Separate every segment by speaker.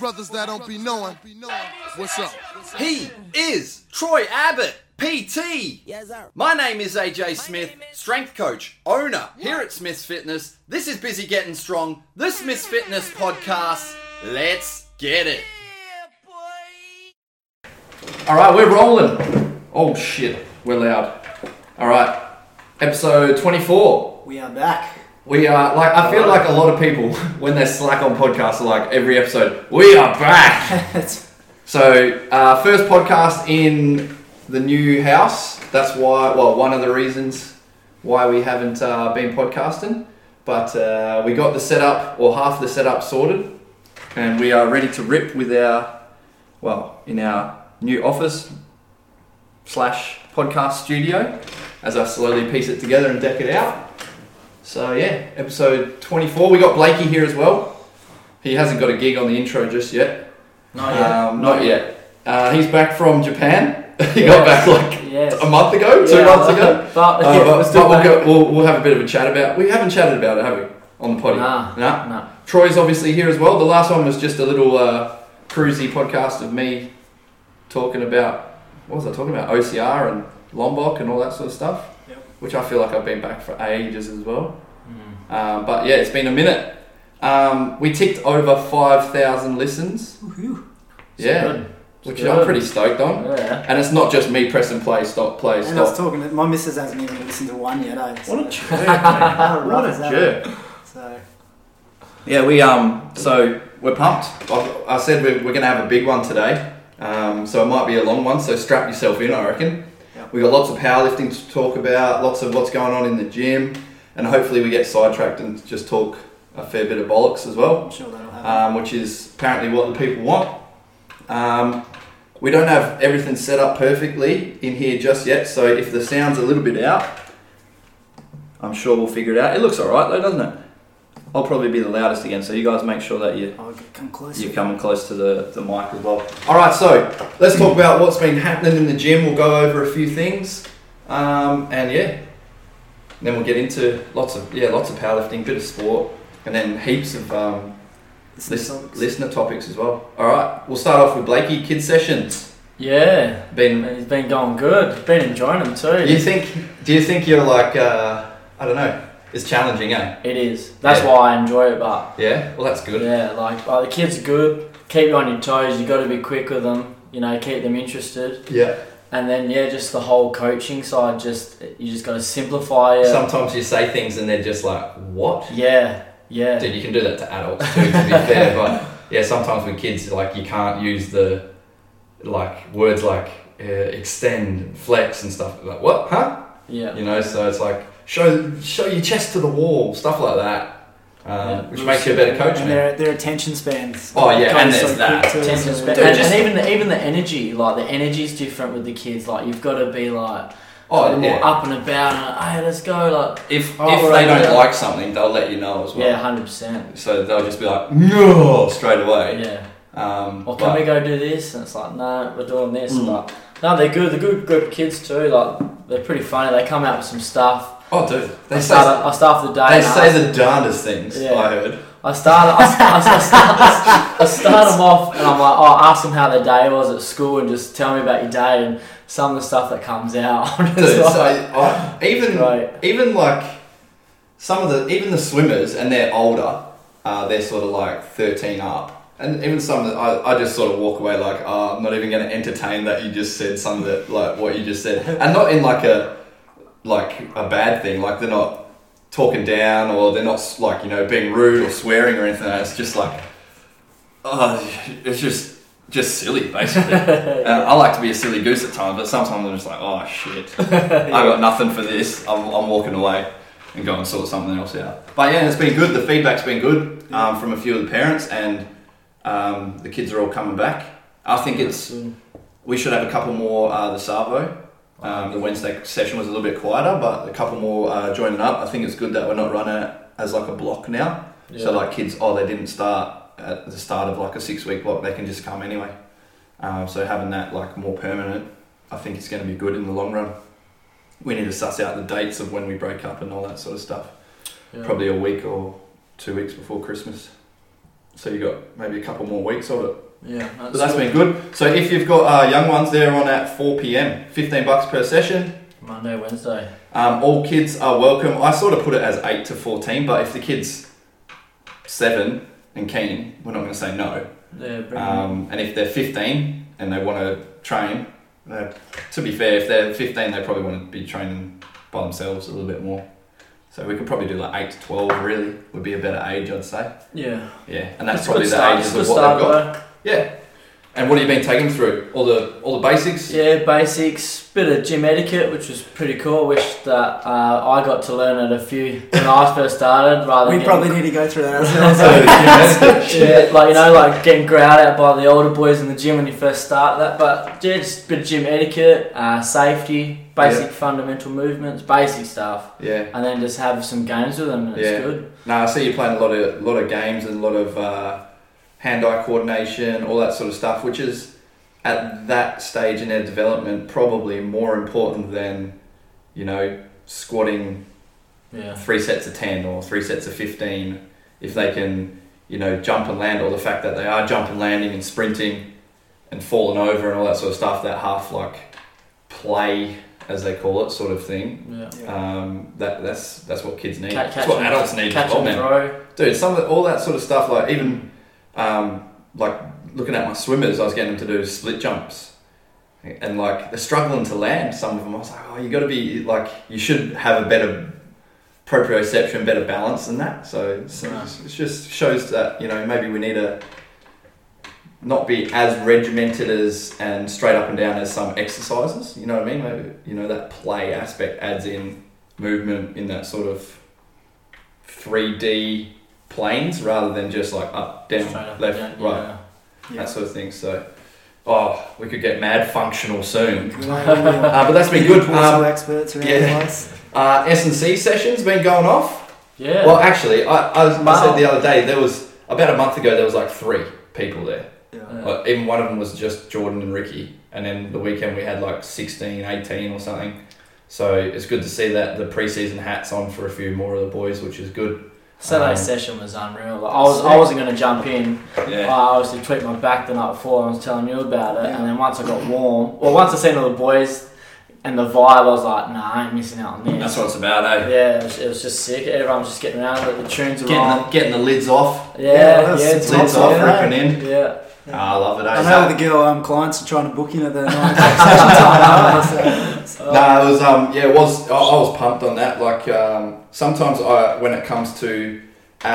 Speaker 1: brothers that don't be knowing. What's up?
Speaker 2: He is Troy Abbott, PT.
Speaker 3: Yes, sir.
Speaker 2: My name is AJ Smith,
Speaker 3: name is-
Speaker 2: strength coach, owner here at Smith's Fitness. This is Busy Getting Strong, the Smith's Fitness podcast. Let's get it. All right, we're rolling. Oh shit, we're loud. All right, episode 24.
Speaker 4: We are back.
Speaker 2: We are like I feel like a lot of people when they slack on podcasts are like every episode we are back.
Speaker 4: That's
Speaker 2: so uh, first podcast in the new house. That's why well one of the reasons why we haven't uh, been podcasting, but uh, we got the setup or half the setup sorted, and we are ready to rip with our well in our new office slash podcast studio as I slowly piece it together and deck it out. So yeah, episode 24. We got Blakey here as well. He hasn't got a gig on the intro just yet.
Speaker 4: not yet.
Speaker 2: Um, not yet. Uh, he's back from Japan. he got back like
Speaker 4: Yes.
Speaker 2: a month ago, two
Speaker 4: Yeah,
Speaker 2: months ago.
Speaker 4: But,
Speaker 2: Uh,
Speaker 4: yeah,
Speaker 2: but
Speaker 4: we're still
Speaker 2: but
Speaker 4: back.
Speaker 2: we'll, go, we'll, we'll have a bit of a chat about. We haven't chatted about it, have we? On the potty?
Speaker 4: Nah,
Speaker 2: Nah.
Speaker 4: nah.
Speaker 2: Troy's obviously here as well. The last one was just a little uh, cruisy podcast of me talking about what was I talking about? OCR and Lombok and all that sort of stuff.
Speaker 4: Yep.
Speaker 2: Which I feel like I've been back for ages as well.
Speaker 4: Mm.
Speaker 2: Um, but yeah, it's been a minute. Um, we ticked over five thousand listens.
Speaker 4: Woohoo. It's
Speaker 2: yeah,
Speaker 4: good. It's
Speaker 2: which I'm
Speaker 4: good.
Speaker 2: pretty stoked on.
Speaker 4: Yeah.
Speaker 2: And it's not just me press and play, stop, play,
Speaker 5: And I was
Speaker 2: stop.
Speaker 5: talking to my missus hasn't even listened to one yet, eh? So,
Speaker 2: What a jerk! man.
Speaker 5: how rough
Speaker 2: What
Speaker 5: is
Speaker 2: a
Speaker 5: that?
Speaker 2: jerk!
Speaker 5: So,
Speaker 2: Yeah, we um, so we're pumped. I, I said we're, we're gonna have a big one today, um, so it might be a long one. So strap yourself in, I reckon.
Speaker 5: Yeah.
Speaker 2: We got lots of powerlifting to talk about, lots of what's going on in the gym, and hopefully we get sidetracked and just talk a fair bit of bollocks as well,
Speaker 5: I'm sure that'll
Speaker 2: um,
Speaker 5: happen.
Speaker 2: which is apparently what the people want. Um, we don't have everything set up perfectly in here just yet, so if the sound's a little bit out, I'm sure we'll figure it out. It looks alright though, doesn't it? I'll probably be the loudest again, so you guys make sure that you
Speaker 5: I'll get- come closer.
Speaker 2: you're coming close to the, the mic as well. All right, so let's talk about what's been happening in the gym. We'll go over a few things, um, and yeah, and then we'll get into lots of yeah, lots of powerlifting, bit of sport, and then heaps of um,
Speaker 5: Listen to
Speaker 2: lis-
Speaker 5: songs.
Speaker 2: listener topics as well. All right, we'll start off with Blakey Kid Sessions.
Speaker 4: Yeah.
Speaker 2: Been
Speaker 4: Man, he's been going good. Been enjoying them too.
Speaker 2: you think? Do you think you're like uh, I don't know? It's challenging, eh?
Speaker 4: It is. That's
Speaker 2: Yeah.
Speaker 4: why I enjoy it. But
Speaker 2: Yeah. Well, that's good.
Speaker 4: yeah, like uh, the kids are good. Keep you on your toes. You got to be quick with them. You know, keep them interested.
Speaker 2: Yeah.
Speaker 4: And then yeah, just the whole coaching side. Just you just got to simplify it.
Speaker 2: Sometimes you say things and they're just like, what?
Speaker 4: yeah. Yeah.
Speaker 2: Dude, you can do that to adults too, to be fair. But yeah, sometimes with kids, like you can't use the like words like uh, extend, flex, and stuff. Like what? Huh?
Speaker 4: Yeah.
Speaker 2: You know. So it's like show show your chest to the wall, stuff like that, um,
Speaker 4: Yeah.
Speaker 2: which makes you a better coach,
Speaker 5: And
Speaker 2: man.
Speaker 5: their, their attention spans.
Speaker 2: Oh, yeah,
Speaker 5: Come
Speaker 2: and
Speaker 5: so
Speaker 2: there's
Speaker 5: quick
Speaker 2: that.
Speaker 5: to-
Speaker 4: Attention
Speaker 5: so-
Speaker 4: span.
Speaker 2: Dude,
Speaker 4: and,
Speaker 2: just-
Speaker 4: and even the, even the energy, like the energy's different with the kids. Like you've got to be like a
Speaker 2: Oh
Speaker 4: little more
Speaker 2: yeah.
Speaker 4: up and about. And, hey, let's go! Like
Speaker 2: If
Speaker 4: Oh,
Speaker 2: if
Speaker 4: we're
Speaker 2: they
Speaker 4: over
Speaker 2: don't
Speaker 4: there.
Speaker 2: like something, they'll let you know as well.
Speaker 4: yeah, hundred percent.
Speaker 2: So they'll just be like no straight away.
Speaker 4: Yeah.
Speaker 2: Um,
Speaker 4: Or can
Speaker 2: but-
Speaker 4: we go do this? And it's like, no, we're doing this.
Speaker 2: Mm.
Speaker 4: But no, they're good. They're good group of kids too. Like they're pretty funny. They come out with some stuff.
Speaker 2: oh dude,
Speaker 4: I
Speaker 2: they say
Speaker 4: start. I start off the day.
Speaker 2: they
Speaker 4: and I,
Speaker 2: say the darndest things.
Speaker 4: Yeah.
Speaker 2: I heard.
Speaker 4: I start. I, I, I start. I start them off, and I'm like, oh, ask them how their day was at school, and just tell me about your day and some of the stuff that comes out. I'm just
Speaker 2: Dude,
Speaker 4: like,
Speaker 2: so I, even
Speaker 4: Right.
Speaker 2: even like some of the even the swimmers and they're older, uh, they're sort of like thirteen up. And even some of the, I, I just sort of walk away like, oh, I'm not even going to entertain that you just said some of the, like what you just said, and not in like a like a bad thing. Like they're not talking down or they're not like you know being rude or swearing or anything. Like that. It's just like, oh, it's just just silly basically. And Uh, I like to be a silly goose at times, but sometimes I'm just like, oh shit, I got nothing for this. I'm, I'm walking away and go and sort something else out. But yeah, it's been good. The feedback's been good um, from a few of the parents, and um, the kids are all coming back. I think it's we should have a couple more uh, the Savo. Um, the Wednesday session was a little bit quieter, but a couple more uh, joining up. I think it's good that we're not running it as like a block now. So
Speaker 4: Yeah.
Speaker 2: like kids, oh, they didn't start at the start of like a six week block. They can just come anyway. Um, so having that like more permanent, I think it's going to be good in the long run. We need to suss out the dates of when we break up and all that sort of stuff.
Speaker 4: Yeah.
Speaker 2: Probably a week or two weeks before Christmas. So you got maybe a couple more weeks of it.
Speaker 4: Yeah,
Speaker 2: But that's been good. So if you've got uh, young ones, they're on at 4 p.m. 15 bucks per session.
Speaker 4: Monday, Wednesday.
Speaker 2: Um, all kids are welcome. I sort of put it as 8 to 14, but if the kid's 7 and keen, we're not going to say no.
Speaker 4: Yeah, bring um,
Speaker 2: Um, and if they're 15 and they want to train, uh, to be fair, if they're 15, they probably want to be training by themselves a little bit more. So we could probably do like 8 to 12, really, would be a better age, I'd say.
Speaker 4: yeah.
Speaker 2: Yeah, and that's
Speaker 4: It's a
Speaker 2: probably
Speaker 4: good
Speaker 2: the
Speaker 4: start.
Speaker 2: ages
Speaker 4: It's a
Speaker 2: of
Speaker 4: good
Speaker 2: what
Speaker 4: start,
Speaker 2: they've got.
Speaker 4: though.
Speaker 2: Yeah. And what have you been taking through? All the all the basics?
Speaker 4: Yeah, basics, bit of gym etiquette, which was pretty cool. I wish that uh, I got to learn it a few when I first started, rather than
Speaker 5: We
Speaker 4: getting-
Speaker 5: probably need to go through that ourselves.
Speaker 2: So, yeah.
Speaker 4: Yeah, like you know, like getting growled at by the older boys in the gym when you first start that. But yeah, just a bit of gym etiquette, uh, safety, basic fundamental movements, basic stuff,
Speaker 2: yeah.
Speaker 4: and then just have some games with them, and
Speaker 2: Yeah.
Speaker 4: it's good.
Speaker 2: Now I see you playing a lot of lot of games and a lot of uh, hand-eye coordination, all that sort of stuff, which is at that stage in their development probably more important than you know squatting
Speaker 4: Yeah,
Speaker 2: three sets of 10 or three sets of 15 if they can you know jump and land or the fact that they are jump and landing and sprinting and falling over and all that sort of stuff that half like play as they call it sort of thing
Speaker 4: yeah.
Speaker 5: Yeah.
Speaker 2: um, that that's that's what kids need
Speaker 4: Catch,
Speaker 2: that's what adults need as
Speaker 4: catch
Speaker 2: well,
Speaker 4: and
Speaker 2: man.
Speaker 4: throw.
Speaker 2: dude some of all that sort of stuff like even um, like looking at my swimmers I was getting them to do split jumps and like they're struggling to land some of them I was like oh you got to be like you should have a better proprioception better balance than that so, so
Speaker 4: Yeah.
Speaker 2: it just shows that you know maybe we need to not be as regimented as and straight up and down as some exercises you know what I mean maybe you know that play aspect adds in movement in that sort of 3D planes rather than just like up down
Speaker 4: Straight up,
Speaker 2: left
Speaker 4: yeah,
Speaker 2: right
Speaker 4: yeah.
Speaker 2: that sort of thing. So, oh, we could get mad functional soon.
Speaker 5: We won't- we won't-
Speaker 2: Uh, but that's been good.
Speaker 5: Portal
Speaker 2: Um,
Speaker 5: experts around
Speaker 2: yeah.
Speaker 5: the place.
Speaker 2: uh, S and C sessions been going off.
Speaker 4: Yeah.
Speaker 2: Well, actually, I, I, was- I
Speaker 4: Wow.
Speaker 2: said the other day there was about a month ago there was like three people there.
Speaker 5: Yeah.
Speaker 4: Yeah.
Speaker 2: Like, even one of them was just Jordan and Ricky, and then the weekend we had like 16, 18 or something. So it's good to see that the preseason hats on for a few more of the boys, which is good.
Speaker 4: Saturday
Speaker 2: Um,
Speaker 4: session was unreal. Like, I was I wasn't going to jump in.
Speaker 2: Yeah,
Speaker 4: I obviously tweaked my back the night before. I was telling you about it,
Speaker 5: Yeah.
Speaker 4: and then once I got warm, well, once I seen all the boys and the vibe, I was like, nah, I ain't missing out on this.
Speaker 2: that's what it's about, eh?
Speaker 4: Yeah, it was, it was just sick. Everyone was just getting around it. The tunes
Speaker 2: Getting
Speaker 4: were
Speaker 2: the,
Speaker 4: on.
Speaker 2: getting the lids off,
Speaker 4: Yeah,
Speaker 5: Yeah,
Speaker 4: yeah,
Speaker 5: that's
Speaker 4: it's
Speaker 5: sick.
Speaker 2: lids
Speaker 5: awesome,
Speaker 2: off,
Speaker 5: yeah.
Speaker 2: ripping in.
Speaker 4: Yeah,
Speaker 2: Ah, I love it. eh?
Speaker 5: I
Speaker 2: That-
Speaker 5: know the girl um, clients are trying to book in at the nine o'clock session time. aren't they? So-
Speaker 2: No, it was um yeah, it was I, I was pumped on that. Like um, sometimes I when it comes to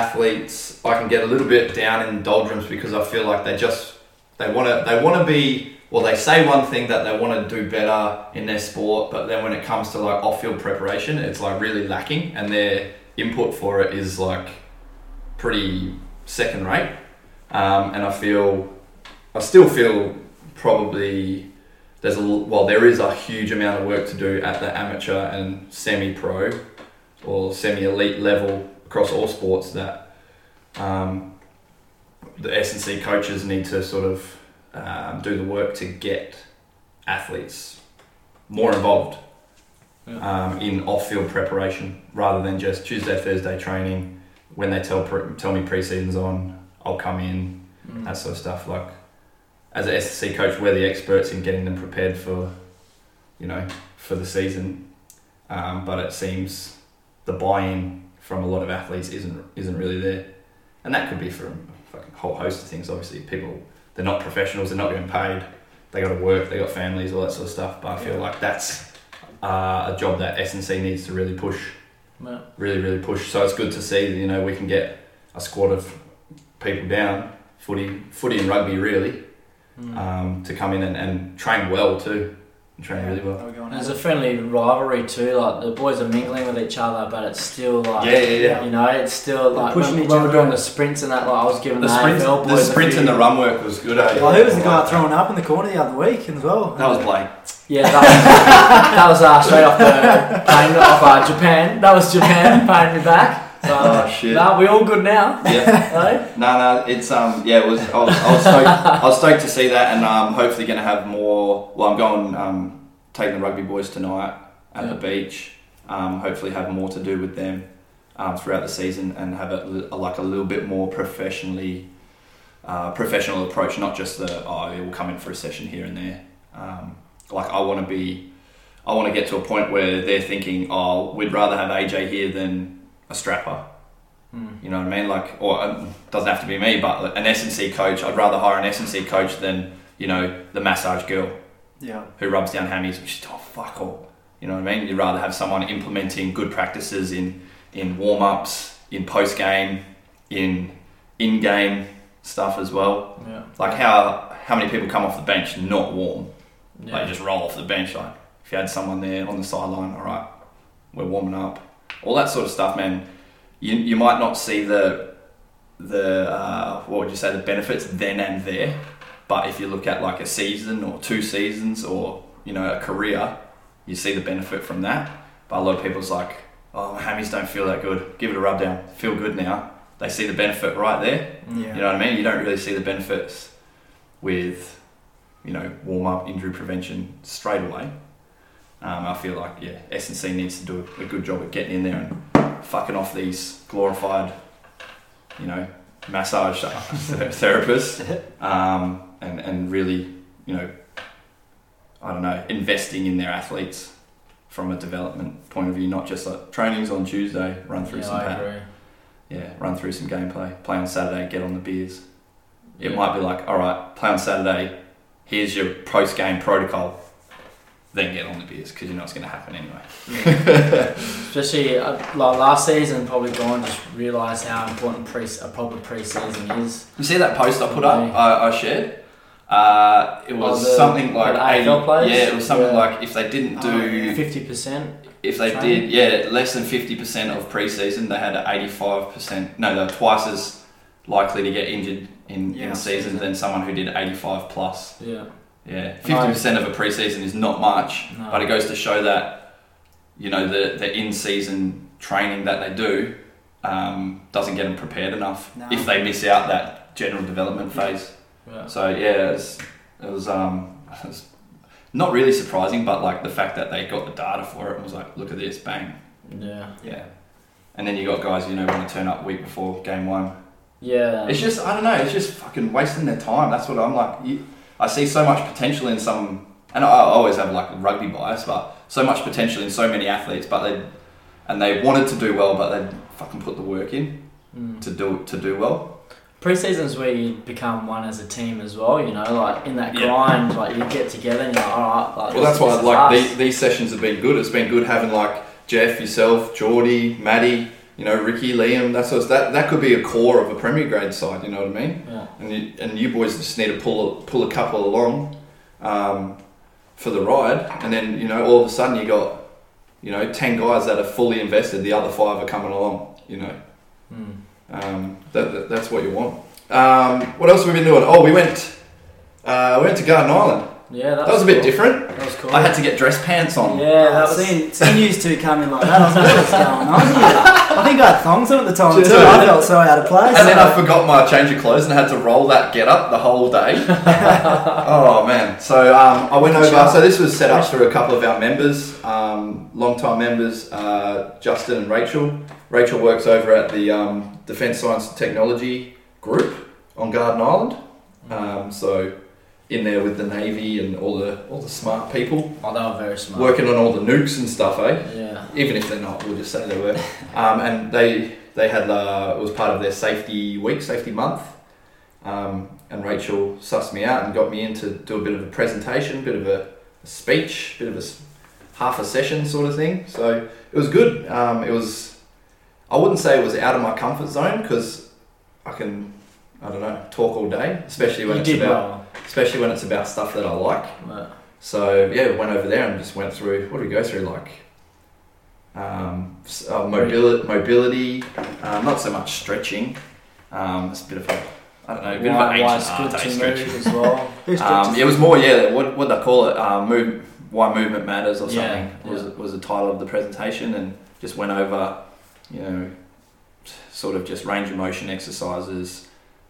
Speaker 2: athletes, I can get a little bit down in the doldrums because I feel like they just they want to they want to be well they say one thing that they want to do better in their sport, but then when it comes to like off field preparation, it's like really lacking, and their input for it is like pretty second rate. Um, and I feel I still feel probably there's a l- well there is a huge amount of work to do at the amateur and semi-pro or semi-elite level across all sports that um, the S and C coaches need to sort of um, do the work to get athletes more involved um, in off-field preparation rather than just Tuesday Thursday training when they tell pre- tell me pre-seasons on I'll come in
Speaker 4: Mm.
Speaker 2: that sort of stuff. Like, as an SSC coach, we're the experts in getting them prepared for, you know, for the season. Um, but it seems the buy-in from a lot of athletes isn't isn't really there, and that could be from a fucking whole host of things. Obviously, people they're not professionals, they're not getting paid, they got to work, they got families, all that sort of stuff. But I feel
Speaker 4: Yeah.
Speaker 2: like that's uh, a job that SNC needs to really push
Speaker 4: yeah.
Speaker 2: really, really push. So it's good to see that you know we can get a squad of people down, footy, footy and rugby really,
Speaker 4: Mm.
Speaker 2: um, to come in and, and train well too, and train really well.
Speaker 5: They were going
Speaker 4: There's
Speaker 5: at
Speaker 4: a
Speaker 5: it.
Speaker 4: friendly rivalry too. Like the boys are mingling with each other, but it's still like
Speaker 2: Yeah, yeah, yeah.
Speaker 4: you know, it's still
Speaker 5: They're
Speaker 4: like
Speaker 5: pushing
Speaker 4: when,
Speaker 5: each
Speaker 4: when we're
Speaker 5: other.
Speaker 4: doing the sprints and that. Like I was giving the,
Speaker 2: The sprint,
Speaker 4: AFL
Speaker 2: the
Speaker 4: boys a
Speaker 2: sprint
Speaker 4: few-
Speaker 2: and the run work was good. Eh?
Speaker 5: Well, who was the guy throwing up in the corner the other week as well?
Speaker 2: That was Blake.
Speaker 4: Yeah, that was, that was uh, straight off the plane off uh, Japan. That was Japan paying me back. So,
Speaker 2: Oh, shit.
Speaker 4: Nah, we all good now.
Speaker 2: Yeah.
Speaker 4: eh?
Speaker 2: No, no, it's um, yeah, it was. I was, I was, stoked, I was stoked to see that, and um, hopefully going to have more. Well, I'm going um, taking the rugby boys tonight at the beach. Um, hopefully, have more to do with them um, throughout the season and have it l- like a little bit more professionally uh, professional approach, not just the oh, yeah, we'll come in for a session here and there. Um, like I want to be, I want to get to a point where they're thinking, oh, we'd rather have AJ here than a strapper. You know what I mean? Like, or um, doesn't have to be me, but an S&C coach. I'd rather hire an S&C coach than you know the massage girl
Speaker 5: Yeah.
Speaker 2: who rubs down hammies, which is oh fuck all. You know what I mean? You'd rather have someone implementing good practices in in warm ups, in post game, in in game stuff as well.
Speaker 4: Yeah.
Speaker 2: Like how how many people come off the bench not warm?
Speaker 4: Yeah.
Speaker 2: Like just roll off the bench. Like if you had someone there on the sideline, all right, we're warming up, all that sort of stuff, man. You you might not see the the uh, what would you say the benefits then and there, but if you look at like a season or two seasons or you know a career, you see the benefit from that. But a lot of people's like, oh, my hammies don't feel that good. Give it a rub down. Feel good now. They see the benefit right there.
Speaker 5: Yeah.
Speaker 2: You know what I mean? You don't really see the benefits with, you know, warm up injury prevention straight away. Um, I feel like yeah, S and C needs to do a good job at getting in there and fucking off these glorified, you know, massage therapists, um, and and really, you know, I don't know, investing in their athletes from a development point of view, not just like trainings on Tuesday, run through
Speaker 4: yeah,
Speaker 2: some
Speaker 4: I
Speaker 2: pat-
Speaker 4: agree.
Speaker 2: yeah, run through some gameplay, play on Saturday, get on the beers. It
Speaker 4: Yeah.
Speaker 2: might be like, all right, play on Saturday, here's your post game protocol, then get on the beers because you know it's going to happen anyway.
Speaker 4: Especially uh, like last season, probably gone. Just realised how important pre a proper pre-season is.
Speaker 2: You see that post I put
Speaker 4: Okay.
Speaker 2: up, I, I shared? Uh, it was
Speaker 4: Oh, the-
Speaker 2: something like
Speaker 4: the AFL players?
Speaker 2: Yeah, it was something
Speaker 4: Yeah. Oh,
Speaker 2: like if they didn't do,
Speaker 4: Fifty percent.
Speaker 2: if they
Speaker 4: Training?
Speaker 2: did, yeah, less than 50% of preseason, they had 85%, no, they were twice as likely to get injured in, in
Speaker 5: Yeah,
Speaker 2: the season
Speaker 4: season.
Speaker 2: than someone who did 85 plus.
Speaker 4: Yeah.
Speaker 2: Yeah,
Speaker 4: No.
Speaker 2: fifty percent of a preseason is not much,
Speaker 4: No.
Speaker 2: but it goes to show that you know the the in season training that they do um, doesn't get them prepared enough
Speaker 5: No.
Speaker 2: if they miss out that general development phase.
Speaker 4: Yeah.
Speaker 2: So yeah, it was, it was um. It was not really surprising, but like the fact that they got the data for it and was like, look at this, bang,
Speaker 4: Yeah.
Speaker 2: yeah. And then you got guys you know want to turn up week before game one,
Speaker 4: Yeah.
Speaker 2: it's just I don't know. It's just fucking wasting their time. That's what I'm like. You, I see so much potential in some, and I I always have like rugby bias, but so much potential in so many athletes. But they and they wanted to do well, but they fucking put the work in
Speaker 4: Mm.
Speaker 2: to do to do well.
Speaker 4: Pre-season's where you become one as a team as well. You know, like in that
Speaker 2: Yeah.
Speaker 4: grind, like you get together and you're like, all right.
Speaker 2: Well,
Speaker 4: Like, this-
Speaker 2: that's why
Speaker 4: this is
Speaker 2: like
Speaker 4: us."
Speaker 2: these, these sessions have been good. It's been good having like Jeff, yourself, Geordie, Maddie, you know, Ricky, Liam. That sort of, that that could be a core of a Premier Grade side. You know what I mean?
Speaker 4: Yeah.
Speaker 2: and you, and you boys just need to pull pull a couple along um, for the ride, and then you know all of a sudden you got you know ten guys that are fully invested. The other five are coming along. You know
Speaker 4: Mm.
Speaker 2: um, that, that- that's what you want. Um, what else have we been doing? Oh, we went uh, we went to Garden Island.
Speaker 4: Yeah.
Speaker 2: That was a bit
Speaker 4: cool.
Speaker 2: different.
Speaker 4: That was cool.
Speaker 2: I had to get dress pants on.
Speaker 4: Yeah, that was.
Speaker 5: seeing, seeing you two come in like that, I was like, what's going on here? I think I had thongs on at the time
Speaker 2: Just-
Speaker 5: too. I felt so out of place.
Speaker 2: And then I forgot my change of clothes and had to roll that get up the whole day. oh man! So um, I went over. So this was set up through a couple of our members, um, long-time members, uh, Justin and Rachel. Rachel works over at the um, Defence Science and Technology Group on Garden Island. Um, so in there with the Navy and all the all the smart people
Speaker 4: Oh, they were very smart.
Speaker 2: working on all the nukes and stuff, eh?
Speaker 4: Yeah.
Speaker 2: even if they're not, we'll just say they were. Um, and they they had uh, it was part of their safety week, safety month. Um, and Rachel sussed me out and got me in to do a bit of a presentation, bit of a speech, bit of a s- half a session sort of thing. So it was good. Um, it was I wouldn't say it was out of my comfort zone because I can I don't know talk all day, especially when
Speaker 4: You
Speaker 2: it's
Speaker 4: did
Speaker 2: about
Speaker 4: well.
Speaker 2: especially when it's about stuff that I like.
Speaker 4: but-
Speaker 2: So yeah, went over there and just went through. What did we go through? Like um, s- uh, mobility, mobility, um, not so much stretching. Um, it's a bit of a I don't know, a bit
Speaker 4: Why- why
Speaker 2: of
Speaker 4: it's
Speaker 2: an ancient
Speaker 4: good
Speaker 2: art
Speaker 4: to
Speaker 2: eh,
Speaker 4: move
Speaker 2: stretching.
Speaker 4: as well.
Speaker 5: Who stretches
Speaker 2: Um, it was more yeah. What what they call it? Um, move why movement matters or something
Speaker 4: Yeah,
Speaker 2: was
Speaker 4: yeah.
Speaker 2: was the title of the presentation and just went over you know sort of just range of motion exercises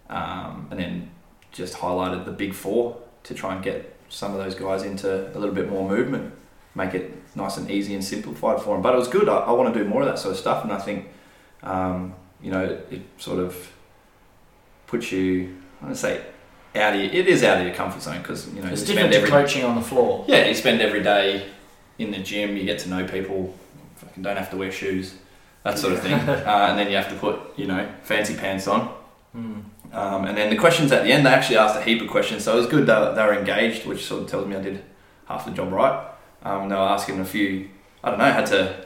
Speaker 2: um, and then just highlighted the big four to try and get some of those guys into a little bit more movement, make it nice and easy and simplified for them. But it was good. I, I want to do more of that sort of stuff, and I think um, you know it, it sort of puts you I'm gonna say out of your, it is out of your comfort zone because you know
Speaker 4: It's
Speaker 2: you spend
Speaker 4: different to
Speaker 2: every
Speaker 4: coaching on the floor.
Speaker 2: yeah you spend every day in the gym. You get to know people. Fucking don't have to wear shoes, that sort of thing. uh, and then you have to put you know fancy pants on.
Speaker 4: Mm.
Speaker 2: Um, and then the questions at the end, they actually asked a heap of questions, so it was good they were, they were engaged, which sort of tells me I did half the job right. Um, they were asking a few, I don't know, had to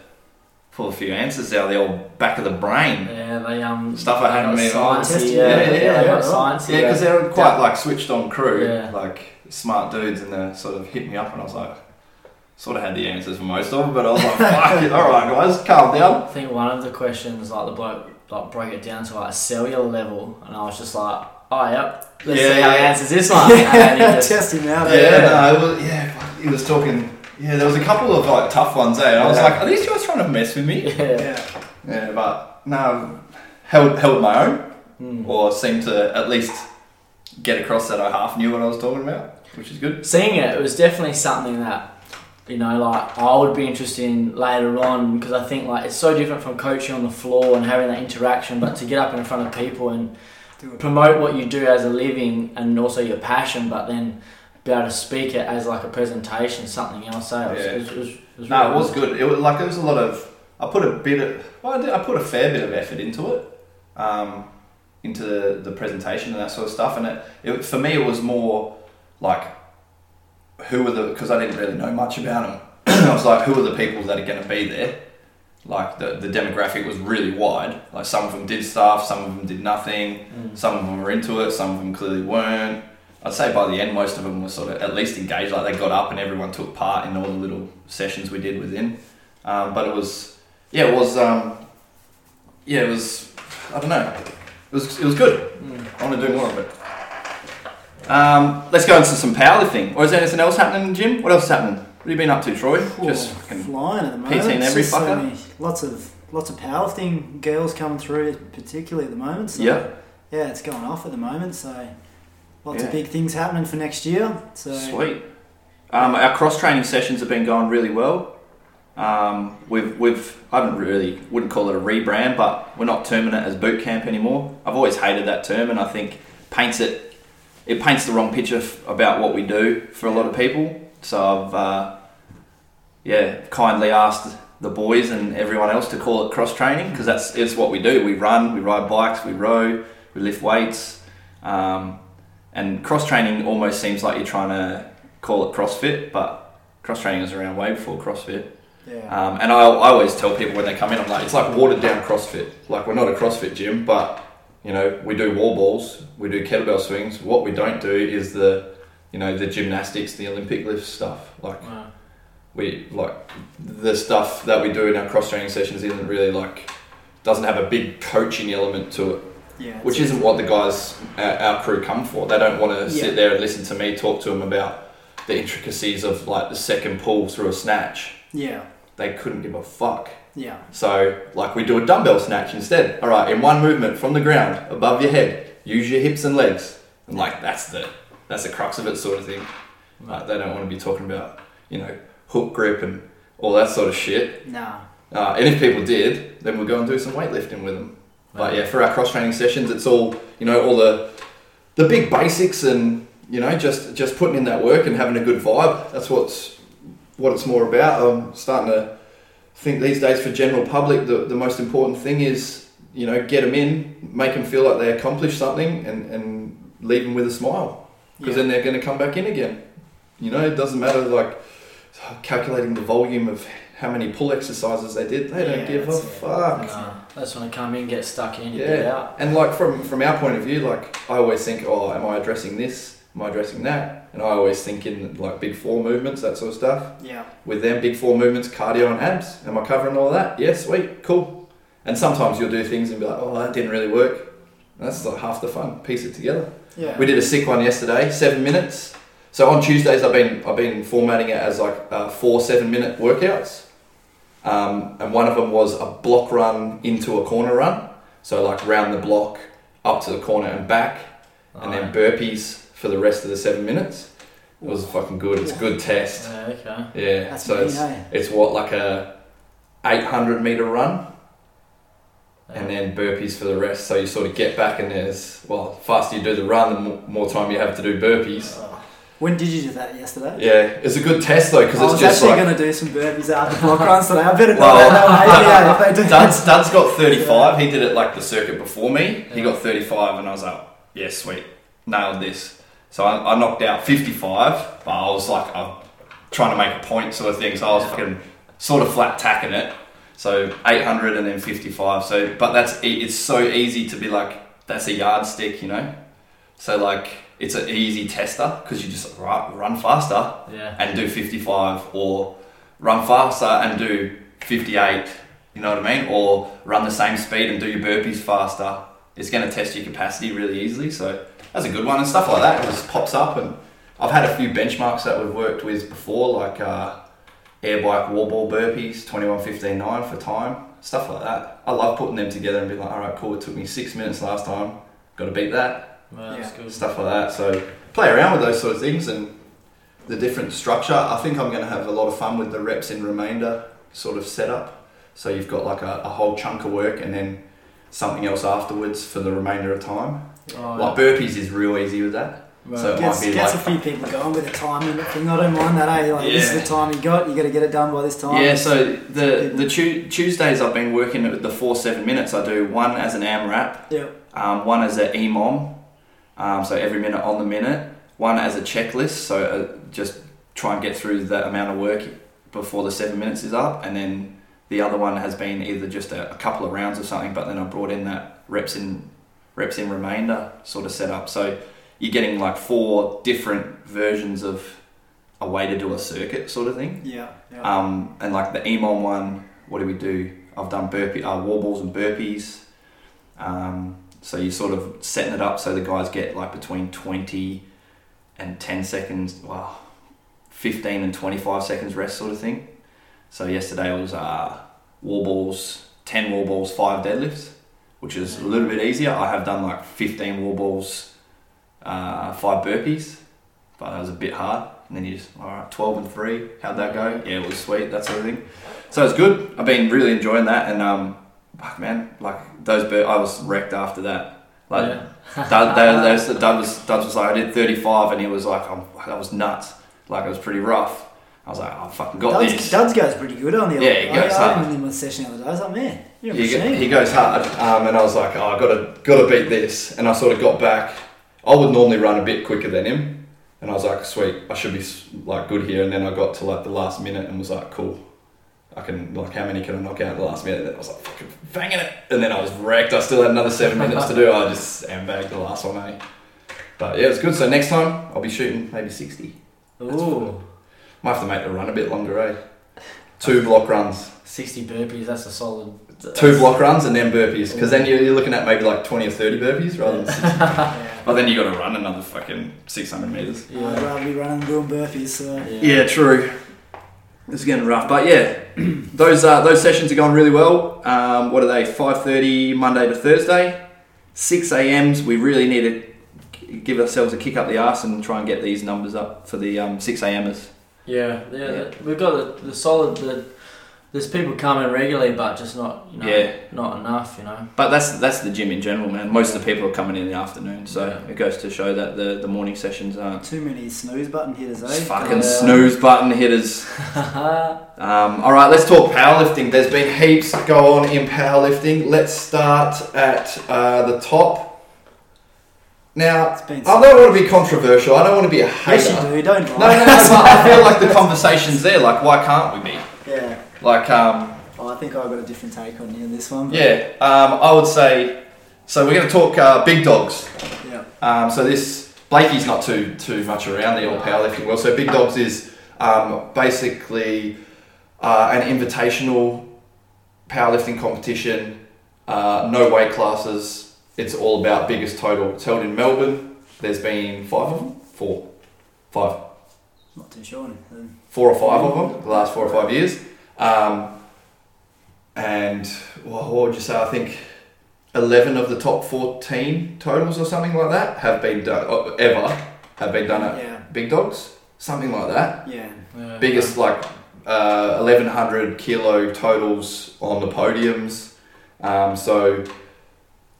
Speaker 2: pull a few answers out of the old back of the brain.
Speaker 4: Yeah, they um
Speaker 2: Stuff I
Speaker 4: they
Speaker 2: hadn't
Speaker 4: got
Speaker 2: been-
Speaker 4: science.
Speaker 5: Testing.
Speaker 4: Yeah,
Speaker 2: Yeah,
Speaker 4: yeah,
Speaker 2: yeah,
Speaker 4: yeah, they
Speaker 5: yeah,
Speaker 4: got
Speaker 5: right.
Speaker 4: science.
Speaker 2: Yeah, because they were quite like switched on crew,
Speaker 4: Yeah.
Speaker 2: like smart dudes, and they sort of hit me up, and I was like, sort of had the answers for most of them, but I was like, fuck it, alright guys, calm down.
Speaker 4: I think one of the questions, like the bloke, like broke it down to like a cellular level, and I was just like, oh yep, let's
Speaker 2: Yeah,
Speaker 4: see how he
Speaker 2: yeah.
Speaker 4: answers this one. And he just-
Speaker 5: test him out.
Speaker 2: Yeah, no, uh, it was, yeah, fuck, he was talking. Yeah, there was a couple of like tough ones, eh? And I was
Speaker 4: Yeah.
Speaker 2: like, are these guys trying to mess with me?
Speaker 4: yeah.
Speaker 5: Yeah.
Speaker 2: Yeah, but no, held held my own,
Speaker 4: Mm.
Speaker 2: or seemed to at least get across that I half knew what I was talking about, which is good.
Speaker 4: Seeing it, it was definitely something that you know, like I would be interested in later on because I think like it's so different from coaching on the floor and having that interaction, but to get up in front of people and
Speaker 5: Do it.
Speaker 4: promote what you do as a living and also your passion, but then be able to speak it as like a presentation, something else. So it was,
Speaker 2: Yeah.
Speaker 4: it was, it was, it was
Speaker 2: No, it
Speaker 4: really
Speaker 2: was good. It was like there was a lot of I put a bit of well, I, did, I put a fair bit of effort into it, um, into the, the presentation and that sort of stuff. And it, it for me it was more like who were the because I didn't really know much about them. I was like, who are the people that are going to be there? Like the, the demographic was really wide. Like some of them did stuff, some of them did nothing.
Speaker 4: Mm.
Speaker 2: Some of them were into it, some of them clearly weren't. I'd say by the end, most of them were sort of at least engaged. Like they got up and everyone took part in all the little sessions we did within. Um, but it was, yeah, it was, um, yeah, it was. I don't know. It was, it was good.
Speaker 4: Mm.
Speaker 2: I want to do more of it. Um, let's go into some powerlifting. Or is there anything else happening in the gym? What else is happening? What have you been up to, Troy? Just
Speaker 5: Ooh,
Speaker 2: fucking.
Speaker 5: flying at the moment.
Speaker 2: PT in
Speaker 5: It's
Speaker 2: every
Speaker 5: just so
Speaker 2: fucker.
Speaker 5: many- lots of lots of powerlifting girls coming through, particularly at the moment. So
Speaker 2: Yeah.
Speaker 5: yeah, it's going off at the moment. So lots
Speaker 2: Yeah.
Speaker 5: of big things happening for next year. So
Speaker 2: Sweet. Um, our cross training sessions have been going really well. Um, we've we've I haven't really wouldn't call it a rebrand, but we're not terming it as boot camp anymore. I've always hated that term, and I think paints it it paints the wrong picture f- about what we do for a lot of people. So I've uh, yeah kindly asked the boys and everyone else to call it cross training because that's it's what we do. We run, we ride bikes, we row, we lift weights. Um, and cross training almost seems like you're trying to call it CrossFit, but cross training is around way before CrossFit.
Speaker 5: yeah,
Speaker 2: Um, and I, I always tell people when they come in, I'm like, it's like watered down CrossFit. Like we're not a CrossFit gym, but you know, we do wall balls, we do kettlebell swings. What we don't do is the, you know, the gymnastics, the Olympic lift stuff. Like
Speaker 4: Wow.
Speaker 2: we like the stuff that we do in our cross training sessions isn't really like doesn't have a big coaching element to it
Speaker 5: yeah.
Speaker 2: which
Speaker 5: it's-
Speaker 2: isn't what the guys our, our crew come for. They don't want to
Speaker 5: Yeah.
Speaker 2: sit there and listen to me talk to them about the intricacies of like the second pull through a snatch.
Speaker 5: yeah,
Speaker 2: They couldn't give a fuck.
Speaker 5: yeah,
Speaker 2: So like we do a dumbbell snatch instead. All right, in one movement from the ground above your head, use your hips and legs. And like that's the that's the crux of it, sort of thing. Like, they don't want to be talking about you know hook grip and all that sort of shit.
Speaker 5: nah,
Speaker 2: Uh, and if people did, then we'll go and do some weightlifting with them. But yeah, for our cross training sessions, it's all you know, all the the big basics, and you know, just just putting in that work and having a good vibe. That's what's what it's more about. I'm starting to think these days for general public, the, the most important thing is you know get them in, make them feel like they accomplished something, and and leave them with a smile because
Speaker 5: yeah,
Speaker 2: then they're going to come back in again. You know, it doesn't matter like calculating the volume of how many pull exercises they did. They
Speaker 5: Yeah,
Speaker 2: don't give a
Speaker 5: that's it.
Speaker 2: fuck.
Speaker 4: No, uh, that's when I come in, get stuck in,
Speaker 2: Yeah.
Speaker 4: get out.
Speaker 2: And like from from our point of view, like I always think, oh, am I addressing this? Am I addressing that? And I always think in like big four movements, that sort of stuff.
Speaker 5: yeah,
Speaker 2: With them, big four movements, cardio and abs. Am I covering all that? Yes, sweet, cool. And sometimes you'll do things and be like, oh, that didn't really work. And that's like half the fun. Piece it together.
Speaker 5: yeah.
Speaker 2: We did a sick one yesterday, seven minutes. So on Tuesdays, I've been I've been formatting it as like uh, four seven minute workouts, um, and one of them was a block run into a corner run. So like round the block, up to the corner and back, and then burpees for the rest of the seven minutes. It was fucking good. It's a good test.
Speaker 4: Yeah, okay.
Speaker 2: Yeah.
Speaker 5: That's
Speaker 2: so
Speaker 5: mean,
Speaker 2: it's
Speaker 5: eh?
Speaker 2: it's what like a eight hundred meter run. and then burpees for the rest. So you sort of get back, and there's well, faster you do the run, the mo- more time you have to do burpees.
Speaker 5: When did you do that yesterday?
Speaker 2: Yeah, it's a good test though because
Speaker 5: I was
Speaker 2: it's just
Speaker 5: Oh, actually
Speaker 2: like
Speaker 5: going to do some burpees after block runs today. I better not
Speaker 2: Well,
Speaker 5: well, that way. Yeah, if they do
Speaker 2: Dunn's, Dunn's got 35. He did it like the circuit before me. He got 35, and I was like, yeah, sweet. Nailed this. So I, I knocked out 55, but I was like, I'm trying to make a point sort of thing. So I was fucking sort of flat tacking it. So 800 and then 55. So, but that's, e- it's so easy to be like, that's a yardstick, you know? So like, it's an easy tester because you just right, run faster
Speaker 4: Yeah.
Speaker 2: and do 55 or run faster and do 58 you know what i mean or run the same speed and do your burpees faster it's going to test your capacity really easily so that's a good one and stuff like that just pops up and i've had a few benchmarks that we've worked with before like uh, air bike wall ball burpees 21.15.9 for time stuff like that i love putting them together and being like all right cool it took me six minutes last time got to beat that
Speaker 4: Well, that's good.
Speaker 2: stuff like that. So play around with those sort of things and the different structure. I think I'm going to have a lot of fun with the reps in remainder sort of setup. So you've got like a, a whole chunk of work and then something else afterwards for the remainder of time.
Speaker 4: Oh,
Speaker 2: Like burpees is real easy with that.
Speaker 4: Right.
Speaker 2: So it
Speaker 5: gets,
Speaker 2: might be
Speaker 5: gets
Speaker 2: like
Speaker 5: a few people going with the time limit thing. I don't mind that, eh? Like, this
Speaker 2: Yeah.
Speaker 5: is the time you got. You got to get it done by this time.
Speaker 2: Yeah, so the the tu- Tuesdays I've been working at the four seven minutes. I do one as an AMRAP,
Speaker 5: Yeah.
Speaker 2: um, one as an EMOM, um, so every minute on the minute. One as a checklist, so uh, just try and get through that amount of work before the seven minutes is up, and then the other one has been either just a, a couple of rounds of something, but then I brought in that reps in reps in remainder sort of setup. So you're getting like four different versions of a way to do a circuit sort of thing.
Speaker 5: Yeah. yeah.
Speaker 2: Um, and like the Emon one, what do we do? I've done burpee, uh, war balls and burpees. Um, so you're sort of setting it up so the guys get like between 20 and 10 seconds, well, 15 and 25 seconds rest sort of thing. So yesterday was uh, war balls, 10 war balls, 5 deadlifts, which is a little bit easier. I have done like 15 war balls, uh, 5 burpees, but that was a bit hard. And then you just, all right, 12 and 3, how'd that go? Yeah, it was sweet, that sort of thing. So it's good. I've been really enjoying that. And, um, fuck, man, like those, bur- I was wrecked after that. Like,
Speaker 4: yeah.
Speaker 2: Dad, that, that's- Dad was, Dad was like, I did 35, and he was like, I'm, that was nuts. Like, it was pretty rough. I was like, I fucking got
Speaker 5: Duds,
Speaker 2: this.
Speaker 5: Duds goes pretty good on the
Speaker 2: Yeah, he
Speaker 5: I-
Speaker 2: goes
Speaker 5: I,
Speaker 2: hard.
Speaker 5: went in my session the other day. I was like, man, you're a
Speaker 2: He, go-
Speaker 5: machine.
Speaker 2: he goes hard, um, and I was like, oh, I gotta, gotta beat this. And I sort of got back. I would normally run a bit quicker than him, and I was like, sweet, I should be s- like good here. And then I got to like the last minute and was like, cool, I can like how many can I knock out in the last minute? And then I was like, fucking banging it. And then I was wrecked. I still had another seven minutes to do. I just sandbagged the last one, eh? But yeah, it was good. So next time I'll be shooting maybe sixty.
Speaker 4: Ooh,
Speaker 2: Might have to make the run a bit longer, eh? Two block runs.
Speaker 4: 60 burpees, that's a solid.
Speaker 2: Two block runs and then burpees. Because then you're, you're looking at maybe like 20 or 30 burpees rather than 60.
Speaker 5: yeah.
Speaker 2: But then you got to run another fucking 600 metres.
Speaker 5: I'd
Speaker 4: Yeah.
Speaker 5: rather be running than doing burpees. So.
Speaker 2: Yeah, true. It's getting rough. But yeah, those uh, those sessions are going really well. Um, what are they? 5.30 Monday to Thursday. 6 a.m.s. We really need to g- give ourselves a kick up the arse and try and get these numbers up for the um, 6 a.m.ers.
Speaker 4: Yeah, yeah,
Speaker 2: Yeah.
Speaker 4: the- We've got the, the solid. The, there's people coming regularly, but just not, you know,
Speaker 2: Yeah.
Speaker 4: not enough. You know.
Speaker 2: But that's that's the gym in general, man. Most of the people are coming in the afternoon, so
Speaker 4: Yeah.
Speaker 2: it goes to show that the, the morning sessions aren't.
Speaker 5: Too many snooze button hitters, eh?
Speaker 2: It's fucking
Speaker 4: Yeah.
Speaker 2: snooze button hitters.
Speaker 4: yeah,
Speaker 2: Um, all right, let's talk powerlifting. There's been heaps go on in powerlifting. Let's start at uh, the top. Now,
Speaker 5: It's been
Speaker 2: I don't want to be controversial. I don't want to be a hater.
Speaker 5: Yes, you do. Don't
Speaker 2: No, no, no.
Speaker 5: lie.
Speaker 2: but I feel like the conversation's there. Like, why can't we be?
Speaker 5: Yeah.
Speaker 2: Like, um,
Speaker 5: Oh, I think I've got a different take on you on this one. but-
Speaker 2: yeah, um, I would say. So we're going to talk uh, big dogs.
Speaker 5: Yeah.
Speaker 2: Um, so this Blakey's not too too much around the all powerlifting world. So big dogs is um, basically uh, an invitational powerlifting competition. Uh, no weight classes. It's all about biggest total. It's held in Melbourne. There's been five of them, four, five
Speaker 5: Not too sure. um,
Speaker 2: four or five of them the last four or five years. Um, and well, what would you say? I think eleven of the top fourteen totals or something like that have been done uh, ever have been done at
Speaker 5: Yeah.
Speaker 2: big dogs, something like that.
Speaker 5: Yeah.
Speaker 2: Biggest like uh, eleven hundred kilo totals on the podiums. Um, so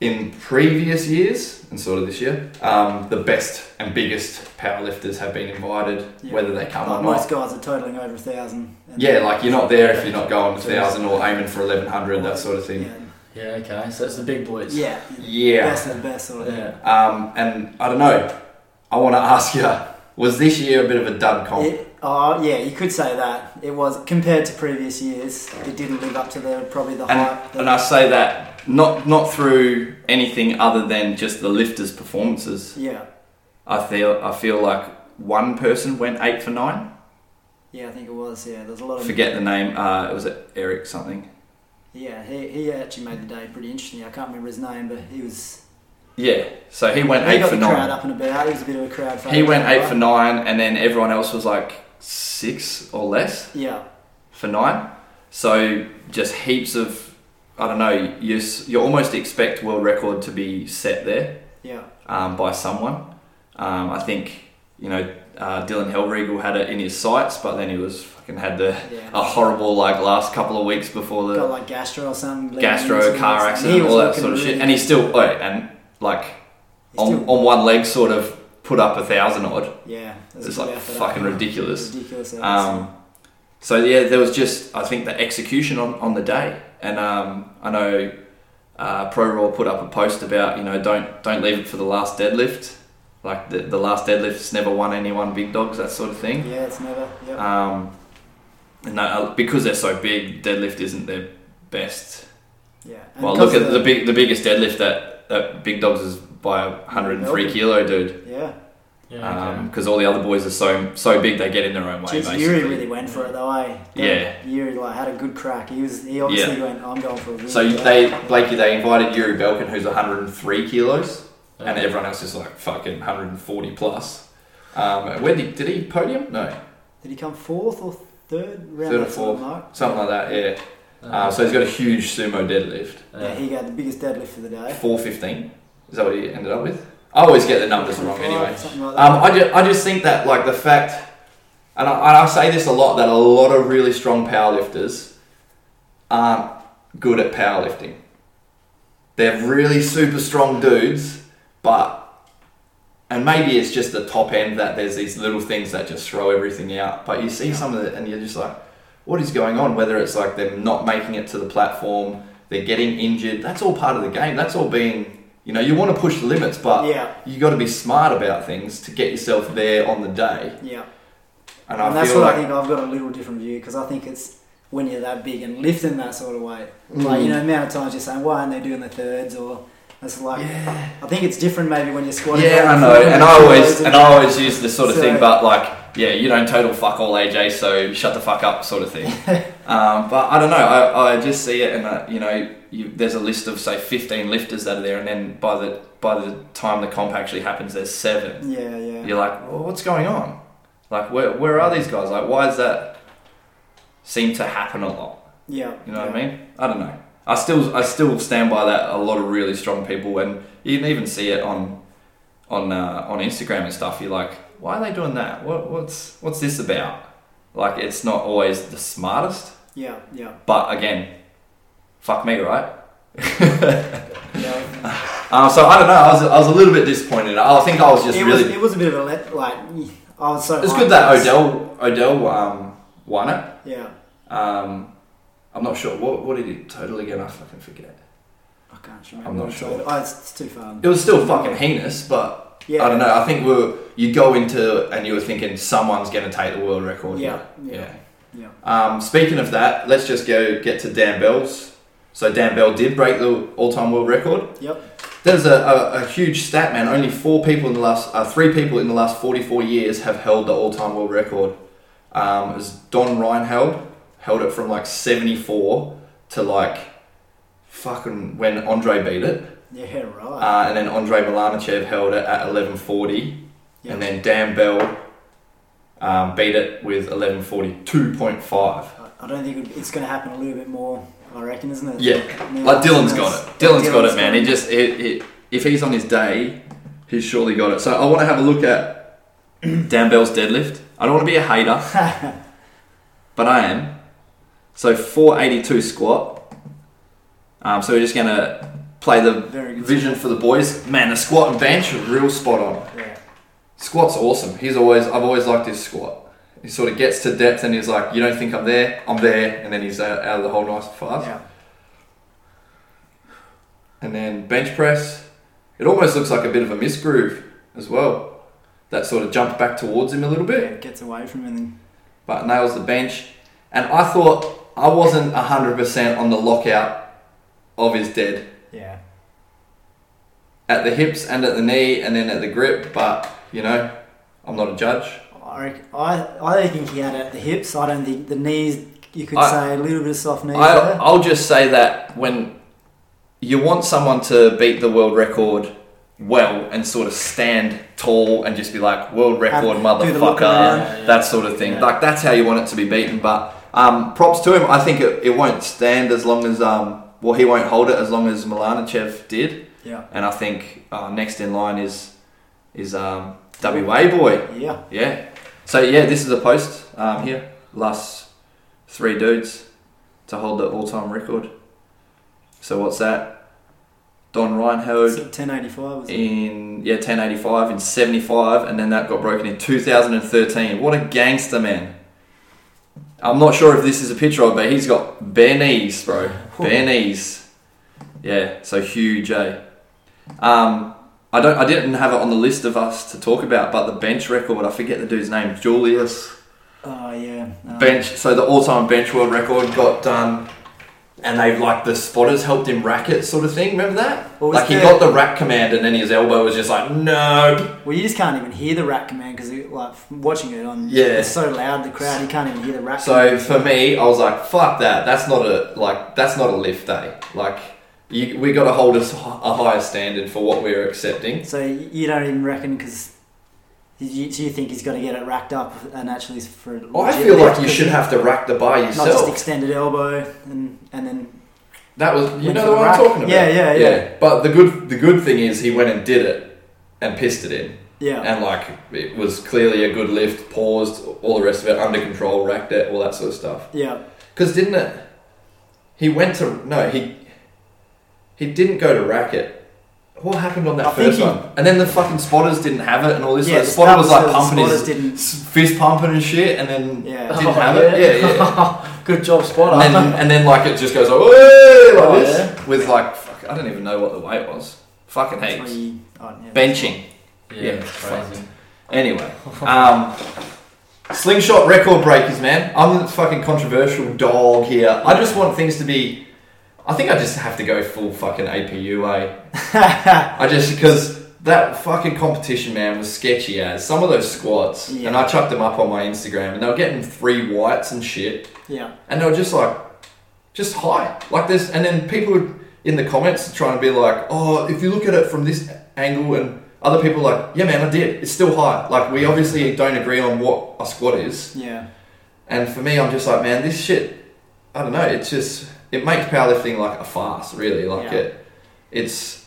Speaker 2: in previous years and sort of this year, um, the best and biggest powerlifters have been invited,
Speaker 5: Yeah.
Speaker 2: whether they come or not.
Speaker 5: Like most guys are totaling over a thousand. and-
Speaker 2: Yeah, like you're not there if you're not going
Speaker 5: So it's-
Speaker 2: 1,000 or aiming for 1,100, that sort of thing.
Speaker 5: Yeah.
Speaker 4: Yeah, okay. So it's the big boys.
Speaker 5: yeah.
Speaker 2: Yeah.
Speaker 5: Best of the best sort of thing.
Speaker 4: Yeah.
Speaker 2: Um, and I don't know, I want to ask you, was this year a bit of a dud comp?
Speaker 5: It, oh yeah, you could say that it was compared to previous years. It didn't live up to the probably the hype.
Speaker 2: And,
Speaker 5: that-
Speaker 2: and I say that not not through anything other than just the lifters' performances.
Speaker 5: yeah,
Speaker 2: I feel I feel like one person went eight for nine.
Speaker 5: yeah, I think it was. Yeah, there's a lot of
Speaker 2: Forget the name. Uh, it was Eric something.
Speaker 5: Yeah, he, he actually made the day pretty interesting. I can't remember his name, but he was
Speaker 2: Yeah. So he went
Speaker 5: he
Speaker 2: eight
Speaker 5: got
Speaker 2: for
Speaker 5: the crowd
Speaker 2: nine.
Speaker 5: up and about. He was a bit of a crowd
Speaker 2: He
Speaker 5: favourite,
Speaker 2: went eight for
Speaker 5: right?
Speaker 2: nine, and then everyone else was like six or less
Speaker 5: Yeah,
Speaker 2: for nine. So just heaps of I don't know. You s- you almost expect world record to be set there.
Speaker 5: yeah,
Speaker 2: um, by someone. Um, I think you know uh, Dylan Hellriegel had it in his sights, but then he was fucking had the
Speaker 5: yeah.
Speaker 2: a horrible like last couple of weeks before
Speaker 5: got
Speaker 2: the
Speaker 5: like gastro or something. leading into
Speaker 2: gastro
Speaker 5: it.
Speaker 2: car
Speaker 5: He
Speaker 2: accident,
Speaker 5: was
Speaker 2: all that
Speaker 5: looking
Speaker 2: sort of shit,
Speaker 5: really-
Speaker 2: and he still oh, and like
Speaker 5: he's
Speaker 2: on,
Speaker 5: still-
Speaker 2: on one leg sort of put up a thousand odd.
Speaker 5: yeah, it was
Speaker 2: It's
Speaker 5: a good
Speaker 2: like
Speaker 5: effort,
Speaker 2: fucking
Speaker 5: I think.
Speaker 2: ridiculous.
Speaker 5: Ridiculous. effort.
Speaker 2: Um, so yeah, there was just I think the execution on, on the day, and um, I know uh, Pro Raw put up a post about you know don't don't leave it for the last deadlift, like the, the last deadlift's never won anyone big dogs that sort of thing.
Speaker 5: yeah, it's never. Yep.
Speaker 2: Um, and no, uh, because they're so big, deadlift isn't their best.
Speaker 5: yeah. And
Speaker 2: Well,
Speaker 5: because
Speaker 2: look at
Speaker 5: of
Speaker 2: the big the biggest deadlift that, that big dogs is by 103 kilo dude,
Speaker 5: Yeah,
Speaker 4: Yeah. Okay.
Speaker 2: because all the other boys are so so big they get in their own way.
Speaker 5: Jeez,
Speaker 2: basically.
Speaker 5: Yuri really went for it though. Eh?
Speaker 2: Yeah.
Speaker 5: Yuri like had a good crack. He was. He obviously went. I'm going for a win.
Speaker 2: So
Speaker 5: yeah.
Speaker 2: they, Blakey, they invited Yuri Belkin, who's 103 kilos, and
Speaker 4: Yeah.
Speaker 2: everyone else is like fucking 140 plus. Um, where did, did he podium? No,
Speaker 5: Did he come fourth or third
Speaker 2: Third or
Speaker 5: round? that sort of
Speaker 2: fourth.
Speaker 5: mark?
Speaker 2: something like that. Yeah. Uh, so he's got a huge sumo deadlift,
Speaker 5: Yeah, he got the biggest deadlift for the day.
Speaker 2: 415. Is that what he ended up with? I always get the numbers wrong anyway.
Speaker 5: Something like that.
Speaker 2: Um, I, just, I just think that like the fact, and I, and I say this a lot, that a lot of really strong powerlifters aren't good at powerlifting. They're really super strong dudes, but and maybe it's just the top end that there's these little things that just throw everything out. But you see some of it, and you're just like, what is going on? Whether it's like they're not making it to the platform, they're getting injured. That's all part of the game. That's all being, you know, you want to push the limits, but
Speaker 5: yeah,
Speaker 2: you got to be smart about things to get yourself there on the day.
Speaker 5: yeah.
Speaker 2: And I
Speaker 5: And that's
Speaker 2: feel
Speaker 5: what I
Speaker 2: like
Speaker 5: think I've got a little different view because I think it's when you're that big and lifting that sort of weight. Like, you know,
Speaker 2: Mm.
Speaker 5: amount of times you're saying, why aren't they doing the thirds? Or it's like,
Speaker 2: yeah,
Speaker 5: I think it's different maybe when you're squatting.
Speaker 2: yeah,
Speaker 5: around
Speaker 2: I
Speaker 5: the
Speaker 2: know.
Speaker 5: floor
Speaker 2: And I always
Speaker 5: kilos
Speaker 2: and I always use this sort of
Speaker 5: So-
Speaker 2: thing, but like. Yeah, you don't total fuck all AJ, so shut the fuck up, sort of thing. um, but I don't know. I, I just see it, and uh, you know, you, there's a list of say 15 lifters that are there, and then by the by the time the comp actually happens, there's seven.
Speaker 5: yeah, yeah.
Speaker 2: You're like, well, what's going on? Like, where where are these guys? Like, why does that seem to happen a lot?
Speaker 5: Yeah.
Speaker 2: You know what I mean? I don't know. I still I still stand by that. A lot of really strong people, and you can even see it on on uh, on Instagram and stuff. You're like, why are they doing that? What, what's what's this about? Like, it's not always the smartest,
Speaker 5: Yeah, yeah,
Speaker 2: but again, fuck me, right?
Speaker 5: yeah.
Speaker 2: Uh, so I don't know. I was, I was a little bit disappointed. I think I was just
Speaker 5: it,
Speaker 2: really.
Speaker 5: was, it was a bit of a, let, like, I was so
Speaker 2: it's
Speaker 5: hyped
Speaker 2: good that
Speaker 5: for this.
Speaker 2: Odell Odell um, won it.
Speaker 5: Yeah.
Speaker 2: Um, I'm not sure what what did he total again. I fucking forget.
Speaker 5: I can't remember.
Speaker 2: I'm not
Speaker 5: what it
Speaker 2: sure.
Speaker 5: was. Oh, it's, it's too far.
Speaker 2: It was still fucking heinous, but
Speaker 5: Yeah.
Speaker 2: I don't know. I think we were, you go into and you were thinking someone's going to take the world record.
Speaker 5: Yeah,
Speaker 2: here.
Speaker 5: yeah, yeah.
Speaker 2: Um, speaking of that, let's just go get to Dan Bell's. So Dan Bell did break the all-time world record.
Speaker 5: Yep.
Speaker 2: There's a, a, a huge stat, man. Only four people in the last, uh, three people in the last 44 years have held the all-time world record. Um, it was Don Ryan held held it from like 74 to like fucking when Andre beat it,
Speaker 5: Yeah, right.
Speaker 2: uh, and then Andre Milanichev held it at 1140.
Speaker 5: yeah.
Speaker 2: And then Dan Bell um, beat it with 1142.5.
Speaker 5: I- I don't think it- it's going to happen a little bit more. I reckon, isn't it?
Speaker 2: Yeah,
Speaker 5: Now,
Speaker 2: Like Dylan's got
Speaker 5: that's-
Speaker 2: it. Dylan's got it, man. He
Speaker 5: got
Speaker 2: just it, it, if he's on his day, he's surely got it. So I want to have a look at Dan Bell's deadlift. I don't want to be a hater, but I am. So 482 squat. Um, so we're just going to play the
Speaker 5: Very good.
Speaker 6: Vision for the boys. Man, the squat and bench, real spot on.
Speaker 5: Yeah.
Speaker 6: Squat's awesome. He's always, I've always liked his squat. He sort of gets to depth and he's like, you don't think I'm there? I'm there. And then he's out, out of the hole nice and fast.
Speaker 5: Yeah.
Speaker 6: And then bench press. It almost looks like a bit of a misgroove as well. That sort of jumped back towards him a little bit.
Speaker 5: yeah. Gets away from him. And
Speaker 6: but nails the bench. And I thought I wasn't 100% on the lockout of his dead
Speaker 5: yeah.
Speaker 6: at the hips and at the knee and then at the grip, but you know, I'm not a judge.
Speaker 5: I, reckon, I I think he had it at the hips. I don't think the knees. You could
Speaker 2: I-
Speaker 5: say a little bit of soft knees
Speaker 2: I,
Speaker 5: there.
Speaker 2: I'll just say that when you want someone to beat the world record well and sort of stand tall and just be like world record
Speaker 5: And do the
Speaker 2: motherfucker
Speaker 5: look around.
Speaker 2: that sort of thing
Speaker 4: Yeah.
Speaker 2: like that's how you want it to be beaten but um, props to him I think it, it won't stand as long as um, well he won't hold it as long as Milanichev did
Speaker 5: yeah.
Speaker 2: and I think uh, next in line is is um, WA boy
Speaker 5: Yeah.
Speaker 2: yeah so yeah this is a post um, here last three dudes to hold the all-time record. So what's that? Don
Speaker 5: So
Speaker 2: Reinhold
Speaker 5: 1085 was it?
Speaker 2: in yeah 1085 in 75, and then that got broken in 2013. What a gangster man! I'm not sure if this is a picture of, but he's got bare knees, bro. Bare knees. Yeah, so huge, eh? Um, I don't. I didn't have it on the list of us to talk about, but the bench record. I forget the dude's name. Julius
Speaker 5: Oh yeah. Um,
Speaker 2: bench. So the all-time bench world record got done, and they like the spotters helped him rack it, sort of thing. Remember that?
Speaker 5: What was
Speaker 2: Like he
Speaker 5: the-
Speaker 2: got the rack command, and then his elbow was just like no.
Speaker 5: Well, you just can't even hear the rack command because like f- watching it on.
Speaker 2: Yeah.
Speaker 5: It's so loud the crowd you can't even hear the rack.
Speaker 2: So for me, I was like, fuck that. That's not a like. That's not a lift day. Like you, we got to hold us a higher standard for what we're accepting.
Speaker 5: So y- you don't even reckon because. You, so you think he's got to get it racked up and actually it's for.
Speaker 2: I feel like you should have to rack the bar
Speaker 5: Not just
Speaker 2: yourself.
Speaker 5: extended elbow and and then
Speaker 2: That was you
Speaker 5: Went
Speaker 2: know
Speaker 5: for
Speaker 2: the
Speaker 5: the
Speaker 2: one I'm
Speaker 5: rack.
Speaker 2: talking about.
Speaker 5: Yeah, yeah, yeah.
Speaker 6: But the good, the good thing is he went and did it and pissed it in.
Speaker 5: yeah.
Speaker 6: And like it was clearly a good lift, paused, all the rest of it under control, racked it, all that sort of stuff.
Speaker 5: Yeah.
Speaker 6: Because didn't it? He went to no, he he didn't go to rack it. What happened on that
Speaker 5: I think
Speaker 6: first
Speaker 5: he-
Speaker 6: one? And then the fucking spotters didn't have it, and all this.
Speaker 5: Yeah,
Speaker 6: like, the spotter
Speaker 5: that
Speaker 6: was
Speaker 5: was
Speaker 6: like
Speaker 5: the- the
Speaker 6: pumping his
Speaker 5: spotters didn't-
Speaker 6: s- fist pumping and shit, and then
Speaker 5: Yeah.
Speaker 6: didn't have it. Yeah, yeah.
Speaker 4: Good job, spotter.
Speaker 6: And then, and then like it just goes like, "Whoa," like
Speaker 4: Oh,
Speaker 6: this,
Speaker 4: yeah.
Speaker 6: with like fuck, I don't even know what the weight was. Fucking
Speaker 5: That's where
Speaker 6: heaps.
Speaker 5: you- oh, yeah.
Speaker 2: benching.
Speaker 4: yeah, it's
Speaker 2: fuck.
Speaker 4: crazy.
Speaker 2: Anyway, um,
Speaker 6: Slingshot record breakers, man. I'm the fucking controversial dog here. I just want things to be. I think I just have to go full fucking APUA. I just because that fucking competition, man, was sketchy as some of those squats,
Speaker 5: Yeah.
Speaker 6: and I chucked them up on my Instagram, and they were getting three whites and shit,
Speaker 5: Yeah.
Speaker 6: and they were just like, just high like this, and then people in the comments trying to be like, oh, if you look at it from this angle, and other people like, yeah, man, I did. It's still high. Like we obviously don't agree on what a squat is.
Speaker 5: Yeah.
Speaker 6: And for me, I'm just like, man, this shit. I don't know. It's just it makes powerlifting like a farce, really. Like
Speaker 5: Yeah.
Speaker 6: it, it's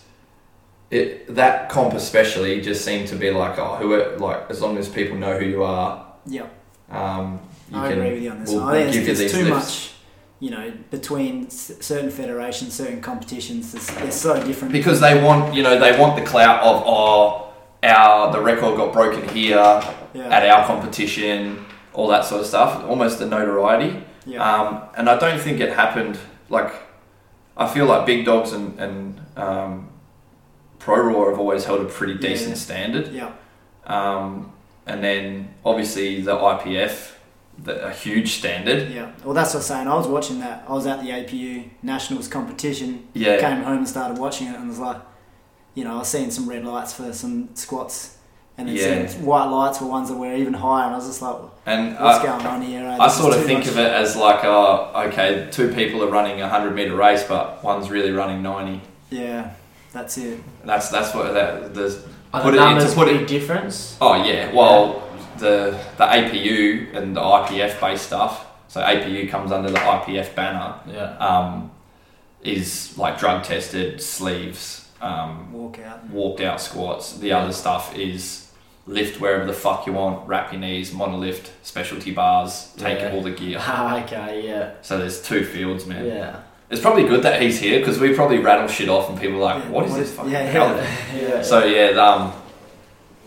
Speaker 6: it that comp especially just seemed to be like, oh, who are, like as long as people know who you are,
Speaker 5: Yeah.
Speaker 6: um, you
Speaker 5: I
Speaker 6: can.
Speaker 5: agree with you on this.
Speaker 6: we'll-
Speaker 5: I think
Speaker 6: we'll give you
Speaker 5: it's, it's
Speaker 6: these
Speaker 5: too
Speaker 6: lifts.
Speaker 5: much, you know, between s- certain federations, certain competitions. It's, they're so different.
Speaker 2: because they want you know they want the clout of oh our the record got broken here
Speaker 5: yeah,
Speaker 2: at our competition, all that sort of stuff, almost the notoriety.
Speaker 5: yeah,
Speaker 2: Um, and I don't think it happened. Like, I feel like big dogs and, and um, pro raw have always held a pretty
Speaker 5: Yeah,
Speaker 2: decent
Speaker 5: yeah.
Speaker 2: standard.
Speaker 5: yeah,
Speaker 2: Um, and then obviously the IPF, the, a huge standard.
Speaker 5: yeah. Well, that's what I'm saying. I was watching that. I was at the APU Nationals competition.
Speaker 2: Yeah,
Speaker 5: Came home and started watching it, and was like, you know, I was seeing some red lights for some squats, and then
Speaker 2: Yeah.
Speaker 5: seeing white lights for ones that were even higher. And I was just like, what's
Speaker 2: and I,
Speaker 5: going on here? eh?
Speaker 2: I
Speaker 5: This is
Speaker 2: sort of
Speaker 5: too
Speaker 2: think
Speaker 5: much.
Speaker 2: of it as like, oh, okay, two people are running a hundred meter race, but one's really running ninety.
Speaker 5: Yeah, that's it.
Speaker 2: That's that's what that there's
Speaker 4: Are
Speaker 2: Put
Speaker 4: the
Speaker 2: it in- to
Speaker 4: numbers
Speaker 2: put it-
Speaker 4: big difference?
Speaker 2: Oh yeah, well the the APU and the IPF based stuff. So APU comes under the IPF banner.
Speaker 4: Yeah.
Speaker 2: Um, is like drug tested sleeves, um,
Speaker 5: Walk out.
Speaker 2: walked out squats. The other stuff is lift wherever the fuck you want, wrap your knees, monolift, specialty bars, take
Speaker 4: Yeah.
Speaker 2: all the gear.
Speaker 4: Ah, okay, yeah,
Speaker 2: So there's two fields, man.
Speaker 4: yeah.
Speaker 2: It's probably good that he's here because we probably rattle shit off and people are like,
Speaker 5: Yeah,
Speaker 2: what is
Speaker 5: what
Speaker 2: this
Speaker 5: is-
Speaker 2: fucking
Speaker 5: yeah,
Speaker 2: hell?
Speaker 5: yeah.
Speaker 4: Yeah.
Speaker 2: So yeah, um,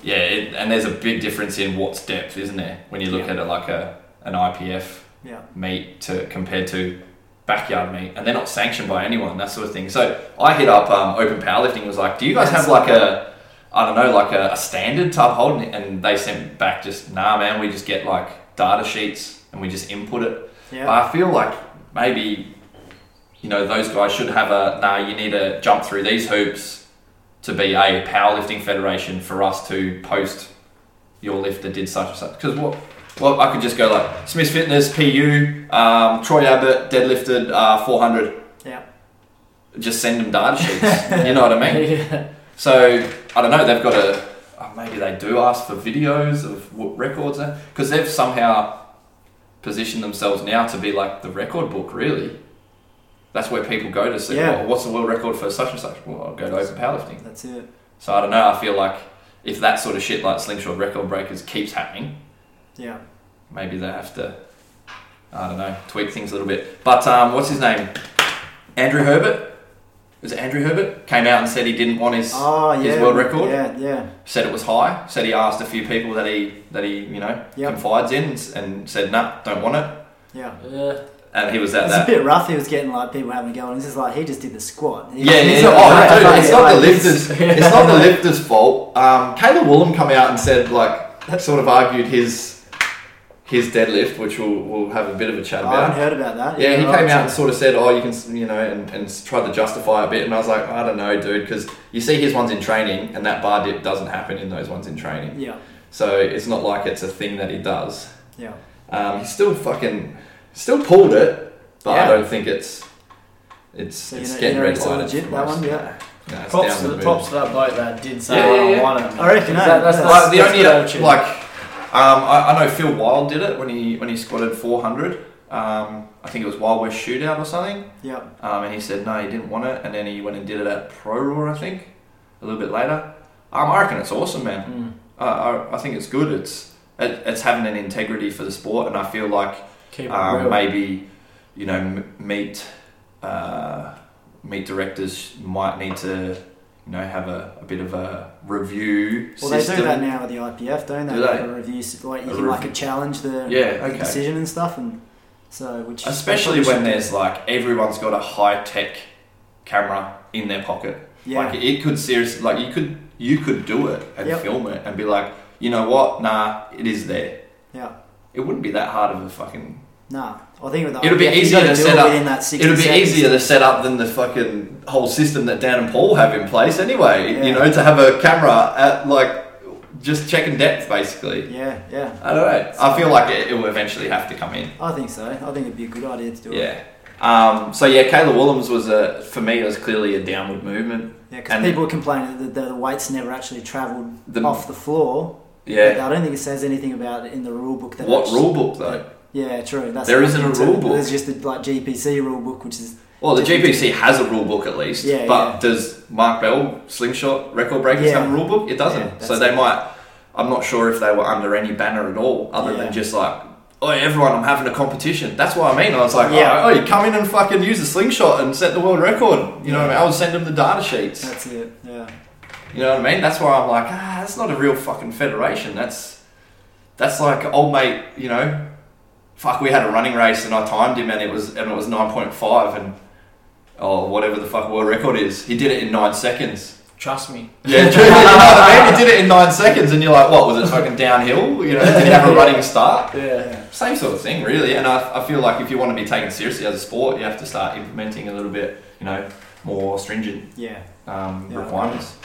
Speaker 2: yeah, it, and there's a big difference in what's depth, isn't there? When you look
Speaker 5: Yeah.
Speaker 2: at it like a an IPF
Speaker 5: Yeah.
Speaker 2: meet to compared to backyard meet, and they're not sanctioned by anyone, that sort of thing. So I hit up um, Open Powerlifting, was like, do you guys have like a I don't know, like a, a standard type hold, and they sent back just nah, man, we just get like data sheets and we just input it.
Speaker 5: Yeah.
Speaker 2: But I feel like maybe, you know, those guys should have a nah, you need to jump through these hoops to be a powerlifting federation for us to post your lifter did such and such. Because what, well, I could just go like Smith Fitness, PU, um, Troy Abbott, deadlifted uh, 400.
Speaker 5: Yeah.
Speaker 2: Just send them data sheets. you know what I mean?
Speaker 4: yeah.
Speaker 2: So I don't know. They've got a oh, maybe they do ask for videos of what records are because they've somehow positioned themselves now to be like the record book. Really, that's where people go to see
Speaker 5: Yeah.
Speaker 2: "Oh, what's the world record for such and such. Well, I'll go to open powerlifting.
Speaker 5: That's it.
Speaker 2: So I don't know. I feel like if that sort of shit like slingshot record breakers keeps happening,
Speaker 5: Yeah.
Speaker 2: maybe they have to. I don't know, tweak things a little bit. But um, what's his name? Andrew Herbert. Is it Andrew Herbert? Came out and said he didn't want his
Speaker 5: Oh, yeah.
Speaker 2: His world record?
Speaker 5: Yeah, yeah.
Speaker 2: said it was high. Said he asked a few people that he that he you know
Speaker 5: Yep.
Speaker 2: confides in and- and said nah, don't want it.
Speaker 5: Yeah.
Speaker 4: Yeah.
Speaker 2: And he was at
Speaker 5: It's a
Speaker 2: that.
Speaker 5: bit rough. He was getting like people having a go, and it's just like he just did the squat. He-
Speaker 2: Yeah, yeah,
Speaker 5: he's
Speaker 2: yeah.
Speaker 5: not
Speaker 2: Oh,
Speaker 5: like-
Speaker 2: dude, it's not the
Speaker 5: like,
Speaker 2: lifters. It's not the lifters' fault. Um, Caleb Woolham come out and said like that sort of argued his his deadlift, which we'll we'll have a bit of a chat
Speaker 5: I haven't
Speaker 2: about.
Speaker 5: heard about that.
Speaker 2: Yeah, he
Speaker 5: right.
Speaker 2: came out and sort of said, "Oh, you can, s- you know," and, and s- tried to justify a bit. And I was like, "I don't know, dude," because you see his ones in training, and that bar dip doesn't happen in those ones in training.
Speaker 5: Yeah,
Speaker 2: So it's not like it's a thing that he does.
Speaker 5: yeah.
Speaker 2: Um, he still fucking still pulled it, but I
Speaker 5: Yeah.
Speaker 2: don't think it's it's
Speaker 5: So you
Speaker 2: it's
Speaker 5: know, you
Speaker 2: getting
Speaker 5: know
Speaker 2: red
Speaker 5: it's all
Speaker 2: lighted.
Speaker 5: legit
Speaker 2: for
Speaker 5: that
Speaker 2: most.
Speaker 5: one. Yeah,
Speaker 2: No, it's
Speaker 4: Props
Speaker 2: down
Speaker 4: to
Speaker 2: the
Speaker 4: the
Speaker 2: moon.
Speaker 4: props to that bloke that did say
Speaker 2: Yeah,
Speaker 4: I
Speaker 2: yeah, yeah.
Speaker 4: want it. man.
Speaker 5: I reckon, eh?
Speaker 4: That, that's
Speaker 5: That's-
Speaker 2: Like the
Speaker 4: that's
Speaker 2: only
Speaker 4: good attitude.
Speaker 2: like um, I, I know Phil Wild did it when he when he squatted 400. Um, I think it was Wild West Shootout or something,
Speaker 5: yeah,
Speaker 2: um, and he said no, he didn't want it, and then he went and did it at Pro Roar, I think, a little bit later. Um, I reckon it's awesome, man.
Speaker 4: Mm.
Speaker 2: I, I, I think it's good. It's it, it's having an integrity for the sport, and I feel like
Speaker 4: Keep it
Speaker 2: um,
Speaker 4: real.
Speaker 2: maybe you know m- meet uh, meet directors might need to you know have a, a bit of a review
Speaker 5: Well,
Speaker 2: system.
Speaker 5: they do that now with the IPF, don't they?
Speaker 2: Do they?
Speaker 5: Like a review, s- like you
Speaker 2: A
Speaker 5: can like
Speaker 2: review.
Speaker 5: a challenge the
Speaker 2: Yeah,
Speaker 5: the
Speaker 2: okay.
Speaker 5: decision and stuff, and so which
Speaker 2: Especially when there's like everyone's got a high tech camera in their pocket.
Speaker 5: yeah,
Speaker 2: Like it could seriously like you could you could do it and
Speaker 5: Yep.
Speaker 2: film it and be like, you know what? Nah, it is there.
Speaker 5: yeah.
Speaker 2: It wouldn't be that hard of a fucking
Speaker 5: Nah, I think with the
Speaker 2: It'll be
Speaker 5: IPF, you
Speaker 2: easier
Speaker 5: gotta
Speaker 2: to
Speaker 5: do
Speaker 2: set
Speaker 5: it
Speaker 2: up-
Speaker 5: within that 60
Speaker 2: It'll be
Speaker 5: seconds.
Speaker 2: easier to set up than the fucking whole system that Dan and Paul have in place anyway. You
Speaker 5: Yeah.
Speaker 2: know, to have a camera at like just checking depth basically.
Speaker 5: Yeah, yeah.
Speaker 2: I don't know. I feel like it, it will eventually have to come in.
Speaker 5: I think so. I think it'd be a good idea to do it.
Speaker 2: Yeah. Um, so yeah, Kayla Willems was a for me it was clearly a downward movement.
Speaker 5: Yeah, because
Speaker 2: And-
Speaker 5: people are complaining that the, the weight's never actually travelled
Speaker 2: The-
Speaker 5: off the floor. But
Speaker 2: Yeah.
Speaker 5: I don't think it says anything about it in the rule book. That
Speaker 2: What
Speaker 5: actually-
Speaker 2: rule book though?
Speaker 5: Yeah, true. That's
Speaker 2: There
Speaker 5: what I
Speaker 2: isn't a
Speaker 5: think too.
Speaker 2: rule book.
Speaker 5: There's just the like GPC rule book, which is
Speaker 2: Well, the GPC has a rule book at least,
Speaker 5: Yeah,
Speaker 2: but
Speaker 5: yeah.
Speaker 2: does Mark Bell Slingshot Record Breakers
Speaker 5: Yeah.
Speaker 2: have a rule book? It doesn't.
Speaker 5: Yeah, that's
Speaker 2: so they
Speaker 5: it.
Speaker 2: might. I'm not sure if they were under any banner at all, other
Speaker 5: Yeah.
Speaker 2: than just like, oh, everyone, I'm having a competition. That's what I mean. I was like,
Speaker 5: Yeah.
Speaker 2: oh, oh, you come in and fucking use a slingshot and set the world record. You know what I mean? I would send them the data sheets.
Speaker 5: that's it. Yeah,
Speaker 2: You know what I mean? That's why I'm like, ah, that's not a real fucking federation. That's that's like old mate, you know. Fuck, we had a running race and I timed him and it was and it was nine point five and oh whatever the fuck world record is. He did it in nine seconds.
Speaker 4: Trust me.
Speaker 2: Yeah, true, you know what I mean? He did it in nine seconds and you're like, what was it fucking downhill? You know, did he have a running start?
Speaker 4: Yeah.
Speaker 2: Same sort of thing, really. And I, I feel like if you want to be taken seriously as a sport, you have to start implementing a little bit, you know, more stringent
Speaker 5: yeah,
Speaker 2: um,
Speaker 5: Yeah.
Speaker 2: requirements.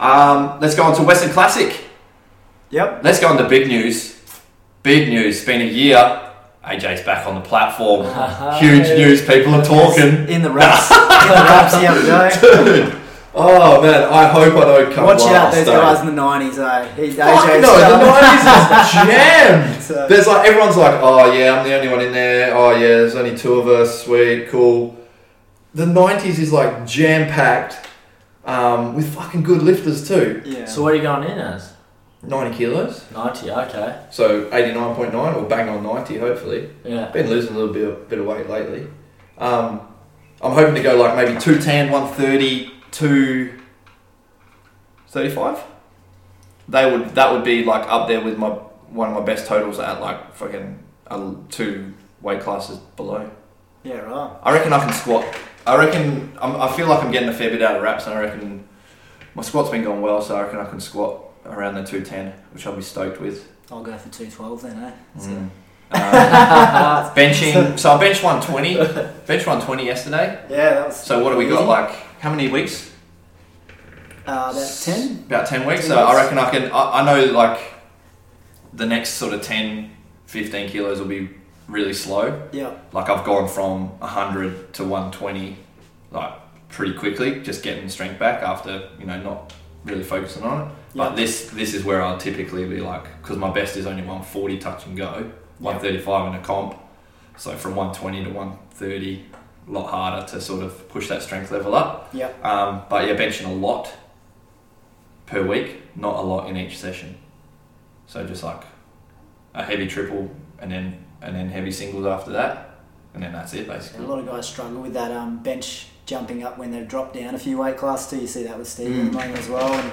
Speaker 2: Um, let's go on to Western Classic.
Speaker 5: yep.
Speaker 2: Let's go on to big news. Big news. It's been a year. AJ's back on the platform. Huge news. People are talking.
Speaker 5: in the wraps, in the wraps the other day.
Speaker 2: Dude. Oh man, I hope I don't come
Speaker 5: Watch out,
Speaker 2: last.
Speaker 5: those
Speaker 2: eh?
Speaker 5: guys in the nineties, eh? though. He's
Speaker 2: Fuck
Speaker 5: AJ's
Speaker 2: no, the
Speaker 5: stuff.
Speaker 2: nineties is jammed.
Speaker 5: So-
Speaker 2: There's like everyone's like, oh yeah, I'm the only one in there. Oh yeah, there's only two of us. Sweet, cool. The nineties is like jam packed um, with fucking good lifters too.
Speaker 5: Yeah.
Speaker 4: So what are you going in as?
Speaker 2: 90 kilos.
Speaker 4: Ninety. Okay.
Speaker 2: So 89.9 or bang on 90, hopefully.
Speaker 4: Yeah.
Speaker 2: Been losing a little bit, bit of weight lately. Um, I'm hoping to go like maybe 210, 130, 235. They would that would be like up there with my one of my best totals at like fucking uh, two weight classes below.
Speaker 5: Yeah, right.
Speaker 2: I reckon I can squat. I reckon I'm, I feel like I'm getting a fair bit out of reps, and I reckon my squat's been going well, so I reckon I can squat around the 210, which I'll be stoked with.
Speaker 5: I'll go for 212 then, eh? So-
Speaker 2: Mm. Um, benching, so I benched 120, bench 120 yesterday.
Speaker 5: Yeah, that was.
Speaker 2: So what do we got?
Speaker 5: easy.
Speaker 2: Like how many weeks?
Speaker 5: Uh, about 10?
Speaker 2: About 10 weeks.
Speaker 5: 10
Speaker 2: so I
Speaker 5: weeks.
Speaker 2: reckon I can. I, I know like the next sort of 10, 15 kilos will be really slow.
Speaker 5: Yeah.
Speaker 2: like I've gone from 100 to 120 like pretty quickly just getting strength back after you know not really focusing on it
Speaker 5: Yeah.
Speaker 2: but this this is where I'll typically be like because my best is only 140 touch and go 135 in a comp so from 120 to 130 a lot harder to sort of push that strength level up
Speaker 5: Yeah.
Speaker 2: um, but yeah benching a lot per week not a lot in each session so just like a heavy triple and then and then heavy singles after that and then that's it
Speaker 5: A
Speaker 2: basically
Speaker 5: lot of guys struggle with that um, bench jumping up when they drop down a few weight classes too. You see that with Steve
Speaker 2: Mm.
Speaker 5: at the moment as well. And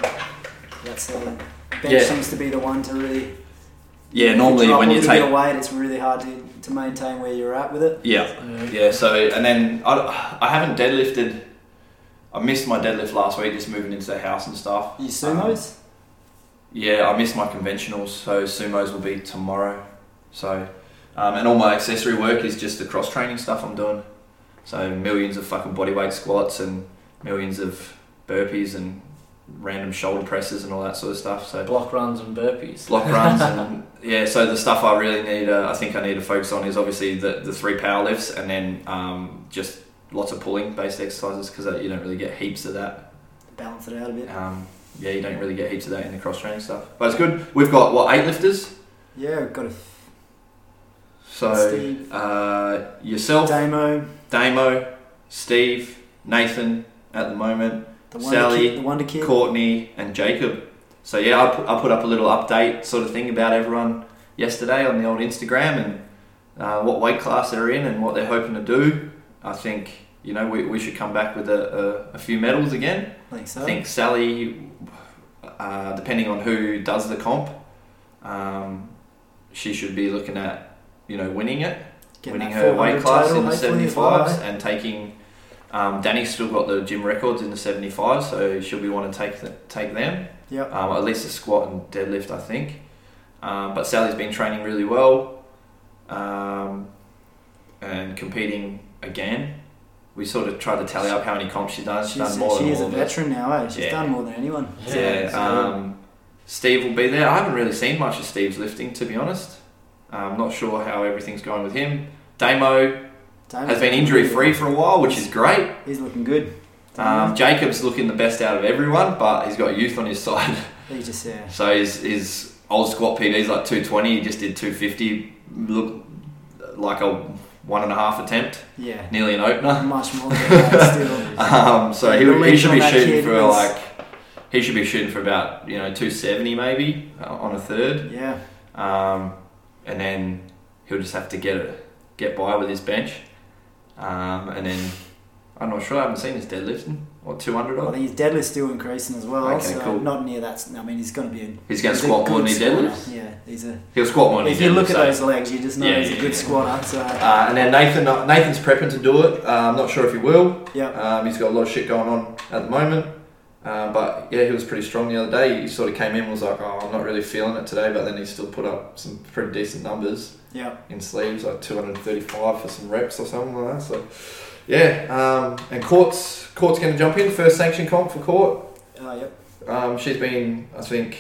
Speaker 5: that's the bench
Speaker 2: Yeah.
Speaker 5: seems to be the one to really.
Speaker 2: yeah normally
Speaker 5: if drop
Speaker 2: when
Speaker 5: a
Speaker 2: you
Speaker 5: little bit
Speaker 2: take
Speaker 5: of weight, it's really hard to, to maintain where you're at with it.
Speaker 2: yeah yeah so and then I, I haven't deadlifted I missed my deadlift last week just moving into the house and stuff
Speaker 5: You sumos?
Speaker 2: Um, yeah I missed my conventionals so sumos will be tomorrow so um, and all my accessory work is just the cross training stuff I'm doing so millions of fucking bodyweight squats and millions of burpees and random shoulder presses and all that sort of stuff so
Speaker 4: Block runs and burpees.
Speaker 2: block runs and yeah so the stuff i really need uh, i think i need to focus on is obviously the, the three power lifts and then um, just lots of pulling based exercises because you don't really get heaps of that
Speaker 5: Balance it out a bit.
Speaker 2: um, yeah you don't really get heaps of that in the cross training stuff but it's good we've got what eight lifters
Speaker 5: Yeah, we've got a
Speaker 2: so
Speaker 5: Steve,
Speaker 2: uh, yourself
Speaker 5: Damo,
Speaker 2: damo steve nathan at the moment
Speaker 5: the Wonder
Speaker 2: Sally,
Speaker 5: Kid. The Wonder Kid.
Speaker 2: Courtney and Jacob. So yeah, I put, I put up a little update sort of thing about everyone yesterday on the old Instagram and uh, what weight class they're in and what they're hoping to do. I think you know we, we should come back with a, a, a few medals again.
Speaker 5: I think so.
Speaker 2: I think Sally, uh, depending on who does the comp, um, she should be looking at you know winning it
Speaker 5: Getting
Speaker 2: winning
Speaker 5: that
Speaker 2: her weight
Speaker 5: 400
Speaker 2: class
Speaker 5: total
Speaker 2: in the 75s
Speaker 5: hopefully as well, eh?
Speaker 2: and taking. Um, Danny's still got the gym records in the 75, so she'll be wanting to take the, take them.
Speaker 5: Yep.
Speaker 2: Um, at least a squat and deadlift, I think. Um, but Sally's been training really well um, and competing again. We sort of tried to tally up how many comps she does. She's,
Speaker 5: She's,
Speaker 2: done more
Speaker 5: she
Speaker 2: than
Speaker 5: is
Speaker 2: all
Speaker 5: a
Speaker 2: of us.
Speaker 5: veteran now, eh? She's
Speaker 2: Yeah.
Speaker 5: done more than anyone.
Speaker 2: Yeah. Um, Steve will be there. I haven't really seen much of Steve's lifting, to be honest. I'm not sure how everything's going with him. Damo
Speaker 5: Damo's
Speaker 2: has been injury free for a while, which is great.
Speaker 5: He's looking good. Mm-hmm.
Speaker 2: Um, Jacob's looking the best out of everyone, but he's got youth on his side.
Speaker 5: he just uh, yeah.
Speaker 2: So his his old squat PD's like 220. He just did 250. Look like a one and a half attempt,
Speaker 5: Yeah.
Speaker 2: nearly an opener.
Speaker 5: Much more than that still.
Speaker 2: Um, so
Speaker 5: The
Speaker 2: he, he
Speaker 5: legs
Speaker 2: should
Speaker 5: on
Speaker 2: be
Speaker 5: that
Speaker 2: shooting
Speaker 5: kid
Speaker 2: for
Speaker 5: is-
Speaker 2: like he should be shooting for about you know 270 maybe uh, on a third.
Speaker 5: Yeah.
Speaker 2: Um, and then he'll just have to get it, get by with his bench. Um, and then I'm not sure. I haven't seen his deadlifting or 200
Speaker 5: I
Speaker 2: odd.
Speaker 5: think his deadlift's still increasing as well.
Speaker 2: Okay,
Speaker 5: so
Speaker 2: cool.
Speaker 5: Not near that. I mean, he's going to be in.
Speaker 2: He's going to
Speaker 5: he's a
Speaker 2: squat more than
Speaker 5: good
Speaker 2: he
Speaker 5: squatter.
Speaker 2: deadlifts.
Speaker 5: Yeah, he's a.
Speaker 2: He'll squat more than
Speaker 5: if
Speaker 2: he
Speaker 5: you look at
Speaker 2: deadlifts, so-
Speaker 5: those legs, you just know
Speaker 2: Yeah,
Speaker 5: he's
Speaker 2: yeah,
Speaker 5: a good
Speaker 2: yeah.
Speaker 5: squatter. So
Speaker 2: Uh, and then Nathan, Nathan's prepping to do it. Uh, I'm not sure if he will.
Speaker 5: yeah,
Speaker 2: Um, he's got a lot of shit going on at the moment. Uh, but yeah, he was pretty strong the other day. He sort of came in and was like, oh, I'm not really feeling it today. But then he still put up some pretty decent numbers
Speaker 5: yeah.
Speaker 2: in sleeves, like 235 for some reps or something like that. So yeah, um, and Court's, Court's going to jump in. First sanction comp for Court.
Speaker 5: Uh, yep.
Speaker 2: Um, she's been, I think,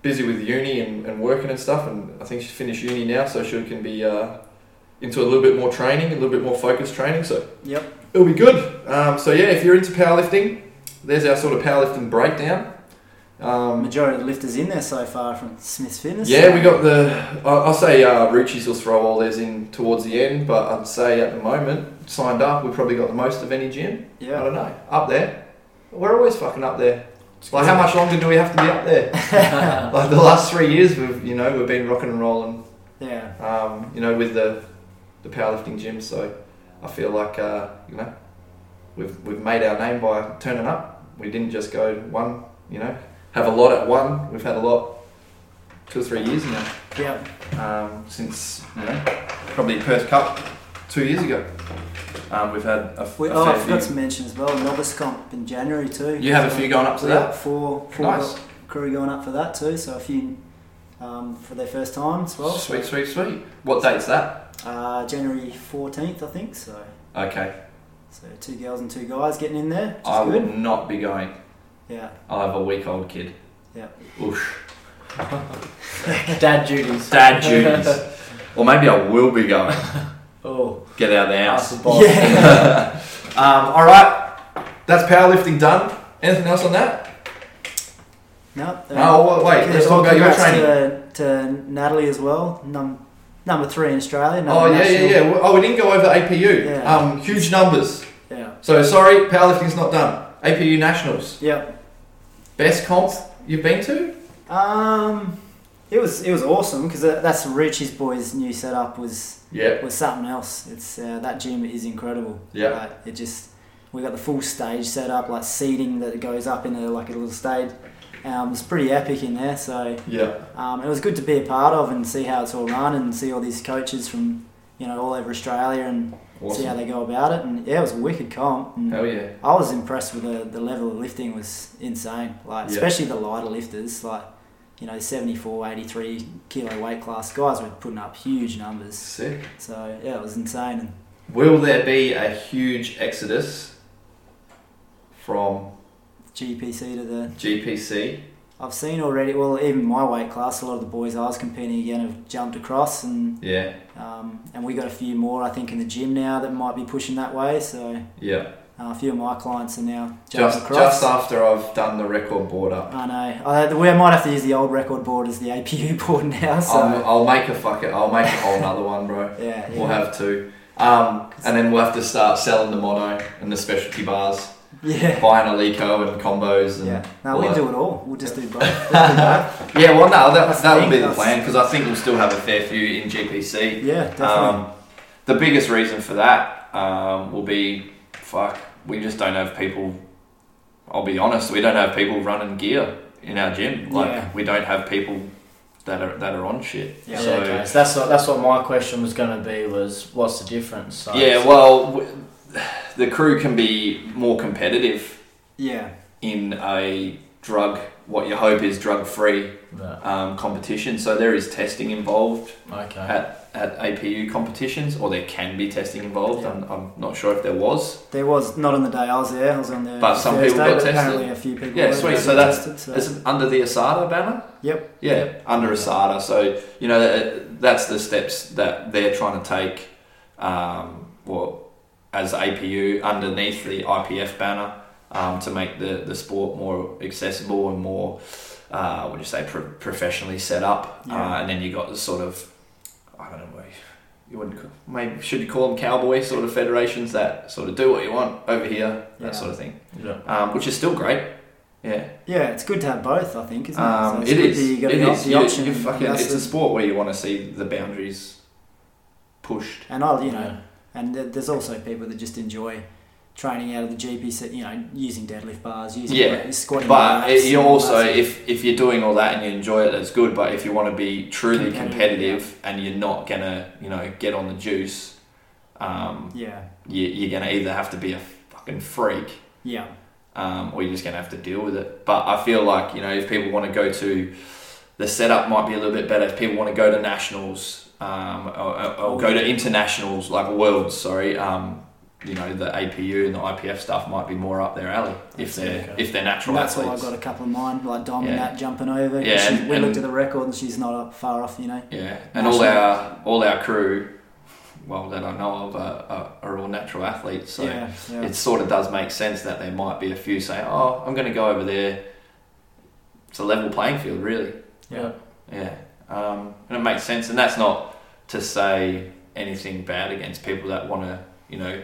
Speaker 2: busy with uni and, and working and stuff, and I think she's finished uni now, so she can be uh, into a little bit more training, a little bit more focused training. So
Speaker 5: Yep.
Speaker 2: it'll be good. Um, so yeah, if you're into powerlifting, there's our sort of powerlifting breakdown. Um,
Speaker 5: Majority of the lifters in there so far from Smith's Fitness.
Speaker 2: yeah, we got the. I- I'll say uh, Ruchis will throw all theirs in towards the end, but I'd say at the moment, signed up, we've probably got the most of any gym. I
Speaker 5: Yeah.
Speaker 2: don't know, up there. We're always fucking up there. Like, how much longer do we have to be up there? like the last three years, we've you know we've been rocking and rolling,
Speaker 5: Yeah.
Speaker 2: um, you know, with the the powerlifting gym. So I feel like uh, you know we've we've made our name by turning up. We didn't just go one, you know, have a lot at one. We've had a lot two or three years now
Speaker 5: Yeah.
Speaker 2: um, since you know probably Perth Cup two years ago. Um, we've had a, f-
Speaker 5: We,
Speaker 2: a
Speaker 5: oh, I
Speaker 2: fair
Speaker 5: forgot
Speaker 2: few.
Speaker 5: to mention as well, Novice Comp in January too.
Speaker 2: You have a few going up to
Speaker 5: We got
Speaker 2: that.
Speaker 5: Four, four
Speaker 2: Nice,
Speaker 5: crew going up for that too, so a few um, for their first time as well.
Speaker 2: sweet, sweet, sweet. What date's that?
Speaker 5: Uh, January 14th, I think, so
Speaker 2: Okay,
Speaker 5: so two girls and two guys getting in there, which
Speaker 2: I
Speaker 5: is good.
Speaker 2: will not be going.
Speaker 5: Yeah,
Speaker 2: I'll have a week old kid.
Speaker 5: Yeah.
Speaker 2: Oosh.
Speaker 4: Dad duties.
Speaker 2: Dad duties. or maybe I will be going.
Speaker 4: oh,
Speaker 2: Get out of the house.
Speaker 4: after boss.
Speaker 5: Yeah.
Speaker 2: um, all right, that's powerlifting done. Anything else on that?
Speaker 5: no. uh,
Speaker 2: No, well, wait, let's
Speaker 5: yeah,
Speaker 2: talk about your
Speaker 5: congrats
Speaker 2: training.
Speaker 5: To, to Natalie as well, num- number three in Australia.
Speaker 2: Oh
Speaker 5: number
Speaker 2: yeah, yeah,
Speaker 5: national.
Speaker 2: yeah. Well, Oh, we didn't go over APU.
Speaker 5: Yeah.
Speaker 2: Um, huge numbers.
Speaker 5: Yeah.
Speaker 2: So sorry, powerlifting's not done. APU nationals,
Speaker 5: Yep.
Speaker 2: best comp you've been to?
Speaker 5: Um, it was it was awesome because that's Richie's boys' new setup was
Speaker 2: Yep.
Speaker 5: was something else. It's uh, that gym is incredible.
Speaker 2: Yeah.
Speaker 5: Like, it just we got the full stage set up, like seating that goes up into like a little stage. Um, it's pretty epic in there, so
Speaker 2: Yeah.
Speaker 5: um, it was good to be a part of and see how it's all run and see all these coaches from you know all over Australia and see how
Speaker 2: Awesome.
Speaker 5: they go about it. And yeah, it was a wicked comp. And
Speaker 2: Hell yeah.
Speaker 5: I was impressed with the, the level of lifting was insane. Like
Speaker 2: Yeah.
Speaker 5: especially the lighter lifters, like you know 74, 83 kilo weight class guys were putting up huge numbers.
Speaker 2: Sick.
Speaker 5: So yeah, it was insane. And
Speaker 2: Will there be a huge exodus from
Speaker 5: GPC to the
Speaker 2: GPC?
Speaker 5: I've seen already. Well, even my weight class, a lot of the boys I was competing again have jumped across, and
Speaker 2: Yeah.
Speaker 5: um, and we got a few more I think in the gym now that might be pushing that way. So
Speaker 2: Yeah.
Speaker 5: uh, a few of my clients are now jumping
Speaker 2: Just
Speaker 5: across.
Speaker 2: just after I've done the record board up.
Speaker 5: I know. I, we might have to use the old record board as the APU board now. So
Speaker 2: I'll, I'll make a fuck it. I'll make a whole another one, bro.
Speaker 5: yeah, yeah.
Speaker 2: We'll have two. Um, and then we'll have to start selling the mono and the specialty bars,
Speaker 5: yeah.
Speaker 2: buying Alico and combos. And
Speaker 5: Yeah, no,
Speaker 2: all
Speaker 5: we'll
Speaker 2: that.
Speaker 5: do it all. We'll just do both. We'll do both.
Speaker 2: Yeah, well, no, that,
Speaker 5: That's
Speaker 2: that would
Speaker 5: the
Speaker 2: be
Speaker 5: thing,
Speaker 2: the
Speaker 5: that's-
Speaker 2: plan because I think we'll still have a fair few in GPC.
Speaker 5: Yeah, definitely.
Speaker 2: Um, the biggest reason for that um, will be fuck, we just don't have people. I'll be honest, we don't have people running gear in our gym. Like,
Speaker 5: Yeah.
Speaker 2: we don't have people that are that are on shit.
Speaker 4: Yeah,
Speaker 2: so,
Speaker 4: okay. So that's what that's what my question was going to be was what's the difference? So
Speaker 2: yeah, well, w- the crew can be more competitive
Speaker 5: yeah,
Speaker 2: in a drug, what you hope is drug free
Speaker 4: But,
Speaker 2: um, competition. So, there is testing involved.
Speaker 4: okay.
Speaker 2: at, at APU competitions, or there can be testing involved. I'm, I'm not sure if there was.
Speaker 5: there was not on the day I was there. I was on there.
Speaker 2: But some
Speaker 5: Thursday,
Speaker 2: people got
Speaker 5: but
Speaker 2: tested.
Speaker 5: Apparently, a few people.
Speaker 2: Yeah,
Speaker 5: were
Speaker 2: sweet. So that's-
Speaker 5: tested, so-
Speaker 2: Is it under the Asada banner?
Speaker 5: Yep.
Speaker 2: Yeah, under Asada. So you know that, that's the steps that they're trying to take. Um, well, as APU underneath the IPF banner um, to make the, the sport more accessible and more uh, what do you say pro- professionally set up. Uh,
Speaker 5: Yeah.
Speaker 2: and then you got the sort of I don't know. You wouldn't call, maybe should you call them cowboy sort of federations that sort of do what you want over here
Speaker 5: Yeah.
Speaker 2: that sort of thing,
Speaker 4: Yeah.
Speaker 2: um, which is still great. Yeah,
Speaker 5: Yeah, it's good to have both. I think, isn't it?
Speaker 2: um,
Speaker 5: so it's
Speaker 2: it
Speaker 5: good
Speaker 2: is.
Speaker 5: that you got
Speaker 2: it
Speaker 5: the,
Speaker 2: is.
Speaker 5: the
Speaker 2: You-
Speaker 5: option.
Speaker 2: you
Speaker 5: and
Speaker 2: fucking-
Speaker 5: that's
Speaker 2: it's
Speaker 5: the-
Speaker 2: a sport where you want to see the boundaries pushed.
Speaker 5: and I, you know, and th- there's also people that just enjoy training out of the GPC. You know, using deadlift bars, using
Speaker 2: Yeah,
Speaker 5: weight- squatting.
Speaker 2: But
Speaker 5: reps
Speaker 2: it, you
Speaker 5: and all
Speaker 2: also,
Speaker 5: that stuff.
Speaker 2: if if you're doing all that and you enjoy it, that's good. But if you want to be truly
Speaker 5: Competitive,
Speaker 2: competitive and you're not gonna, you know, get on the juice, um,
Speaker 5: yeah,
Speaker 2: you, you're gonna either have to be a fucking freak
Speaker 5: yeah,
Speaker 2: um, or you're just going to have to deal with it. But I feel like, you know, if people want to go to, the setup might be a little bit better. If people want to go to nationals um, or, or- or go to internationals, like worlds, sorry, um, you know, the APU and the IPF stuff might be more up their alley if they're,
Speaker 4: Okay.
Speaker 2: if they're natural
Speaker 5: and that's why I
Speaker 2: athletes.
Speaker 5: got a couple of mine, like Dom and
Speaker 2: Yeah.
Speaker 5: that jumping over. 'cause
Speaker 2: Yeah,
Speaker 5: she-
Speaker 2: and-
Speaker 5: we
Speaker 2: and-
Speaker 5: looked at the record and she's not up far off. You know,
Speaker 2: Yeah, and all
Speaker 5: Nationals.
Speaker 2: our, all our crew, well, that I know of, are, are, are all natural athletes. So
Speaker 5: yeah, yeah.
Speaker 2: it sort of does make sense that there might be a few saying, oh, I'm going to go over there. It's a level playing field, really.
Speaker 4: Yeah.
Speaker 2: Yeah, um, and it makes sense, and that's not to say anything bad against people that want to, you know,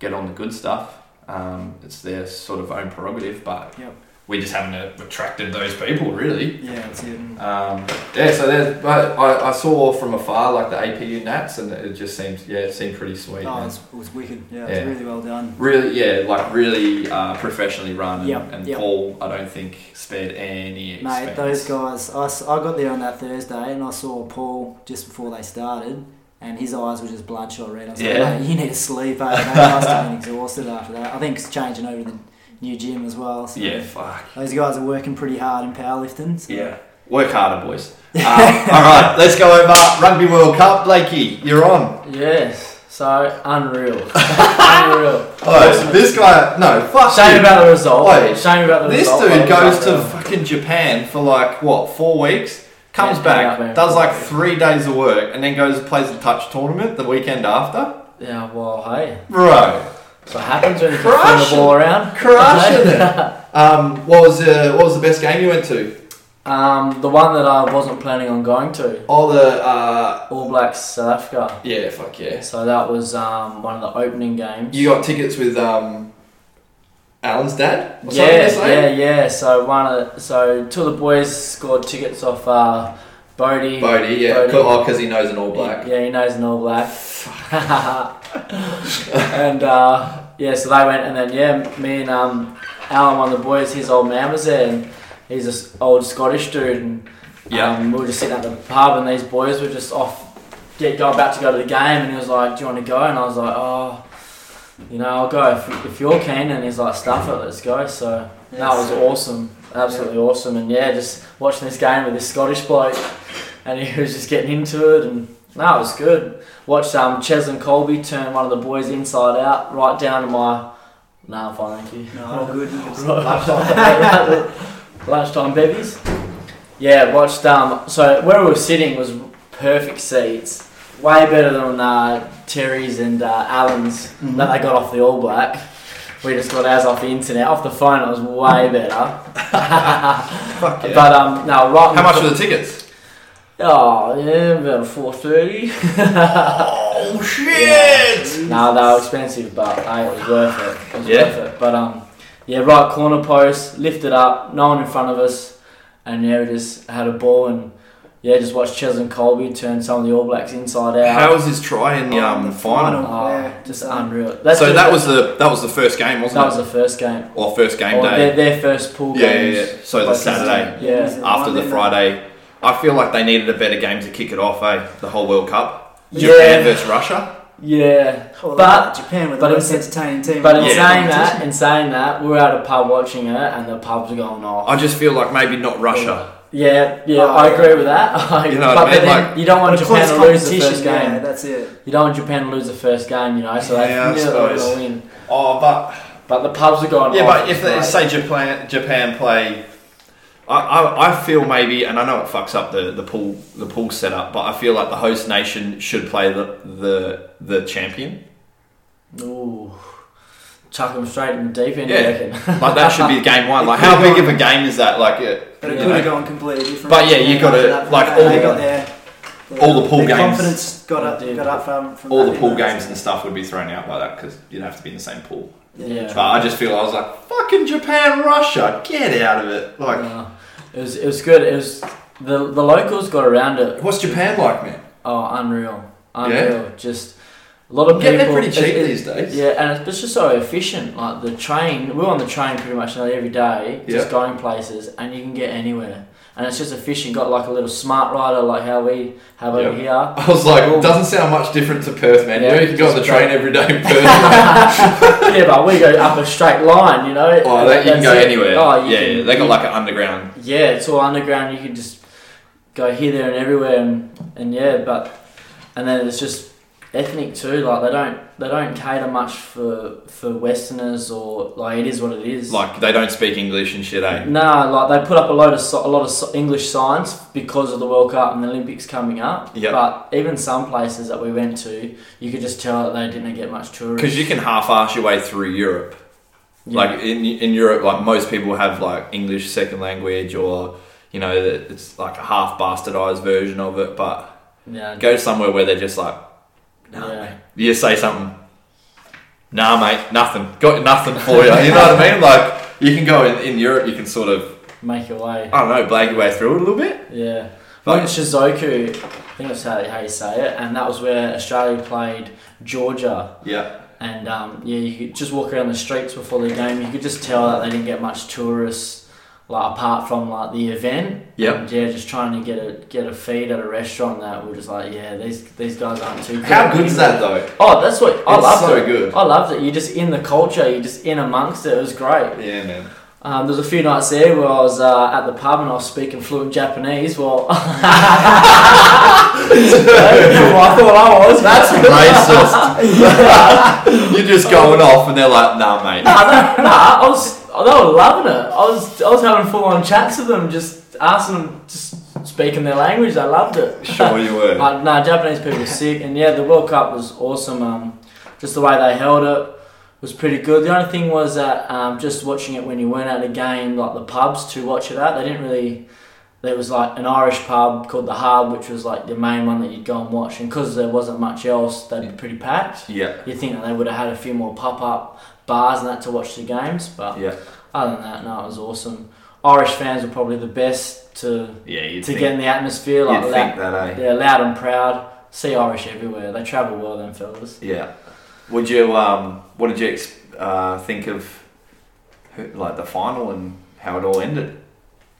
Speaker 2: get on the good stuff. Um, it's their sort of own prerogative, but
Speaker 5: Yep.
Speaker 7: we just haven't attracted those people really.
Speaker 5: Yeah, that's it.
Speaker 2: Um, yeah, so there's, but I, I saw from afar like the APU Nats, and it just seems, yeah, it seemed pretty sweet.
Speaker 5: Oh, it
Speaker 2: man.
Speaker 5: was, it was wicked. Yeah, it's
Speaker 2: Yeah.
Speaker 5: really well done.
Speaker 2: Really, yeah, like really uh, professionally run, and,
Speaker 5: Yep,
Speaker 2: and
Speaker 5: yep.
Speaker 2: Paul, I don't think spared any expense.
Speaker 5: Mate, those guys, I, s- I got there on that Thursday and I saw Paul just before they started and his eyes were just bloodshot red. I was
Speaker 2: Yeah.
Speaker 5: like, mate, you need to sleep. eh?" And They must have been exhausted after that. I think it's changing over to the new gym as well. So
Speaker 2: Yeah, fuck.
Speaker 5: Those guys are working pretty hard in powerlifting. So.
Speaker 2: Yeah, work harder, boys. Um, all right, let's go over Rugby World Cup. Blakey, you're on.
Speaker 4: Yes. So unreal. unreal.
Speaker 2: Oh, this guy, no, fuck
Speaker 4: Shame
Speaker 2: you.
Speaker 4: about the result.
Speaker 2: Wait,
Speaker 4: Shame about the
Speaker 2: This
Speaker 4: result.
Speaker 2: dude
Speaker 4: but
Speaker 2: goes
Speaker 4: like,
Speaker 2: to
Speaker 4: uh,
Speaker 2: fucking Japan for like what four weeks, comes
Speaker 4: Yeah,
Speaker 2: back,
Speaker 4: yeah, yeah.
Speaker 2: does like three days of work, and then goes and plays the touch tournament the weekend after.
Speaker 4: Yeah, well, hey.
Speaker 2: Bro,
Speaker 4: That's what happens when you can
Speaker 2: Crush
Speaker 4: throw the ball around.
Speaker 2: crushing it. Um, what was the what was the best game you went to?
Speaker 4: Um, the one that I wasn't planning on going to,
Speaker 2: Oh, the uh,
Speaker 4: All Blacks South Africa.
Speaker 2: yeah, fuck yeah.
Speaker 4: So that was um, one of the opening games.
Speaker 2: You got tickets with um, Alan's dad. or something,
Speaker 4: yeah,
Speaker 2: they say?
Speaker 4: yeah, yeah. So one of the, so two of the boys scored tickets off uh, Bodie.
Speaker 2: Bodie, yeah.
Speaker 4: Bodie.
Speaker 2: Co- Oh, because he knows an All Black.
Speaker 4: Yeah, he knows an All Black. and uh, yeah, so they went, and then yeah, me and um, Alan, one of the boys, his old man was there, and he's this old Scottish dude, and
Speaker 2: Yeah.
Speaker 4: um, we were just sitting at the pub, and these boys were just off, get go about to go to the game, and he was like, "Do you want to go?" And I was like, "Oh." You know, I'll go if, if you're keen, and he's like, "Stuff it, let's go." So that was awesome, absolutely awesome, and yeah, just watching this game with this Scottish bloke, and he was just getting into it, and no, it was good. Watched um, Ches and Colby turn one of the boys inside out, right down to my. Nah, I'm fine, thank you.
Speaker 5: No, all good.
Speaker 4: Lunchtime, lunchtime bevies. Yeah, watched. Um, so where we were sitting was perfect seats, way better than uh, Terry's and uh, Alan's
Speaker 2: Mm-hmm.
Speaker 4: that they got off the All Black. We just got ours off the internet, off the phone. It was
Speaker 2: Mm-hmm.
Speaker 4: way better.
Speaker 2: Fuck yeah.
Speaker 4: But um, no, right.
Speaker 2: How much were the tickets?
Speaker 4: Oh yeah, about four thirty.
Speaker 2: Oh shit!
Speaker 4: No, they were expensive, but hey, it was worth it. It was
Speaker 2: Yeah.
Speaker 4: worth it. But um, yeah, right corner post, lifted up, no one in front of us, and yeah, we just had a ball and yeah, just watched Ches and Colby turn some of the All Blacks inside out.
Speaker 2: How was his try in the um, final?
Speaker 4: Oh,
Speaker 5: Yeah.
Speaker 4: just unreal. That's
Speaker 2: so that was the that was the Oh, first game, wasn't
Speaker 4: that
Speaker 2: it?
Speaker 4: was the first game.
Speaker 2: or first game
Speaker 4: Or
Speaker 2: day.
Speaker 4: their, their first pool
Speaker 2: Yeah,
Speaker 4: games.
Speaker 2: yeah, yeah. So the
Speaker 4: Like,
Speaker 2: Saturday
Speaker 4: Yeah.
Speaker 2: after the
Speaker 5: One,
Speaker 2: Friday. I feel like they needed a better game to kick it off, eh? The whole World Cup.
Speaker 4: Yeah.
Speaker 2: Japan versus Russia.
Speaker 4: Yeah.
Speaker 5: Well,
Speaker 4: But-
Speaker 5: Japan were the
Speaker 4: but it
Speaker 5: most
Speaker 4: was-
Speaker 5: entertaining team.
Speaker 4: But in
Speaker 2: Yeah.
Speaker 4: saying that, in saying that, we were at a pub watching it, and the pubs were going off.
Speaker 2: I just feel like maybe not Russia.
Speaker 4: Yeah, yeah,
Speaker 5: Oh,
Speaker 4: I
Speaker 5: yeah.
Speaker 4: agree with that. I,
Speaker 2: You know what
Speaker 4: but
Speaker 2: I mean?
Speaker 4: then
Speaker 2: Like-
Speaker 4: you don't want
Speaker 5: But a
Speaker 4: Japan
Speaker 5: close
Speaker 4: to lose the
Speaker 5: competition,
Speaker 4: first game.
Speaker 5: yeah, that's it.
Speaker 4: You don't want Japan to lose the first game, you know, so they
Speaker 2: Yeah, I
Speaker 4: knew they were
Speaker 2: suppose.
Speaker 4: going to win.
Speaker 2: Oh, but
Speaker 4: But the pubs are gone.
Speaker 2: yeah,
Speaker 4: off,
Speaker 2: but if they,
Speaker 4: like-
Speaker 2: say Japan Japan play, I, I, I feel maybe, and I know it fucks up the, the pool the pool setup, but I feel like the host nation should play the the the champion.
Speaker 4: Ooh. Chuck them straight in the deep end,
Speaker 2: Yeah.
Speaker 4: I reckon.
Speaker 2: Like that should be game one. Like how big of a game is that? Like it.
Speaker 5: But it
Speaker 4: Yeah.
Speaker 5: could have gone completely different.
Speaker 2: But yeah, you gotta,
Speaker 5: After that,
Speaker 2: like,
Speaker 5: they
Speaker 2: all the-
Speaker 5: got their, their-
Speaker 2: all the pool
Speaker 5: their
Speaker 2: games.
Speaker 5: confidence got up,
Speaker 4: Yeah.
Speaker 5: got up from, from
Speaker 2: all
Speaker 5: that
Speaker 2: the pool
Speaker 5: didn't it?
Speaker 2: games and stuff would be thrown out by that because you'd have to be in the same pool.
Speaker 4: yeah.
Speaker 2: But I just feel I was like, fucking Japan, Russia, get out of it. Like,
Speaker 4: Uh, it, was, it was good. It was the, the locals got around it.
Speaker 2: what's Japan like, man?
Speaker 4: Oh, unreal. Unreal. Just a lot of
Speaker 2: Yeah,
Speaker 4: people.
Speaker 2: they're pretty cheap
Speaker 4: it- it-
Speaker 2: these days.
Speaker 4: Yeah, and it's- it's just so efficient. Like the train, we're on the train pretty much nearly every day, just
Speaker 2: Yeah.
Speaker 4: going places, and you can get anywhere. And it's just efficient. Got like a little smart rider, like how we have
Speaker 2: Yeah.
Speaker 4: over here.
Speaker 2: I was like,
Speaker 4: Cool.
Speaker 2: it doesn't sound much different to Perth, man.
Speaker 4: Yeah,
Speaker 2: you know, you can go on the
Speaker 4: it's
Speaker 2: train every day in Perth.
Speaker 4: yeah, but we go up a straight line, you know.
Speaker 2: oh, that, you can
Speaker 4: That's
Speaker 2: go
Speaker 4: it.
Speaker 2: anywhere.
Speaker 4: Oh, you
Speaker 2: yeah,
Speaker 4: can-
Speaker 2: yeah, they got
Speaker 4: you-
Speaker 2: like an underground.
Speaker 4: yeah, it's all underground. You can just go here, there, and everywhere, and, and yeah, but and then it's just ethnic too. Like they don't they don't cater much for for Westerners or like it is what it is.
Speaker 2: Like, they don't speak English and shit, eh?
Speaker 4: Nah, like they put up a lot of si- a lot of si- English signs because of the World Cup and the Olympics coming up.
Speaker 2: Yep.
Speaker 4: But even some places that we went to, you could just tell that they didn't get much tourism.
Speaker 2: Because you can half-ass your way through Europe.
Speaker 4: Yeah.
Speaker 2: Like in in Europe, like most people have like English second language, or you know, it's like a half bastardized version of it. But
Speaker 4: yeah,
Speaker 2: go somewhere where they're just like, nah,
Speaker 4: Yeah.
Speaker 2: mate. You just say something, nah, mate, nothing. Got nothing for you. You know what I mean? Like, you can go in, in Europe, you can sort of,
Speaker 4: Make your way.
Speaker 2: I don't know, blag your way through it a little bit.
Speaker 4: Yeah.
Speaker 2: Like-
Speaker 4: Like Shizuoku, I think that's how, how you say it, and that was where Australia played Georgia.
Speaker 2: Yeah.
Speaker 4: And um, yeah, you could just walk around the streets before the game. You could just tell that they didn't get much tourists, like apart from like the event.
Speaker 2: Yeah.
Speaker 4: And, yeah, just trying to get a get a feed at a restaurant that we're just like, yeah, these these guys aren't too.
Speaker 2: How good's that though?
Speaker 4: Oh, that's what I
Speaker 2: It's
Speaker 4: loved
Speaker 2: so
Speaker 4: it.
Speaker 2: good.
Speaker 4: I loved it. You're just in the culture. You're just in amongst it. It was great.
Speaker 2: Yeah, man.
Speaker 4: Um, there was a few nights there where I was uh, at the pub and I was speaking fluent Japanese. Well, I thought I was. That's
Speaker 2: Racist. You're just going off, and they're like, "Nah, mate."
Speaker 4: nah, nah, I was. They were loving it. I was. I was having full on chats with them, just asking them, just speaking their language. They loved it.
Speaker 2: Sure you were.
Speaker 4: Uh, no, Japanese people are sick, and yeah, the World Cup was awesome. Um, just the way they held it was pretty good. The only thing was that um, just watching it when you went at a game, like the pubs to watch it at, they didn't really. There was like an Irish pub called the Hub, which was like the main one that you'd go and watch, and because there wasn't much else, they'd be pretty packed.
Speaker 2: Yeah.
Speaker 4: You'd think that they would have had a few more pop up bars and that to watch the games, but
Speaker 2: Yeah.
Speaker 4: other than that, no, it was awesome. Irish fans were probably the best to
Speaker 2: Yeah. You'd
Speaker 4: to get in the atmosphere like
Speaker 2: you'd
Speaker 4: that.
Speaker 2: think that, eh?
Speaker 4: Yeah, loud and proud. See Irish everywhere. They travel well, them fellas.
Speaker 2: Yeah. Would you? Um. What did you ex- uh, think of? Who, like the final and how it all ended.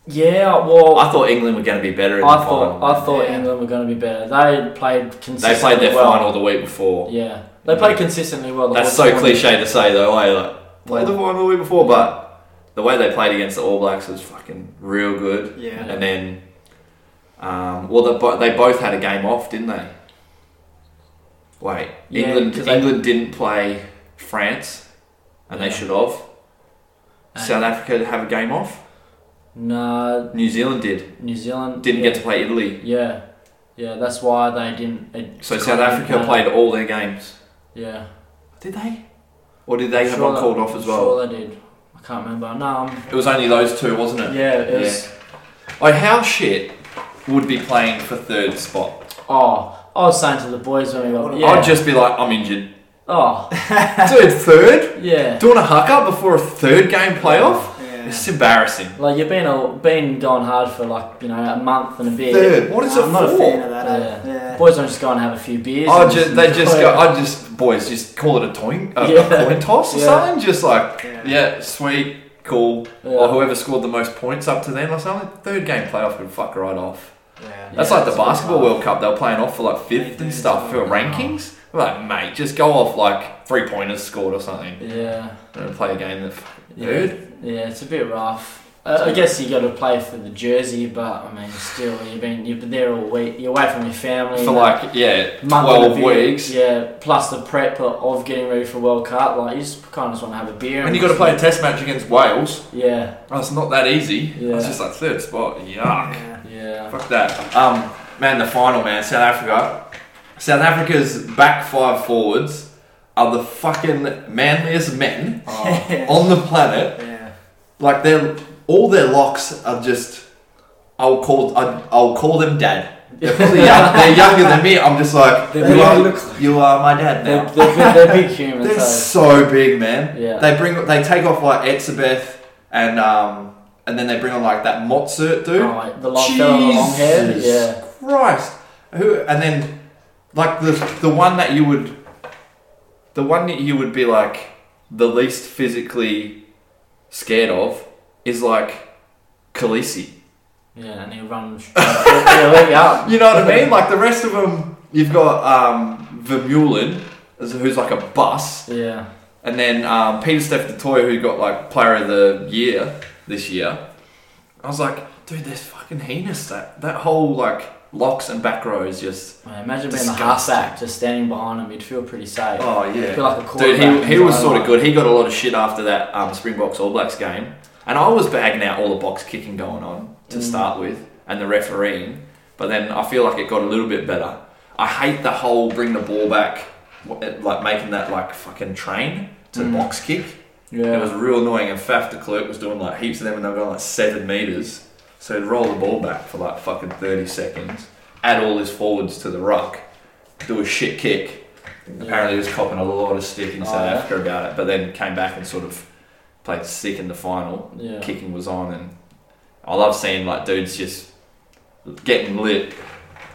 Speaker 4: Yeah, well, I,
Speaker 2: I thought England were going to be better. In the
Speaker 4: thought
Speaker 2: final.
Speaker 4: I thought
Speaker 5: Yeah.
Speaker 4: England were going to be better. They played consistently.
Speaker 2: they played their
Speaker 4: well.
Speaker 2: final the week before.
Speaker 4: Yeah, they played consistently well. the
Speaker 2: That's
Speaker 4: whole
Speaker 2: so
Speaker 4: tournament.
Speaker 2: cliche to say though. I like played the final the week before, but the way they played against the All Blacks was fucking real good.
Speaker 5: Yeah.
Speaker 2: And then, um, well, they, bo- they both had a game off, didn't they? Wait,
Speaker 4: Yeah,
Speaker 2: England
Speaker 4: 'cause they-
Speaker 2: England didn't play France, and they
Speaker 4: Yeah.
Speaker 2: should have.
Speaker 4: And-
Speaker 2: South Africa have a game off.
Speaker 4: No,
Speaker 2: New Zealand did.
Speaker 4: New Zealand
Speaker 2: Didn't
Speaker 4: yeah,
Speaker 2: get to play Italy.
Speaker 4: Yeah, yeah, that's why they didn't. It,
Speaker 2: So South Africa played all their games.
Speaker 4: Yeah,
Speaker 2: Did they? Or did they have
Speaker 4: Sure
Speaker 2: one
Speaker 4: they-
Speaker 2: called off as well?
Speaker 4: Sure, they did. I can't remember. No, I'm,
Speaker 2: It was only those two, wasn't it?
Speaker 4: yeah, it was.
Speaker 2: Like, how shit would be playing for third spot?
Speaker 4: Oh, I was saying to the boys when we got. Yeah.
Speaker 2: I'd just be like, I'm injured.
Speaker 4: oh,
Speaker 2: Dude, third?
Speaker 4: yeah.
Speaker 2: Doing a huck up before a third game playoff? It's embarrassing.
Speaker 4: Like you've been a, been going hard for like you know a month and a bit.
Speaker 2: Third? What is it
Speaker 5: I'm not a fan
Speaker 2: for?
Speaker 5: of that.
Speaker 4: Yeah.
Speaker 5: eh? Yeah.
Speaker 4: Boys don't just go and have a few beers.
Speaker 2: I
Speaker 4: and
Speaker 2: just, Oh, they just
Speaker 4: enjoy
Speaker 2: go,
Speaker 4: it.
Speaker 2: I just, boys, just call it a coin, a, a
Speaker 4: Yeah.
Speaker 2: coin toss or
Speaker 4: Yeah.
Speaker 2: something. Just like,
Speaker 5: Yeah.
Speaker 2: yeah, sweet, cool. Or whoever scored the most points up to them or something. Third game playoff would fuck right off.
Speaker 5: Yeah.
Speaker 2: That's
Speaker 4: Yeah,
Speaker 2: like the
Speaker 4: it's a bit
Speaker 2: basketball
Speaker 4: hard.
Speaker 2: World Cup. They were playing off for like fifth and stuff for rankings. I'm like, mate, just go off like three pointers scored or something
Speaker 4: Yeah,
Speaker 2: and play a game that. f-
Speaker 4: Yeah.
Speaker 2: Dude,
Speaker 4: yeah, it's a bit rough. Uh, I guess you got to play for the jersey, but I mean, still, you've been you've been there all week. You're away from your family
Speaker 2: for like yeah,
Speaker 4: month
Speaker 2: twelve
Speaker 4: and a bit.
Speaker 2: weeks,
Speaker 4: Yeah, plus the prep of- of getting ready for World Cup. Like you just kind of just want to have a beer.
Speaker 2: and you got to play a test match against Wales.
Speaker 4: Yeah,
Speaker 2: Oh, it's not that easy.
Speaker 4: Yeah.
Speaker 2: It's just like third spot. Yuck.
Speaker 5: Yeah.
Speaker 4: yeah,
Speaker 2: Fuck that. Um, man, the final man, South Africa. South Africa's back five forwards are the fucking manliest men
Speaker 5: Oh.
Speaker 2: on the planet.
Speaker 5: Yeah.
Speaker 2: like their all their locks are just I'll call I'd, I'll call them dad. They're, probably young, they're younger than me. I'm just like
Speaker 4: They
Speaker 2: you are,
Speaker 5: look
Speaker 2: you are my dad
Speaker 4: they're,
Speaker 2: now.
Speaker 4: they're, big- they're big humans.
Speaker 2: They're
Speaker 4: so-
Speaker 2: so big, man.
Speaker 4: Yeah.
Speaker 2: They bring they take off like Etzebeth and um and then they bring on like that Motsert dude.
Speaker 4: Oh, like the long fella with the long hair.
Speaker 2: Jesus
Speaker 4: Yeah,
Speaker 2: Christ. Who and then like the the one that you would the one that you would be like the least physically scared of is like Khaleesi.
Speaker 4: yeah, and he runs. yeah, let you up.
Speaker 2: You know what I mean? Like the rest of them, you've got um, Vermeulen, as- who's like a bus,
Speaker 4: Yeah,
Speaker 2: and then um, Peter Steph Detoy, who got like Player of the Year this year. I was like, dude, that's fucking heinous. That that whole like locks and back row is just
Speaker 4: Man, imagine being a
Speaker 2: Disgusting.
Speaker 4: halfback, just standing behind him. You'd feel pretty safe.
Speaker 2: oh
Speaker 4: You'd
Speaker 2: yeah.
Speaker 4: feel like a
Speaker 2: Dude,
Speaker 4: quarterback.
Speaker 2: he, he
Speaker 4: in
Speaker 2: was
Speaker 4: his own
Speaker 2: sort of
Speaker 4: right.
Speaker 2: good. He got a lot of shit after that um, Springboks All Blacks game, and I was bagging out all the box kicking going on to
Speaker 4: Mm.
Speaker 2: start with, and the refereeing. But then I feel like it got a little bit better. I hate the whole bring the ball back, wh- it- like making that like fucking train to
Speaker 4: Mm.
Speaker 2: box kick. It
Speaker 4: Yeah.
Speaker 2: was real annoying. And Faf de Klerk was doing like heaps of them, and they were going like seven meters. So he'd roll the ball back for like fucking thirty seconds, add all his forwards to the ruck, do a shit kick,
Speaker 4: yeah.
Speaker 2: Apparently, he was copping a lot of stick in
Speaker 4: Oh,
Speaker 2: South
Speaker 4: yeah?
Speaker 2: Africa about it, but then came back and sort of played sick in the final.
Speaker 4: Yeah.
Speaker 2: Kicking was on, and I love seeing like dudes just getting lit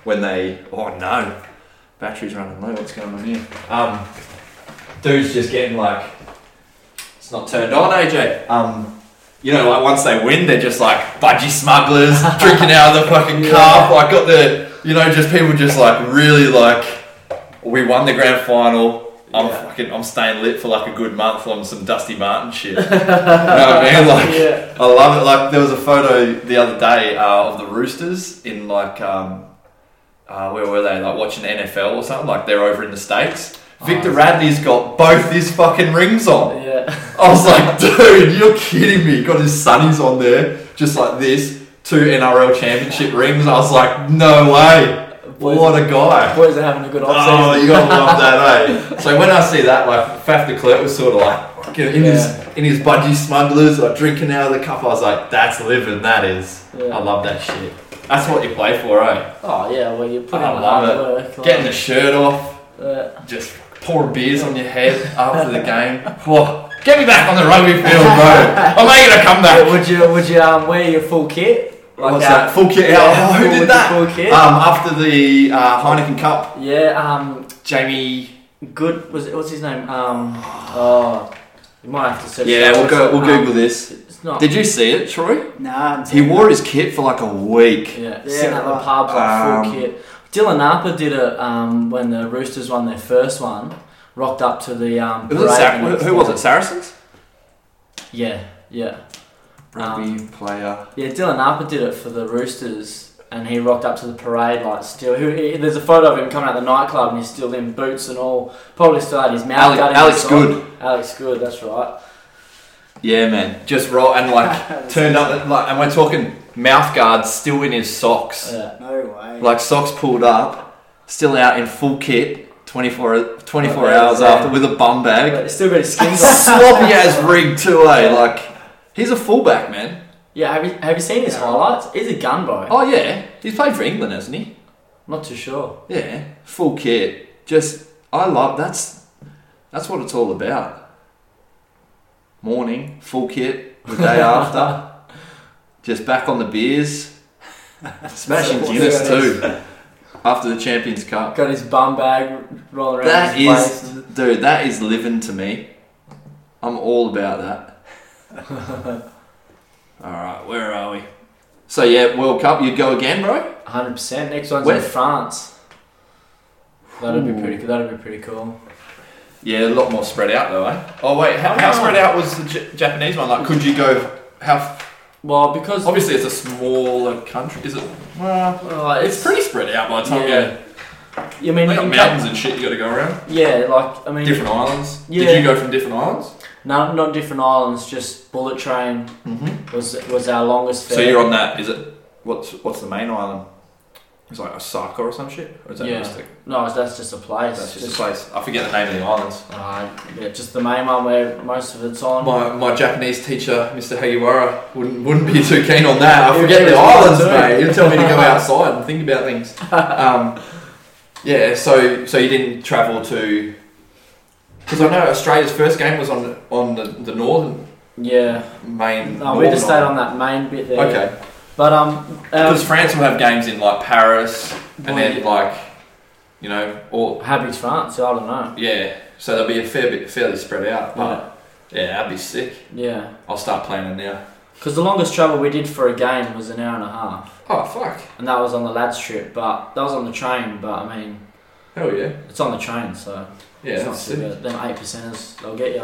Speaker 2: when they. Oh no, battery's running low. What's going on here? Um, dudes just getting like it's not turned on, AJ. Um, you know, like once they win, they're just like budgie smugglers drinking out of the fucking cup. Like got the you know, just people just like really like we won the grand final. I'm
Speaker 4: Yeah.
Speaker 2: fucking I'm staying lit for like a good month on some Dusty Martin shit. you know what I mean? Like
Speaker 4: Yeah.
Speaker 2: I love it. Like there was a photo the other day uh, of the Roosters in like um, uh, where were they? Like watching NFL or something. Like they're over in the states. Victor Radley's got both his fucking rings on.
Speaker 4: Yeah.
Speaker 2: I was like, dude, you're kidding me. Got his sunnies on there, just like this. Two NRL championship rings. I was like, no way. What a guy.
Speaker 4: Boys are having a good
Speaker 2: Oh,
Speaker 4: off
Speaker 2: you gotta love that, eh? So when I see that, like Faf de Klerk was sort of like fucking in his in his budgie smugglers, like drinking out of the cup. I was like, that's living. That is.
Speaker 4: Yeah.
Speaker 2: I love that shit. That's what you play for, eh?
Speaker 4: Oh yeah, well you put in
Speaker 2: I
Speaker 4: hard
Speaker 2: love
Speaker 4: work. like, uh,
Speaker 2: Getting the shirt off,
Speaker 4: yeah.
Speaker 2: just pouring beers on your head after the game. Whoa, get me back on the rugby field, bro. I'm making a comeback.
Speaker 4: Would you would you um, wear your full kit? Like
Speaker 2: What's
Speaker 4: our-
Speaker 2: that? Full kit out.
Speaker 4: Yeah,
Speaker 2: who
Speaker 4: full-
Speaker 2: did that?
Speaker 4: full kit.
Speaker 2: Um, after the uh, Heineken Cup,
Speaker 4: Yeah. Um.
Speaker 2: Jamie.
Speaker 4: Good. Was it? What's his name? Um. Oh. You might have to search.
Speaker 2: Yeah,
Speaker 4: that.
Speaker 2: we'll go. We'll
Speaker 4: Um,
Speaker 2: Google this.
Speaker 4: It's not.
Speaker 2: Did you see it, Troy?
Speaker 5: Nah, I'm
Speaker 2: He wore his kit for like a week.
Speaker 4: Yeah,
Speaker 5: Yeah,
Speaker 4: sitting at the
Speaker 5: right.
Speaker 4: pub like
Speaker 2: Um,
Speaker 4: full kit. Dylan Harper did it um, when the Roosters won their first one. Rocked up to the um,
Speaker 2: Was it
Speaker 4: parade
Speaker 2: Sar-
Speaker 4: the next
Speaker 2: who was
Speaker 4: day.
Speaker 2: it? Saracens?
Speaker 4: Yeah, yeah, Rugby
Speaker 2: player.
Speaker 4: yeah. Dylan Harper did it for the Roosters, and he rocked up to the parade like still. Who, he, there's a photo of him coming out of the nightclub, and he's still in boots and all. Probably still had his
Speaker 2: Alex,
Speaker 4: mouth gutted
Speaker 2: Alex
Speaker 4: inside.
Speaker 2: Good.
Speaker 4: Alex Good, that's right.
Speaker 2: Yeah, man. Just roll and like turned up. Like, and we're talking mouth guards still in his socks.
Speaker 4: Yeah.
Speaker 5: No way.
Speaker 2: Like socks pulled up, still out in full kit. 24, 24
Speaker 4: Yeah.
Speaker 2: hours after with a bum bag.
Speaker 4: But still got his
Speaker 2: And
Speaker 4: skins on.
Speaker 2: sloppy as rig too, eh? Like, he's a fullback, man.
Speaker 4: Yeah, have you, have you seen his highlights? He's a gun boy.
Speaker 2: Oh yeah, he's played for England, hasn't he?
Speaker 4: Not too sure.
Speaker 2: Yeah, full kit. Just I love that's that's what it's all about. Morning, full kit, the day after. Just back on the beers. Smashing Guinness too. After the Champions Cup.
Speaker 4: Got his bum bag rolling around.
Speaker 2: That
Speaker 4: his waist.
Speaker 2: is dude, that is living to me. I'm all about that. Alright, where are we? So yeah, World Cup, you'd go again, bro?
Speaker 4: hundred percent. Next one's
Speaker 2: Where-
Speaker 4: in France. That'd be
Speaker 2: Ooh.
Speaker 4: pretty. That'd be pretty cool.
Speaker 2: Yeah, a lot more spread out though, eh? Oh wait, how, how spread out was the J- Japanese one? Like, could you go? How? f-
Speaker 4: Well, because
Speaker 2: Obviously, it's a smaller country. Is it? Well,
Speaker 4: uh,
Speaker 2: it's pretty spread out by the time
Speaker 4: Yeah.
Speaker 2: you.
Speaker 4: You mean
Speaker 2: They
Speaker 4: you
Speaker 2: got
Speaker 4: can
Speaker 2: mountains and shit you got to go around.
Speaker 4: cut- Yeah, like I mean,
Speaker 2: Different islands.
Speaker 4: Yeah.
Speaker 2: Did you go from different islands?
Speaker 4: no, not different islands. Just bullet train
Speaker 2: Mm-hmm.
Speaker 4: was was our longest.
Speaker 2: So
Speaker 4: fare.
Speaker 2: you're on that. Is it? What's What's the main island? It's like Osaka or some shit, or is that
Speaker 4: Yeah.
Speaker 2: just a,
Speaker 4: no, that's just a place.
Speaker 2: that's just a place? I forget the name of the islands.
Speaker 4: uh, yeah, just the main one where most of it's on.
Speaker 2: My, my Japanese teacher, Mr. Hagiwara, wouldn't wouldn't be too keen on that. I
Speaker 4: He-
Speaker 2: forget
Speaker 4: he
Speaker 2: the
Speaker 4: was
Speaker 2: islands,
Speaker 4: mine too.
Speaker 2: mate. He'd tell me to go outside and think about things. Um, yeah, so so you didn't travel to because I know Australia's first game was on on the, the northern
Speaker 4: yeah,
Speaker 2: main.
Speaker 4: no, we
Speaker 2: northern
Speaker 4: just stayed on
Speaker 2: island.
Speaker 4: that main bit there.
Speaker 2: Okay,
Speaker 4: but um, um
Speaker 2: because France will have games in like Paris
Speaker 4: Well,
Speaker 2: and then
Speaker 4: yeah.
Speaker 2: like you know or
Speaker 4: happy France. I don't know.
Speaker 2: yeah, so there'll be a fair bit fairly spread out. But yeah, that'd be sick.
Speaker 4: Yeah,
Speaker 2: I'll start planning now.
Speaker 4: because the longest travel we did for a game was an hour and a half.
Speaker 2: Oh fuck!
Speaker 4: and that was on the lads trip. But that was on the train. But I mean,
Speaker 2: Hell yeah!
Speaker 4: it's on the train, so
Speaker 2: Yeah,
Speaker 4: it's not
Speaker 2: that's
Speaker 4: too
Speaker 2: sick.
Speaker 4: bad. Them eight percenters, they'll get you.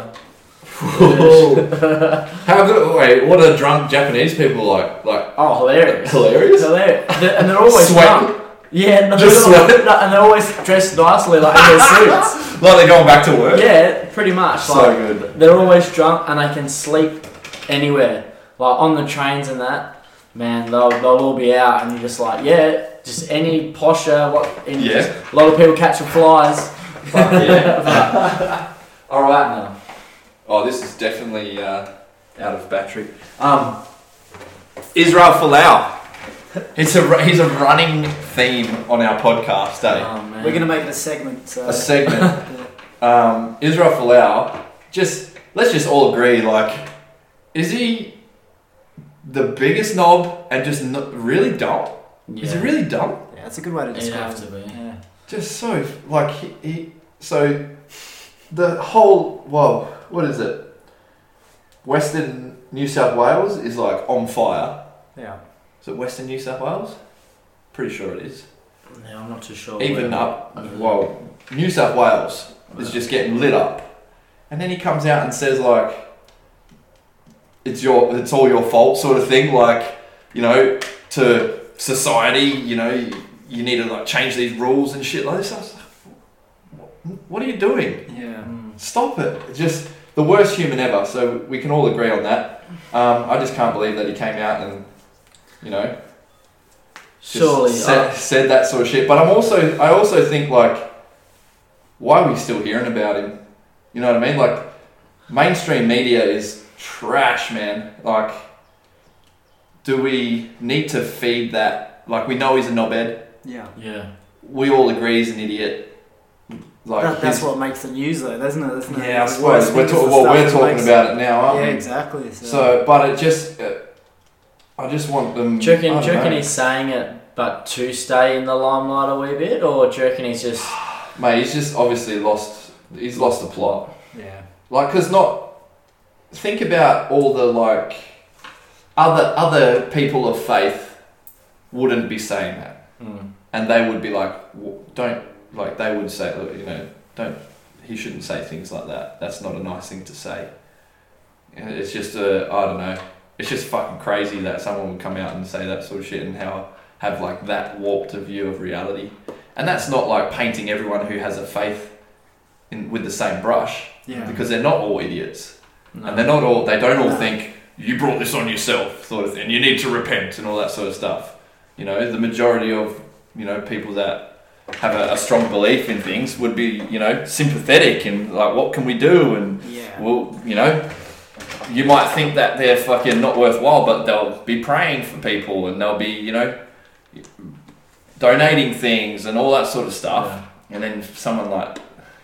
Speaker 2: How good! Wait, what are drunk Japanese people like? Like
Speaker 4: Oh, hilarious!
Speaker 2: hilarious?
Speaker 4: hilarious! They're- and they're always
Speaker 2: Sweating?
Speaker 4: drunk. Yeah, no,
Speaker 2: Just
Speaker 4: they're-
Speaker 2: sweating?
Speaker 4: no, and they're always dressed nicely, like in their suits.
Speaker 2: Like they're going back to work.
Speaker 4: Yeah, pretty much.
Speaker 2: so
Speaker 4: like
Speaker 2: good.
Speaker 4: they're always drunk, and they can sleep anywhere, like on the trains and that. Man, they'll, they'll all be out, and you're just like, yeah, just any posher. What? And
Speaker 2: Yeah.
Speaker 4: just- a lot of people catching flies.
Speaker 2: Fuck yeah.
Speaker 4: All right now.
Speaker 2: Oh, this is definitely uh, out of battery. Um, Israel Folau. It's a he's a running theme on our podcast, eh?
Speaker 4: Oh, man.
Speaker 5: We're gonna make it a segment. So
Speaker 2: a segment. um, Israel Folau, just let's just all agree, like Is he the biggest knob and just no- really dumb? Is he
Speaker 4: Yeah.
Speaker 2: really dumb?
Speaker 5: Yeah, that's a good way to
Speaker 4: It'd
Speaker 5: describe
Speaker 4: have to
Speaker 5: it.
Speaker 4: be.
Speaker 5: Yeah.
Speaker 2: Just so like he, he so the whole well, what is it? Western New South Wales is like on fire.
Speaker 5: Yeah.
Speaker 2: Is it Western New South Wales? Pretty sure it is.
Speaker 4: Yeah, I'm not too sure.
Speaker 2: Even
Speaker 4: where-
Speaker 2: up, well, New South Wales. is just getting lit up. And then he comes out and says like, "It's your, it's all your fault," sort of thing. Like, you know, to society, you know, you, you need to like change these rules and shit like this. I was like, "What- what are you doing?
Speaker 5: Yeah.
Speaker 4: Mm.
Speaker 2: Stop it! It's Just the worst human ever. So we can all agree on that. Um, I just can't believe that he came out and, you know, just
Speaker 4: Surely.
Speaker 2: said,
Speaker 4: I-
Speaker 2: said that sort of shit. But I'm also I also think like, why are we still hearing about him? You know what I mean? Like, mainstream media is trash, man. Like, do we need to feed that? Like, we know he's a knobhead.
Speaker 5: Yeah.
Speaker 4: yeah.
Speaker 2: Mm, We all agree he's an idiot. Like,
Speaker 5: that, that's
Speaker 2: his-
Speaker 5: what makes the news, though, doesn't it? That's not-
Speaker 2: yeah, I
Speaker 5: the
Speaker 2: suppose
Speaker 5: worst
Speaker 2: we're
Speaker 5: news
Speaker 2: ta-
Speaker 5: is the
Speaker 2: well,
Speaker 5: stuff
Speaker 2: we're
Speaker 5: that
Speaker 2: talking
Speaker 5: makes-
Speaker 2: about it now, aren't
Speaker 5: Yeah,
Speaker 2: we?
Speaker 5: exactly. So,
Speaker 2: So, but it just, uh, I just want them.
Speaker 4: Do you reckon,
Speaker 2: I
Speaker 4: do you
Speaker 2: don't
Speaker 4: reckon
Speaker 2: know.
Speaker 4: he's saying it but to stay in the limelight a wee bit, or do you reckon he's just.
Speaker 2: Mate, he's just obviously lost. He's lost the plot.
Speaker 5: yeah,
Speaker 2: Like, cause not think about all the like other other people of faith wouldn't be saying that,
Speaker 4: Mm.
Speaker 2: and they would be like, "W- don't like they would say, "Look, you know, don't he shouldn't say things like that. That's not a nice thing to say. And It's just a I don't know. It's just fucking crazy that someone would come out and say that sort of shit and how have like that warped a view of reality, and that's not like painting everyone who has a faith in with the same brush
Speaker 5: yeah.
Speaker 2: because they're not all idiots
Speaker 4: No.
Speaker 2: and they're not all they don't all
Speaker 5: No.
Speaker 2: think you brought this on yourself sort of thing you need to repent and all that sort of stuff you know the majority of you know people that have a, a strong belief in things would be you know sympathetic and like what can we do and
Speaker 5: Yeah.
Speaker 2: well you know you might think that they're fucking not worthwhile but they'll be praying for people and they'll be you know donating things and all that sort of stuff
Speaker 4: Yeah.
Speaker 2: and then someone like,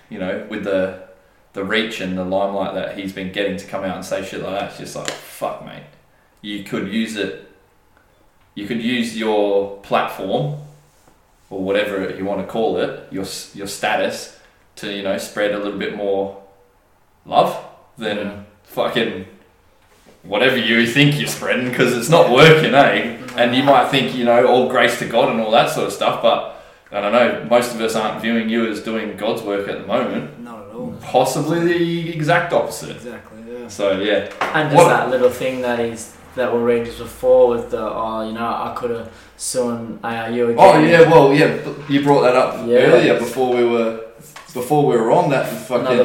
Speaker 2: you know, with the the reach and the limelight that he's been getting to come out and say shit like that, it's just like, fuck, mate. You could use it. You could use your platform, or whatever you want to call it, your s- your status, to you know spread a little bit more love than
Speaker 4: Yeah.
Speaker 2: fucking whatever you think you're spreading because it's not working, eh? And you might think, you know, all grace to God and all that sort of stuff, but I don't know, most of us aren't viewing you as doing God's work at the moment.
Speaker 5: Not at all.
Speaker 2: Possibly the exact opposite.
Speaker 5: Exactly. Yeah.
Speaker 2: So, yeah.
Speaker 4: And just
Speaker 2: What-
Speaker 4: that little thing that he's that we read just before with the oh you know I could have suing ARU again.
Speaker 2: Oh, yeah, well, yeah, b- you brought that up
Speaker 4: Yeah.
Speaker 2: earlier before we were. Before we were on that
Speaker 4: another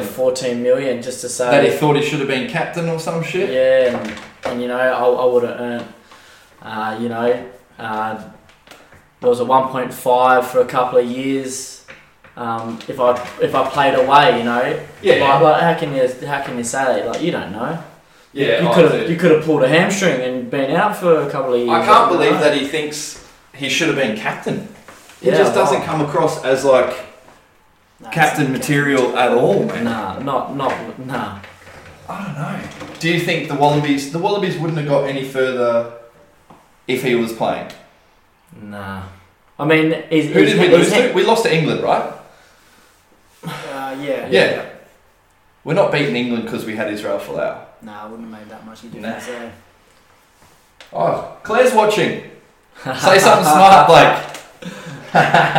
Speaker 2: fucking,
Speaker 4: fourteen million just to say
Speaker 2: that he thought he should have been captain or some shit.
Speaker 4: yeah and, and you know I, I would have earned uh, you know uh, what was it one point five for a couple of years um, if I if I played away you know
Speaker 2: Yeah, yeah.
Speaker 4: like, like how can you how can you say that like you don't know
Speaker 2: Yeah,
Speaker 4: you
Speaker 2: I
Speaker 4: could
Speaker 2: do.
Speaker 4: have you could have pulled a hamstring and been out for a couple of years
Speaker 2: I can't
Speaker 4: don't
Speaker 2: believe
Speaker 4: know.
Speaker 2: that he thinks he should have been captain. He
Speaker 4: Yeah,
Speaker 2: just
Speaker 4: wow.
Speaker 2: doesn't come across as like
Speaker 5: No,
Speaker 2: captain
Speaker 5: it's-
Speaker 2: material at all, man.
Speaker 4: Nah, not not nah.
Speaker 2: I don't know. Do you think the Wallabies the Wallabies wouldn't have got any further if he was playing?
Speaker 4: Nah. I mean, is,
Speaker 2: Who did we lose to? We lost to England, right?
Speaker 5: Uh, yeah.
Speaker 2: Yeah. We're not beating England because we had Israel Folau.
Speaker 5: No, I wouldn't have made that much of a difference. there.
Speaker 2: Oh, Claire's watching. Say something smart, Blake.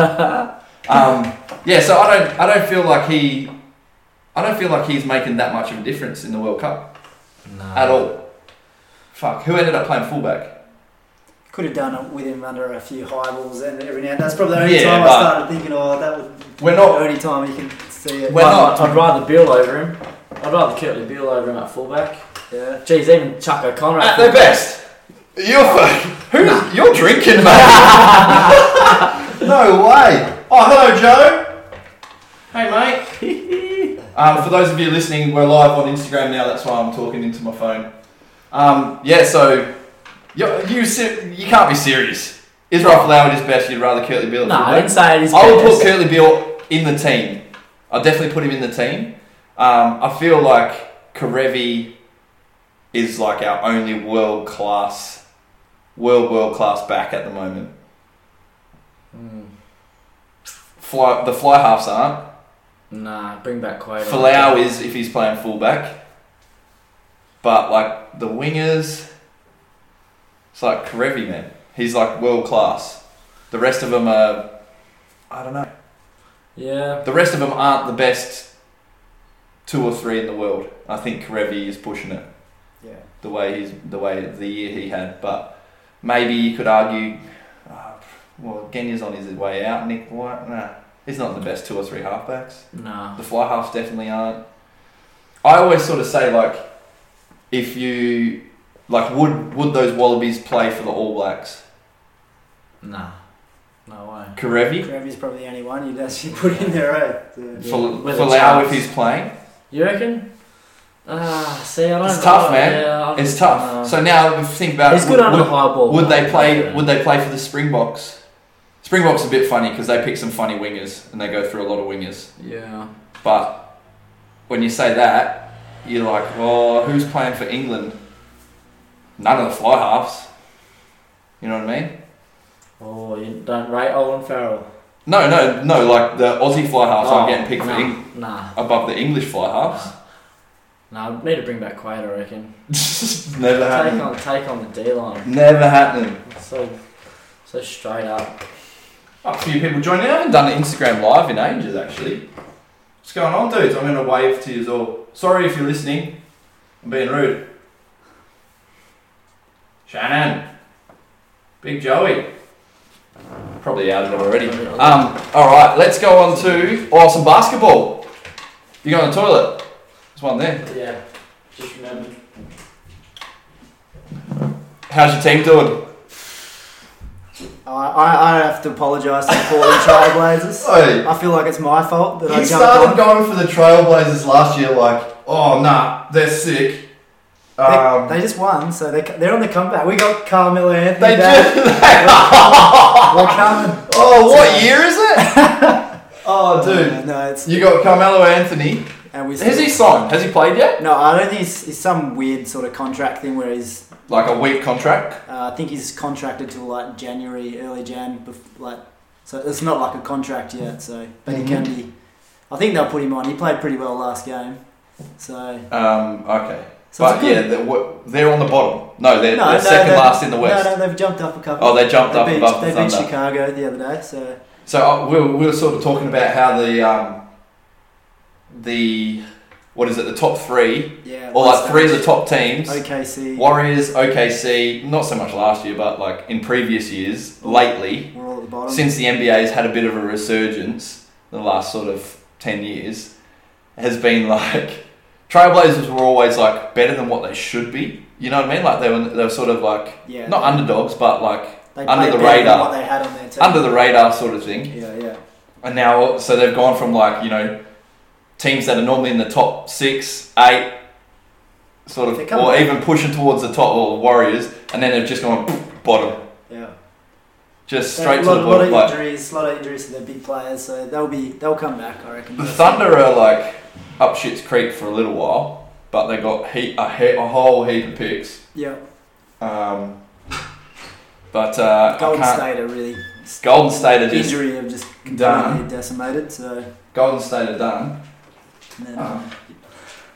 Speaker 2: um, yeah, so I don't, I don't feel like he, I don't feel like he's making that much of a difference in the World Cup
Speaker 4: Nah.
Speaker 2: at all. Fuck, who ended up playing fullback?
Speaker 5: Could have done it with him under a few high balls and every now. That's probably the only
Speaker 2: Yeah,
Speaker 5: time
Speaker 2: but-
Speaker 5: I started thinking, oh, that would.
Speaker 2: We're not-
Speaker 5: The only time you can see it.
Speaker 2: We're
Speaker 4: I'd,
Speaker 2: not-
Speaker 4: I'd rather Bill over him. I'd rather Kirtley Bill over him at fullback.
Speaker 5: yeah.
Speaker 4: Jeez, even Chuck O'Connor.
Speaker 2: At
Speaker 4: at
Speaker 2: their
Speaker 4: fullback.
Speaker 2: best. You're fucking, who's, you're drinking, mate. no way. Oh, hello, Joe. Hey, mate. um, for those of you listening, we're live on Instagram now. That's why I'm talking into my phone. Um, yeah, so you you se- you can't be serious. Israel Folau at his best. You'd rather Curtly Beale. at
Speaker 4: No,
Speaker 2: fullback?
Speaker 4: I didn't say it is.
Speaker 2: I would
Speaker 4: best.
Speaker 2: put Curtly Beale in the team. I definitely put him in the team. Um, I feel like Karevi is like our only world class, world world class back at the moment.
Speaker 4: Hmm,
Speaker 2: Fly the fly halves aren't.
Speaker 4: Nah, bring back Quaid.
Speaker 2: Falau is if he's playing fullback, but like the wingers, it's like Karevi man. He's like world class. The rest of them are, I don't know.
Speaker 4: Yeah.
Speaker 2: The rest of them aren't the best two or three in the world. I think Karevi is pushing it
Speaker 5: Yeah.
Speaker 2: the way he's the way the year he had, but maybe you could argue, uh, well, Genya's on his way out. Nick White, nah, he's not the best two or three halfbacks.
Speaker 4: Nah.
Speaker 2: The fly halves definitely aren't. I always sort of say like, if you like, would would those Wallabies play for the All Blacks?
Speaker 4: Nah. No way.
Speaker 2: Karevi,
Speaker 5: Karevi's probably the only one you'd actually put in there, right? Yeah.
Speaker 2: Fal-
Speaker 4: With a
Speaker 2: Falau
Speaker 4: chance.
Speaker 2: if he's playing.
Speaker 4: You reckon? Ah, see, I don't.
Speaker 2: It's tough,
Speaker 4: I-
Speaker 2: man.
Speaker 4: yeah, I don't-
Speaker 2: It's tough.
Speaker 4: nah.
Speaker 2: So now if you think about
Speaker 4: Uh, he's
Speaker 2: it,
Speaker 4: good
Speaker 2: would,
Speaker 4: under
Speaker 2: would,
Speaker 4: high ball.
Speaker 2: would they
Speaker 4: mate.
Speaker 2: play? Would they play for the Springboks? Springboks are a bit funny because they pick some funny wingers and they go through a lot of wingers.
Speaker 4: Yeah.
Speaker 2: But when you say that, you're like, well, who's playing for England? None of the fly halves. You know what I mean?
Speaker 4: Oh, you don't rate Owen Farrell.
Speaker 2: No, no, no. Like the Aussie fly halves
Speaker 4: Oh,
Speaker 2: aren't getting picked
Speaker 4: nah,
Speaker 2: for Eng-
Speaker 4: Nah.
Speaker 2: above the English fly halves.
Speaker 4: Nah, need to bring back Quaid, I reckon.
Speaker 2: Never
Speaker 4: Take
Speaker 2: happening.
Speaker 4: on, take on the D line.
Speaker 2: Never happening.
Speaker 4: So, so straight up.
Speaker 2: A few people joining. I haven't done an Instagram live in ages, actually. What's going on, dudes? I'm going to wave to you all. Sorry if you're listening. I'm being rude. Shannon. Big Joey. Probably out of it already. Um, all right, let's go on to awesome basketball. You go on the toilet. There's one there.
Speaker 4: Yeah. Just remember.
Speaker 2: How's your team doing?
Speaker 5: I, I, I have to apologise to the Portland Trailblazers.
Speaker 2: Hey,
Speaker 5: I feel like it's my fault that I
Speaker 6: He
Speaker 5: jumped
Speaker 6: started
Speaker 5: on.
Speaker 6: going for the Trailblazers last year, like, oh nah, they're sick.
Speaker 5: They,
Speaker 6: Um,
Speaker 5: they just won, so they, they're on the comeback. We got Carmelo Anthony
Speaker 2: they
Speaker 5: back.
Speaker 2: do.
Speaker 5: We're coming.
Speaker 6: oh, what year is it? oh, dude,
Speaker 5: Yeah, no, it's
Speaker 6: you got Carmelo Anthony.
Speaker 5: and we.
Speaker 2: Has he signed? Has he played yet?
Speaker 5: No, I don't think it's, it's some weird sort of contract thing where he's.
Speaker 2: Like a week contract?
Speaker 5: Uh, I think he's contracted till like January, early Jan, bef- like so it's not like a contract yet. So, but he can be. I think they'll put him on. He played pretty well last game, so.
Speaker 2: Um, okay.
Speaker 5: so it's
Speaker 2: but
Speaker 5: a good-
Speaker 2: yeah, they're, wha- they're on the bottom. No, they're,
Speaker 5: No,
Speaker 2: they're
Speaker 5: no,
Speaker 2: second
Speaker 5: they're-
Speaker 2: last in the West.
Speaker 5: No, no, they've jumped up a couple.
Speaker 2: Oh, they jumped
Speaker 5: They
Speaker 2: up
Speaker 5: beat,
Speaker 2: above
Speaker 5: they
Speaker 2: the
Speaker 5: beat
Speaker 2: Thunder.
Speaker 5: Chicago the other day, so
Speaker 2: So uh, we, were, we were sort of talking about how the um, the what is it? The top three
Speaker 5: yeah.
Speaker 2: or
Speaker 5: last
Speaker 2: like three of the
Speaker 5: stage.
Speaker 2: top teams:
Speaker 5: OKC.
Speaker 2: Warriors, OKC. Not so much last year, but like in previous years, lately
Speaker 5: We're all at the bottom.
Speaker 2: since the NBA's had a bit of a resurgence the last sort of ten years, has been like Trailblazers were always like better than what they should be. You know what I mean? Like they were they were sort of like
Speaker 5: yeah,
Speaker 2: not underdogs, but like
Speaker 5: they
Speaker 2: under the
Speaker 5: played better than
Speaker 2: radar.
Speaker 5: What they had on their team.
Speaker 2: under the radar sort of thing.
Speaker 5: Yeah, yeah.
Speaker 2: And now, so they've gone from like you know teams that are normally in the top six, eight, sort
Speaker 5: They're
Speaker 2: of,
Speaker 5: coming
Speaker 2: or
Speaker 5: back.
Speaker 2: even pushing towards the top or Warriors, and then they've just gone bottom,
Speaker 5: Yeah,
Speaker 2: just
Speaker 5: They-
Speaker 2: straight
Speaker 5: a
Speaker 2: to
Speaker 5: lot,
Speaker 2: the
Speaker 5: lot
Speaker 2: bottom.
Speaker 5: of
Speaker 2: Like
Speaker 5: injuries, a lot of injuries to their big players, so they'll be they'll come back, I reckon.
Speaker 2: the Thunder are like up shit's creek for a little while, but they got heat, a, he- a whole heap of picks.
Speaker 5: Yeah,
Speaker 2: Um, but uh, I
Speaker 5: Golden
Speaker 2: can't-
Speaker 5: State are really
Speaker 2: Golden State are just
Speaker 5: injury have just completely
Speaker 2: done.
Speaker 5: decimated. So
Speaker 2: Golden State are done.
Speaker 5: and then,
Speaker 2: Um,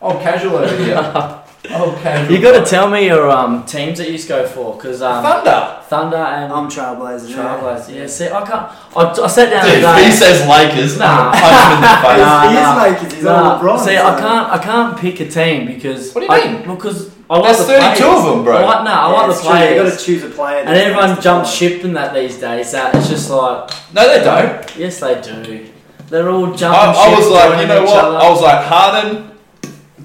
Speaker 2: oh, casual over here. oh, casual.
Speaker 4: You got to tell me your um teams that you used to go for, because um,
Speaker 2: Thunder.
Speaker 4: Thunder and
Speaker 5: I'm Trailblazers. yeah.
Speaker 4: Trailblazers. Yeah, see, I can't. I, I sat down
Speaker 2: Dude, if
Speaker 4: today.
Speaker 2: he says Lakers,
Speaker 4: Nah.
Speaker 2: nah, punch him in the face.
Speaker 4: Nah,
Speaker 5: he
Speaker 4: nah.
Speaker 5: is Lakers. He's
Speaker 4: Nah,
Speaker 5: all LeBron.
Speaker 4: see,
Speaker 5: so.
Speaker 4: I can't. I can't pick a team because.
Speaker 2: What do you
Speaker 4: I,
Speaker 2: mean?
Speaker 4: Because I like
Speaker 2: There's
Speaker 4: the
Speaker 2: 32
Speaker 4: players.
Speaker 2: of them, bro.
Speaker 4: I like, nah, I
Speaker 5: Yeah,
Speaker 4: like the
Speaker 5: it's true, You got
Speaker 4: players,
Speaker 5: to choose a player.
Speaker 4: and everyone jumps ship in that these days. That it's just like,
Speaker 2: No, they don't.
Speaker 4: yes, they do. They're all
Speaker 2: I,
Speaker 4: jumping.
Speaker 2: I
Speaker 4: ship,
Speaker 2: was like, you
Speaker 4: joining
Speaker 2: know
Speaker 4: each
Speaker 2: what?
Speaker 4: other.
Speaker 2: I was like, Harden.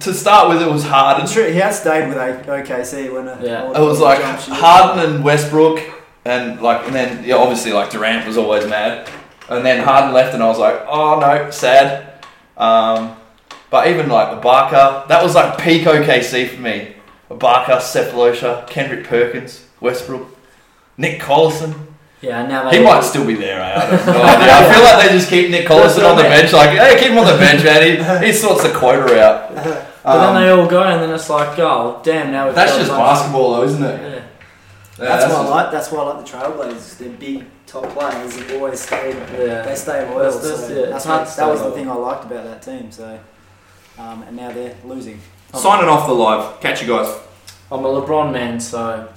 Speaker 2: To start with, it was Harden.
Speaker 5: It's true. He has stayed with O- OKC when a,
Speaker 4: Yeah.
Speaker 5: all-
Speaker 2: It was
Speaker 5: all
Speaker 2: like
Speaker 5: jump ship.
Speaker 2: Harden and Westbrook, and like, and then yeah, obviously like Durant was always mad, and then Harden left, and I was like, oh no, sad. Um, but even like Ibaka, that was like peak OKC for me. Ibaka, Seth Loescher, Kendrick Perkins, Westbrook, Nick Collison.
Speaker 4: yeah, now they
Speaker 2: He might still be there. eh? I have no idea. I feel like they just keep Nick Collison on the bench. Like, hey, keep him on the bench, man. He, he sorts the quota out.
Speaker 4: But
Speaker 6: Um,
Speaker 4: then they all go, and then it's like, oh damn, now we've
Speaker 6: that's
Speaker 4: got
Speaker 6: just
Speaker 4: a bunch
Speaker 6: basketball, though, isn't it?
Speaker 4: of- Yeah.
Speaker 6: Yeah,
Speaker 5: that's, why
Speaker 6: just-
Speaker 5: I like. That's why I like the Trailblazers. They're big top players. They always stay.
Speaker 4: Yeah.
Speaker 5: They stay loyal.
Speaker 4: That's- that's-
Speaker 5: so
Speaker 4: yeah,
Speaker 5: that's
Speaker 4: it's
Speaker 5: what,
Speaker 4: hard to
Speaker 5: that
Speaker 4: stay
Speaker 5: was the
Speaker 4: loyal.
Speaker 5: thing I liked about that team. So, um, and now they're losing.
Speaker 2: Signing off the live. Catch you guys.
Speaker 4: I'm a LeBron man, so.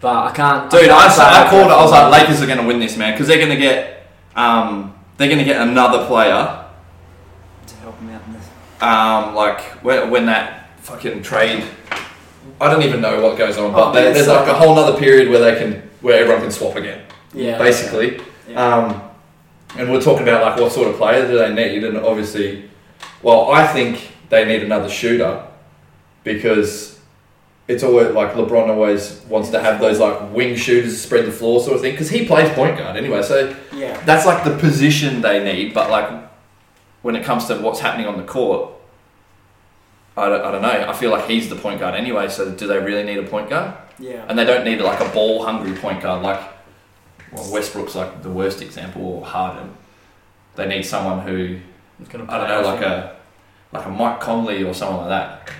Speaker 4: But I can't.
Speaker 2: Dude, I,
Speaker 4: can't say
Speaker 2: I called it. I was like, Lakers are going to win this, man, because they're going to get, um, they're going to get another player,
Speaker 5: to help them out in this.
Speaker 2: um, like when, when that fucking trade. I don't even know what goes on, but
Speaker 5: Oh,
Speaker 2: they,
Speaker 5: man,
Speaker 2: there's
Speaker 5: so-
Speaker 2: like a whole nother period where they can, where everyone can swap again,
Speaker 4: Yeah.
Speaker 2: basically.
Speaker 5: Yeah.
Speaker 2: Um, and we're talking about like what sort of player do they need, and obviously, well, I think they need another shooter because it's always like LeBron always wants to have those like wing shooters spread the floor sort of thing because he plays point guard anyway, so
Speaker 5: yeah.
Speaker 2: that's like the position they need. But like when it comes to what's happening on the court, I don't, I don't know. I feel like he's the point guard anyway, so do they really need a point guard?
Speaker 5: Yeah.
Speaker 2: And they don't need like a ball hungry point guard like well, Westbrook's like the worst example or Harden. They need someone who I don't know like a like a Mike Conley or someone like that,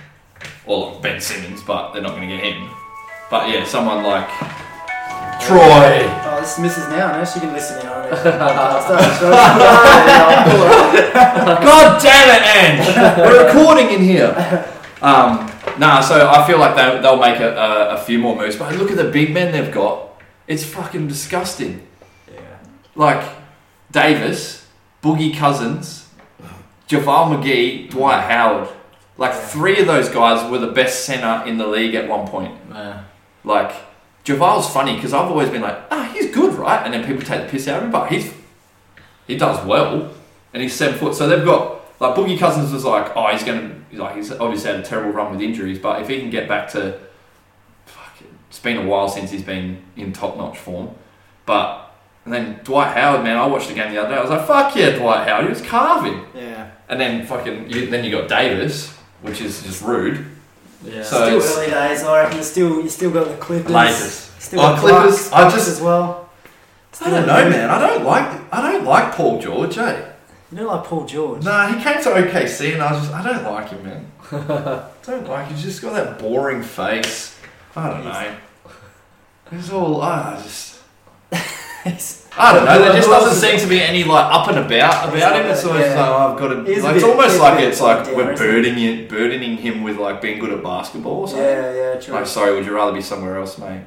Speaker 2: or like Ben Simmons, but they're not going to get him. But yeah, someone like Troy.
Speaker 5: Oh, this misses now. No, she can listen now. already. Podcast. Oh, yeah, cool.
Speaker 2: God damn it, Ange! We're recording in here. Um, nah, so I feel like they, they'll make a, a, a few more moves. But look at the big men they've got. It's fucking disgusting.
Speaker 5: Yeah.
Speaker 2: like Davis, Boogie Cousins, JaVale McGee, Dwight Howard. Like
Speaker 5: Yeah.
Speaker 2: three of those guys were the best center in the league at one point.
Speaker 4: Yeah.
Speaker 2: Like JaVale's funny because I've always been like, ah, he's good, right? And then people take the piss out of him, but he's he does well, and he's seven foot. So they've got like Boogie Cousins was like, oh, he's gonna he's like he's obviously had a terrible run with injuries, but if he can get back to, fuck, it- it's been a while since he's been in top notch form, but and then Dwight Howard, man, I watched the game the other day. I was like, fuck yeah, Dwight Howard, he was carving.
Speaker 5: Yeah.
Speaker 2: And then fucking you, then you got Davis, which is just rude.
Speaker 4: Yeah.
Speaker 2: So
Speaker 5: still
Speaker 2: it's-
Speaker 5: early days. I reckon. You still, you still got the Clippers.
Speaker 2: Lakers.
Speaker 5: Still
Speaker 2: Oh,
Speaker 5: got
Speaker 2: Clippers,
Speaker 5: Bucks,
Speaker 2: I
Speaker 5: Bucks
Speaker 2: just-
Speaker 5: as well.
Speaker 2: I don't know, man. I don't like I don't like Paul George, eh?
Speaker 5: You know, like Paul George.
Speaker 2: Nah, he came to OKC and I was just I don't like him, man. don't like. He's just got that boring face. I don't know. He's all ah, I just
Speaker 5: He's-
Speaker 2: I don't know. There just doesn't seem to be any like up and about
Speaker 5: He's
Speaker 2: about him.
Speaker 5: not
Speaker 2: It's
Speaker 5: that-
Speaker 2: always
Speaker 5: yeah.
Speaker 2: like oh, I've got to.
Speaker 5: He's a
Speaker 2: Like, it's
Speaker 5: bit-
Speaker 2: almost
Speaker 5: he's a
Speaker 2: like
Speaker 5: bit
Speaker 2: it's like
Speaker 5: down,
Speaker 2: we're
Speaker 5: isn't he?
Speaker 2: burdening it, burdening him with like being good at basketball or something.
Speaker 5: Yeah, yeah, true.
Speaker 2: Like, sorry, would you rather be somewhere else, mate?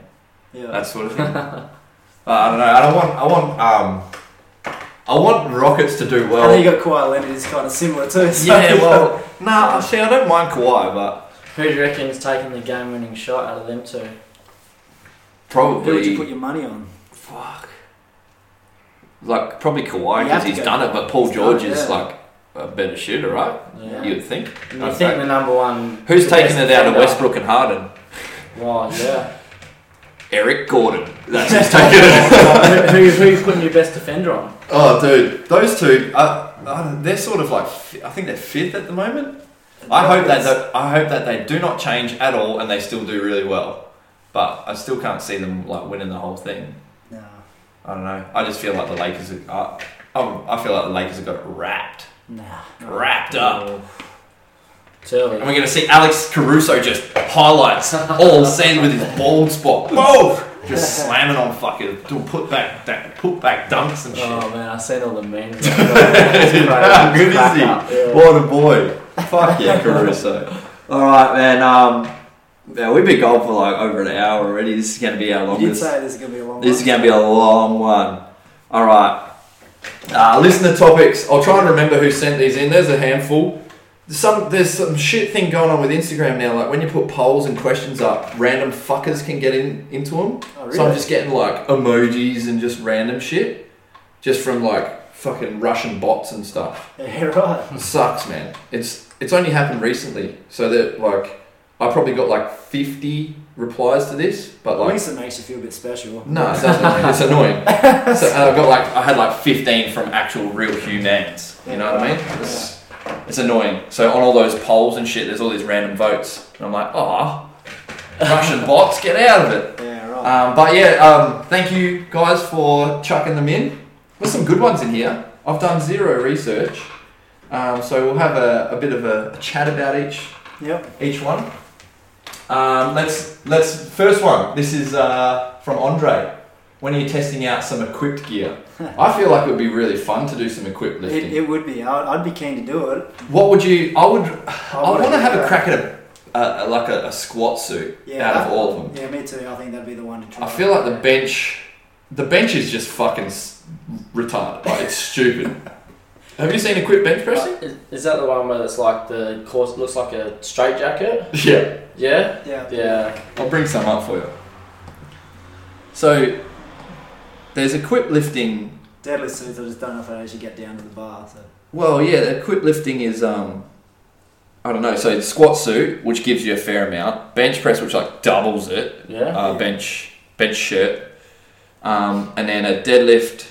Speaker 5: Yeah.
Speaker 2: that sort of thing. Uh, I don't know. I don't want. I want. Um, I want Rockets to do
Speaker 5: And then
Speaker 2: well.
Speaker 5: you got Kawhi Leonard. It's kind of similar too. So
Speaker 2: Yeah, well, nah. See, I don't mind Kawhi, but
Speaker 4: Who do you reckon's taking the game-winning shot out of them two?
Speaker 5: Who would you put
Speaker 2: probably
Speaker 5: your money on?
Speaker 2: fuck. Like probably Kawhi
Speaker 5: You
Speaker 2: because
Speaker 5: have to
Speaker 2: he's
Speaker 5: go.
Speaker 2: done it, but Paul
Speaker 5: He's done
Speaker 2: George
Speaker 5: it,
Speaker 2: is
Speaker 5: yeah.
Speaker 2: like a better shooter, right?
Speaker 4: Yeah.
Speaker 2: You'd think.
Speaker 4: And you think the number one?
Speaker 2: Who's
Speaker 4: the
Speaker 2: taking
Speaker 4: best
Speaker 2: it out of
Speaker 4: defender-
Speaker 2: Westbrook and Harden?
Speaker 4: Wow, yeah.
Speaker 2: Eric Gordon. That's who's taking it.
Speaker 4: who, who, who you putting your best defender on?
Speaker 2: Oh, dude, those two. Uh, uh, they're sort of like. fi- I think they're fifth at the moment. I hope that that- I hope that they do not change at all and they still do really well. But I still can't see them like winning the whole thing.
Speaker 5: No.
Speaker 2: I don't know. I just feel like the Lakers. Have, I, I'm, I feel like the Lakers have got it wrapped,
Speaker 5: Nah.
Speaker 2: wrapped up.
Speaker 4: Oh.
Speaker 2: And
Speaker 4: Too.
Speaker 2: we're gonna see Alex Caruso just highlights all sand with his bald spot. Whoa! Just slamming on fucking doing put back that put back dunks and shit.
Speaker 4: Oh man, I seen all the memes. It's crazy.
Speaker 2: How good is
Speaker 4: Crack
Speaker 2: he?
Speaker 4: up, yeah.
Speaker 2: What a boy. Fuck yeah, Caruso. Alright, man. Um, yeah, we've been going for like over an hour already. This is going to be our
Speaker 5: You did
Speaker 2: longest.
Speaker 5: say this is gonna be a long.
Speaker 2: This is
Speaker 5: one.
Speaker 2: going to be a long one. Alright. Uh, listener topics. I'll try and remember who sent these in. There's a handful. Some There's some shit thing going on with Instagram now. Like when you put polls and questions up, random fuckers can get in into them.
Speaker 5: Oh,
Speaker 2: So I'm
Speaker 5: really?
Speaker 2: just getting like emojis and just random shit, just from like fucking Russian bots and stuff.
Speaker 5: Yeah, right.
Speaker 2: It sucks, man. It's it's only happened recently, so that like I probably got like 50 replies to this, but
Speaker 5: At
Speaker 2: like
Speaker 5: least it makes you feel a bit special.
Speaker 2: no, it doesn't. man. it's annoying. So and I got like I had like 15 from actual real humans. You know what I mean? It's, it's annoying. So on all those polls and shit, there's all these random votes, and I'm like, ah, Russian bots, get out of it.
Speaker 5: Yeah,
Speaker 6: Uh,
Speaker 5: right.
Speaker 2: Um, but yeah, um, thank you guys for chucking them in. There's some good ones in here. I've done zero research, um, so we'll have a, a bit of a, a chat about each
Speaker 5: Yep.
Speaker 6: each one. Um, let's let's first one. This is uh, from Andre. When are you testing out some equipped gear? I feel like it would be really fun to do some equipped lifting.
Speaker 5: It, it would be. I'd, I'd be keen to do it.
Speaker 6: what would you? I would. I
Speaker 5: would
Speaker 6: want to have
Speaker 5: do
Speaker 6: a
Speaker 5: it.
Speaker 6: crack at a, a, a like a, a squat suit
Speaker 5: Yeah.
Speaker 6: out of all of them.
Speaker 5: Yeah, me too. I think that'd be the one to try.
Speaker 6: I feel like the bench, the bench is just fucking s- retarded. Like it's stupid. Have you seen equipped bench pressing?
Speaker 4: Is, is that the one where it's like the course looks like a straight jacket?
Speaker 6: Yeah,
Speaker 4: Yeah?
Speaker 5: Yeah.
Speaker 4: Yeah.
Speaker 6: I'll bring some up for you.
Speaker 2: So there's equipped lifting.
Speaker 5: Deadlift suits. I just don't know if I'd actually get down to the bar. So.
Speaker 2: Well, yeah, equipped lifting is um, I don't know. So it's squat suit, which gives you a fair amount, bench press, which like doubles it,
Speaker 4: Yeah?
Speaker 2: uh, bench bench shirt, um, and then a deadlift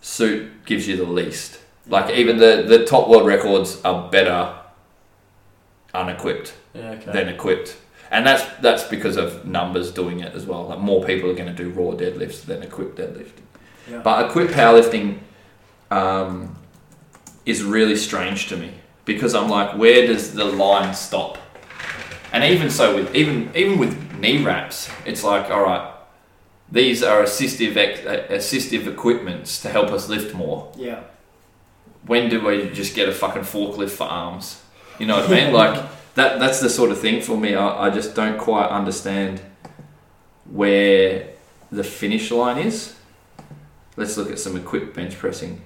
Speaker 2: suit gives you the least. Like even the the top world records are better unequipped.
Speaker 4: Yeah, okay.
Speaker 2: Then equipped. And that's that's because of numbers doing it as well. Like more people are going to do raw deadlifts than equipped deadlifting.
Speaker 5: Yeah.
Speaker 2: But equipped powerlifting um, is really strange to me because I'm like, where does the line stop? And even so, with even even with knee wraps, it's like, all right, these are assistive ex- uh, assistive equipments to help us lift more.
Speaker 5: Yeah.
Speaker 2: When do we just get a fucking forklift for arms? You know what I mean? Like that that's the sort of thing for me I, I just don't quite understand where the finish line is let's look at some equipped bench pressing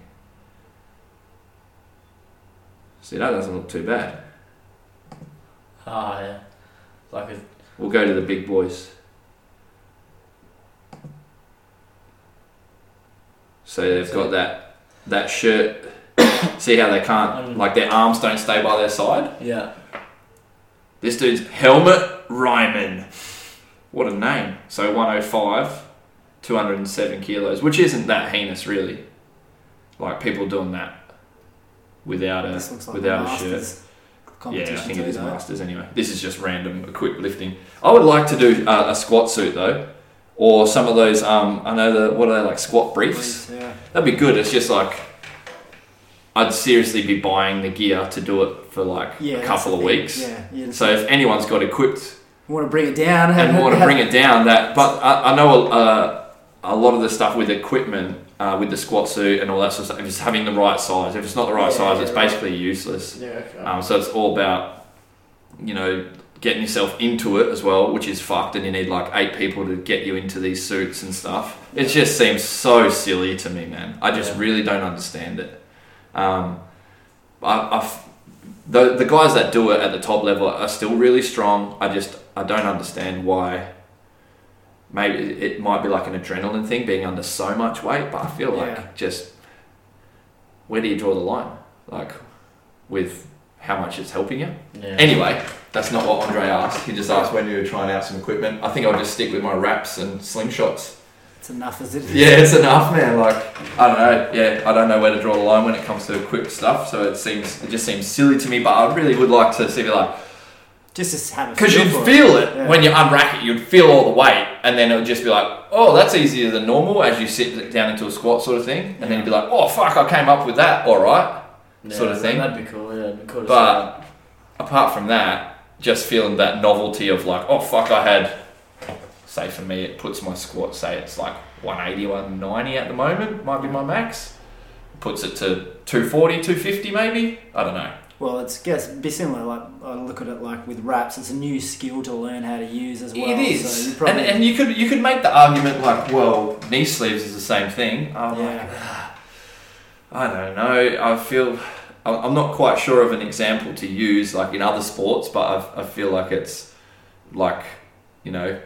Speaker 2: see that doesn't look too bad
Speaker 4: Ah, yeah. Like a,
Speaker 2: we'll go to the big boys so they've got that that shirt see how they can't like their arms don't stay by their side
Speaker 4: yeah.
Speaker 2: This dude's Helmut Ryman. What a name. So 105, 207 kilos, which isn't that heinous, really. Like people doing that without a
Speaker 5: This looks like
Speaker 2: Uh, without
Speaker 5: a
Speaker 2: a shirt.
Speaker 5: masters
Speaker 2: Yeah,
Speaker 5: competition.
Speaker 2: I think it
Speaker 5: too,
Speaker 2: is
Speaker 5: though.
Speaker 2: masters anyway. This is just random equipped lifting. I would like to do uh, a squat suit though, or some of those. Um, I know the what are they like squat briefs.
Speaker 5: Yeah.
Speaker 2: That'd be good. It's just like I'd seriously be buying the gear to do it for like a
Speaker 5: Yeah, that's
Speaker 2: couple
Speaker 5: the
Speaker 2: of
Speaker 5: thing.
Speaker 2: weeks.
Speaker 5: Yeah. You
Speaker 2: So if anyone's got equipped
Speaker 5: want to bring it down.
Speaker 2: and want to bring it down. That, but I, I know uh, a lot of the stuff with equipment, uh, with the squat suit and all that sort of stuff. If it's having the right size, if it's not the right
Speaker 4: Yeah,
Speaker 2: size,
Speaker 4: yeah,
Speaker 2: it's
Speaker 4: right.
Speaker 2: basically useless.
Speaker 4: Yeah, okay.
Speaker 2: Um, so it's all about, you know, getting yourself into it as well, which is fucked, and you need like eight people to get you into these suits and stuff. It just seems so silly to me, man. I just
Speaker 4: Yeah.
Speaker 2: really don't understand it. Um, I, I f- the the guys that do it at the top level are still really strong. I just I don't understand why. Maybe it- it might be like an adrenaline thing, being under so much weight. But I feel like
Speaker 5: Yeah.
Speaker 2: just where do you draw the line? Like with how much it's helping you.
Speaker 4: yeah.
Speaker 2: Anyway, that's not what Andre asked. He just asked when you were trying out some equipment. I think I'll just stick with my wraps and slingshots.
Speaker 5: It's enough as it is.
Speaker 2: Yeah, it's enough, man. Like I don't know. Yeah, I don't know where to draw the line when it comes to equipped stuff. So it seems it just seems silly to me. But I really would like to see like
Speaker 5: Just to have a
Speaker 2: because you'd
Speaker 5: for
Speaker 2: feel it
Speaker 5: Yeah.
Speaker 2: when you unrack it. You'd feel all the weight, and then it would just be like, oh, that's easier than normal as you sit down into a squat sort of thing. And then you'd be like, oh fuck, I came up with that. All right.
Speaker 4: Yeah,
Speaker 2: sort of thing.
Speaker 4: That'd be cool, yeah. It'd be cool to see.
Speaker 2: But apart from that, just feeling that novelty of like, oh fuck, I had. Say for me, it puts my squat. Say it's like 180, 190 at the moment. Might be my max. Puts it to 240, 250 maybe. I don't know.
Speaker 5: Well, it's guess it'd be similar. Like I look at it like with wraps, it's a new skill to learn how to use as well.
Speaker 2: it
Speaker 5: So
Speaker 2: is,
Speaker 5: you probably,
Speaker 2: and, and you could you could make the argument like, well, knee sleeves is the same thing. I'm like,
Speaker 5: Oh, yeah,
Speaker 2: I don't know. I feel I'm I'm not quite sure of an example to use like in other sports, but I, I feel like it's like you know,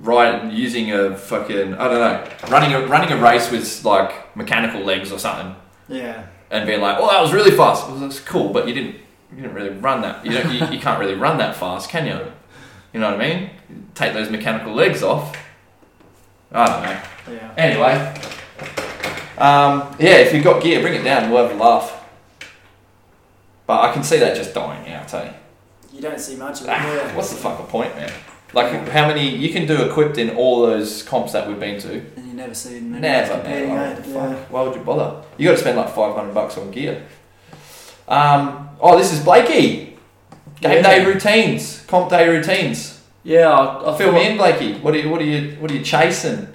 Speaker 2: right using a fucking I don't know, running a running a race with like mechanical legs or something,
Speaker 5: yeah,
Speaker 2: and being like, oh, that was really fast. Well, that's cool, but you didn't you didn't really run that. You don't, you, you can't really run that fast, can you? You know what I mean? Take those mechanical legs off. I don't know.
Speaker 5: yeah.
Speaker 2: Anyway, um, yeah, if you've got gear, bring it down. We'll have a laugh. But I can see that just dying out, eh?
Speaker 5: You don't see much of it.
Speaker 2: Ah,
Speaker 5: yeah.
Speaker 2: what's the fucking point, man? Like, how many you can do equipped in all those comps that we've been to?
Speaker 5: And you never see it. in anyone's
Speaker 2: Never, man.
Speaker 5: competing,
Speaker 2: Like,
Speaker 5: eh?
Speaker 2: fuck,
Speaker 5: Yeah.
Speaker 2: Why would you bother? You got to spend like five hundred bucks on gear. Um, oh, this is Blakey.
Speaker 8: Yeah.
Speaker 2: Game day routines, comp day routines.
Speaker 4: Yeah, I, I
Speaker 2: Fill
Speaker 4: feel
Speaker 2: me in, Blakey. What are you? What are you? What are you chasing?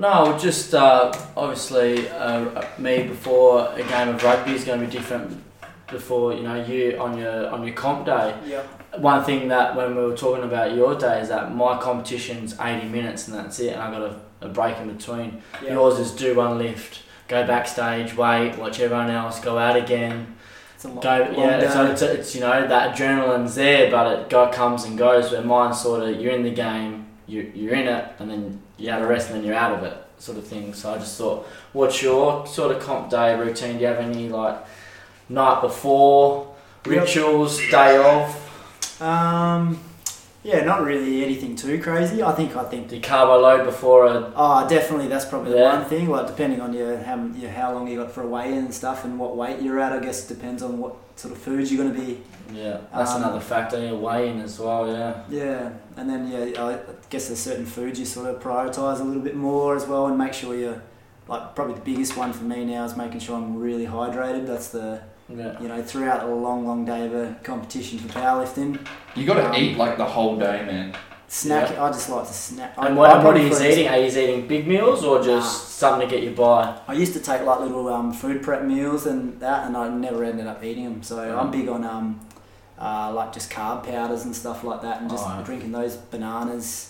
Speaker 4: No, just uh, obviously uh, me before a game of rugby is going to be different. Before you know you on your on your comp day.
Speaker 5: Yeah.
Speaker 4: One thing that when we were talking about your day is that my competition's eighty minutes and that's it, and I got a, a break in between. Yours is do one lift, go backstage, wait, watch everyone else, go out again,
Speaker 5: It's a long,
Speaker 4: go.
Speaker 5: long
Speaker 4: yeah,
Speaker 5: day.
Speaker 4: so it's, it's you know that adrenaline's there, but it go, comes and goes. Where mine's sort of you're in the game, you you're in it, and then you have a rest, and then you're out of it, sort of thing. So I just thought, what's your sort of comp day routine? Do you have any like night before
Speaker 5: Yep.
Speaker 4: rituals, day off?
Speaker 5: Um, yeah, not really anything too crazy. I think I think.
Speaker 4: Do you carbo load before a
Speaker 5: Oh, definitely. That's probably
Speaker 4: Yeah.
Speaker 5: the one thing. Like depending on your how your, how long you got for a weigh in and stuff, and what weight you're at. I guess it depends on what sort of foods you're going to be.
Speaker 4: yeah? That's
Speaker 5: Um,
Speaker 4: another factor. Your weigh in as well, yeah.
Speaker 5: Yeah, and then yeah, I guess there's certain foods you sort of prioritize a little bit more as well, and make sure you're like probably the biggest one for me now is making sure I'm really hydrated. That's the
Speaker 4: Yeah.
Speaker 5: you know throughout a long long day of a competition for powerlifting.
Speaker 6: You gotta
Speaker 5: Um,
Speaker 6: eat like the whole day, man.
Speaker 5: Snack. I just like to snack. I-
Speaker 4: And what,
Speaker 5: I
Speaker 4: and what are
Speaker 5: probably
Speaker 4: you
Speaker 5: prefer-
Speaker 4: eating? Are you eating big meals or just something to get you by?
Speaker 5: I used to take like little um, food prep meals and that, and I never ended up eating them. So
Speaker 2: Mm.
Speaker 5: I'm big on um, uh, like just carb powders and stuff like that, and just
Speaker 4: Oh, yeah.
Speaker 5: drinking those bananas.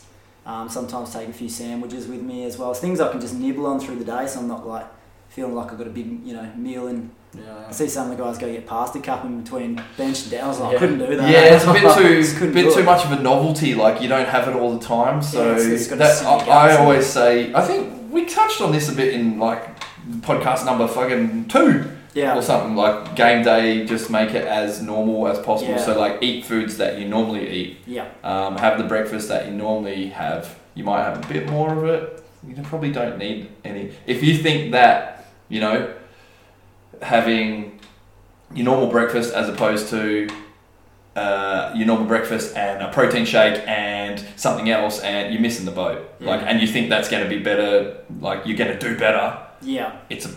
Speaker 5: Um, sometimes take a few sandwiches with me as well. It's things I can just nibble on through the day, so I'm not like feeling like I've got a big you know meal. And I
Speaker 4: Yeah.
Speaker 5: see some of the guys go get pasta cup in between bench and down. I was like,
Speaker 4: Yeah.
Speaker 5: I couldn't do that.
Speaker 2: Yeah, it's a bit
Speaker 5: Just
Speaker 2: too
Speaker 5: couldn't
Speaker 2: bit
Speaker 5: do
Speaker 2: too
Speaker 5: it.
Speaker 2: much of a novelty. Like you don't have it all the time, so
Speaker 5: Yeah, it's- it's gotta
Speaker 2: that,
Speaker 5: sit in your
Speaker 2: I, I
Speaker 5: guts.
Speaker 2: always say. I think we touched on this a bit in like podcast number fucking two
Speaker 5: Yeah,
Speaker 2: or something. Like game day, just make it as normal as possible.
Speaker 5: Yeah.
Speaker 2: So like eat foods that you normally eat.
Speaker 5: yeah,
Speaker 2: Um, have the breakfast that you normally have. You might have a bit more of it. You probably don't need any. If you think that, you know, having your normal breakfast as opposed to uh, your normal breakfast and a protein shake and something else, and you're missing the boat. Like, and you think that's going to be better. Like, you're going to do better.
Speaker 5: yeah,
Speaker 2: It's a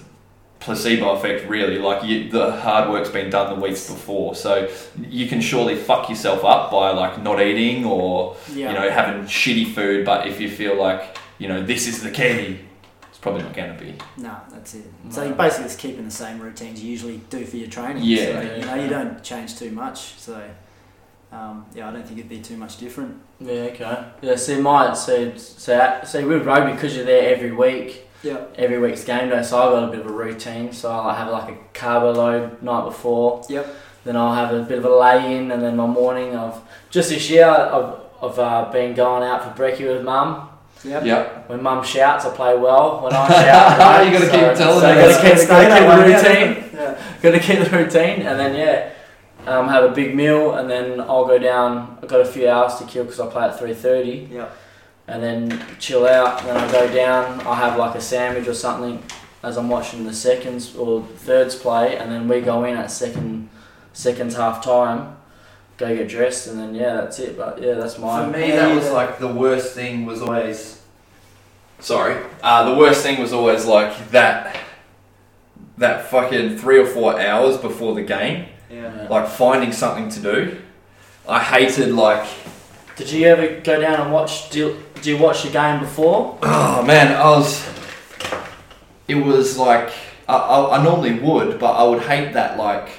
Speaker 2: placebo effect, really. Like, you, the hard work's been done the weeks before, so you can surely fuck yourself up by like not eating or
Speaker 5: yeah.
Speaker 2: you know, having shitty food, but if you feel like, you know, this is the key, it's probably not going to be.
Speaker 5: No, that's it. So
Speaker 4: No.
Speaker 5: you're basically just keeping the same routines you usually do for your training.
Speaker 2: Yeah.
Speaker 5: So, you
Speaker 4: Yeah.
Speaker 5: know, you don't change too much. So, um, yeah, I don't think it'd be too much different.
Speaker 4: Yeah, okay. Yeah, see, mine, so, so, so with rugby, because you're there every week,
Speaker 5: Yeah.
Speaker 4: every week's game day, so I've got a bit of a routine. So I'll have like a carbo load night before.
Speaker 5: Yep.
Speaker 4: Then I'll have a bit of a lay in, and then my morning, I've just this year, I've, I've uh, been going out for brekkie with mum.
Speaker 5: Yep.
Speaker 2: Yeah.
Speaker 4: When mum shouts, I play well. When I shout, I
Speaker 2: You
Speaker 4: don't.
Speaker 2: gotta
Speaker 4: so,
Speaker 2: keep telling
Speaker 4: so
Speaker 2: her
Speaker 4: I gotta
Speaker 2: that.
Speaker 4: keep, gotta keep the routine.
Speaker 5: Yeah.
Speaker 4: Gotta keep the routine, and then yeah, um, have a big meal, and then I'll go down. I've got a few hours to kill because I play at three thirty
Speaker 5: Yeah.
Speaker 4: and then chill out. Then I go down. I have like a sandwich or something as I'm watching the seconds or thirds play, and then we go in at second seconds half time. Go get dressed, and then yeah, that's it. But yeah, that's
Speaker 6: For
Speaker 4: my
Speaker 6: me, that was like the worst thing was always. Sorry, uh, the worst thing was always like that. That fucking three or four hours before the game,
Speaker 5: Yeah.
Speaker 6: like finding something to do. I hated like
Speaker 4: Did you ever go down and watch? Do you, do you watch the game before?
Speaker 6: Oh man, I was. It was like I, I, I normally would, but I would hate that. Like,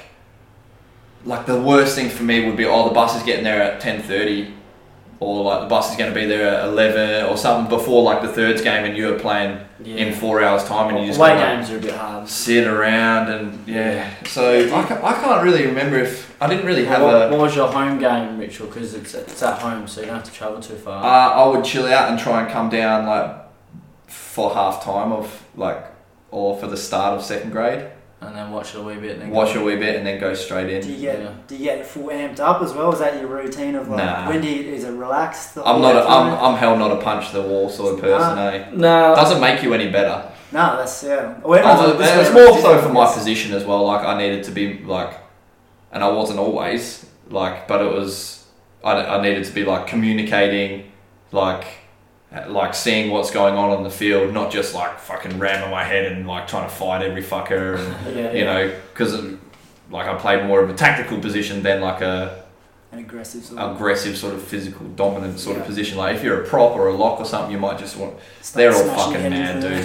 Speaker 6: like the worst thing for me would be, oh, the bus is getting there at ten thirty, or like the bus is going to be there at eleven or something before like the thirds game, and you were playing in four hours time, and you just
Speaker 4: Away
Speaker 6: kinda
Speaker 4: games are a bit hard.
Speaker 6: sit around and yeah. So I, ca- I can't really remember if I didn't really have
Speaker 4: what,
Speaker 6: a.
Speaker 4: what was your home game ritual? Because it's it's at home, so you don't have to travel too
Speaker 6: Uh,
Speaker 4: far.
Speaker 6: I would chill out and try and come down like for half time of like or for the start of second grade.
Speaker 4: and then watch it a wee bit. And then
Speaker 6: wash a wee bit and then go straight
Speaker 5: Do
Speaker 6: in.
Speaker 5: you get
Speaker 4: Yeah.
Speaker 5: do you get full amped up as well? Is that your routine of like
Speaker 6: Nah.
Speaker 5: when do you, is it relaxed? the
Speaker 6: I'm
Speaker 5: whole
Speaker 6: not. A,
Speaker 5: time?
Speaker 6: I'm, I'm hell not a punch the wall sort of person. Eh?
Speaker 4: No,
Speaker 6: Doesn't make you any better.
Speaker 5: No, that's yeah. Well, everyone's
Speaker 6: I
Speaker 5: like
Speaker 6: was-
Speaker 5: this
Speaker 6: and it's
Speaker 5: way.
Speaker 6: more so for my position as well. Like I needed to be like, and I wasn't always like, but it was. I, I needed to be like communicating, like, like seeing what's going on on the field, not just like fucking ramming my head and like trying to fight every fucker and
Speaker 4: yeah,
Speaker 6: you know because like I played more of a tactical position than like a
Speaker 5: an aggressive sort of.
Speaker 2: aggressive sort of physical dominant sort of position. Like if you're a prop or a lock or something, you might just want
Speaker 5: start
Speaker 2: they're all
Speaker 5: smashing
Speaker 2: fucking
Speaker 5: head
Speaker 2: mad
Speaker 5: into it.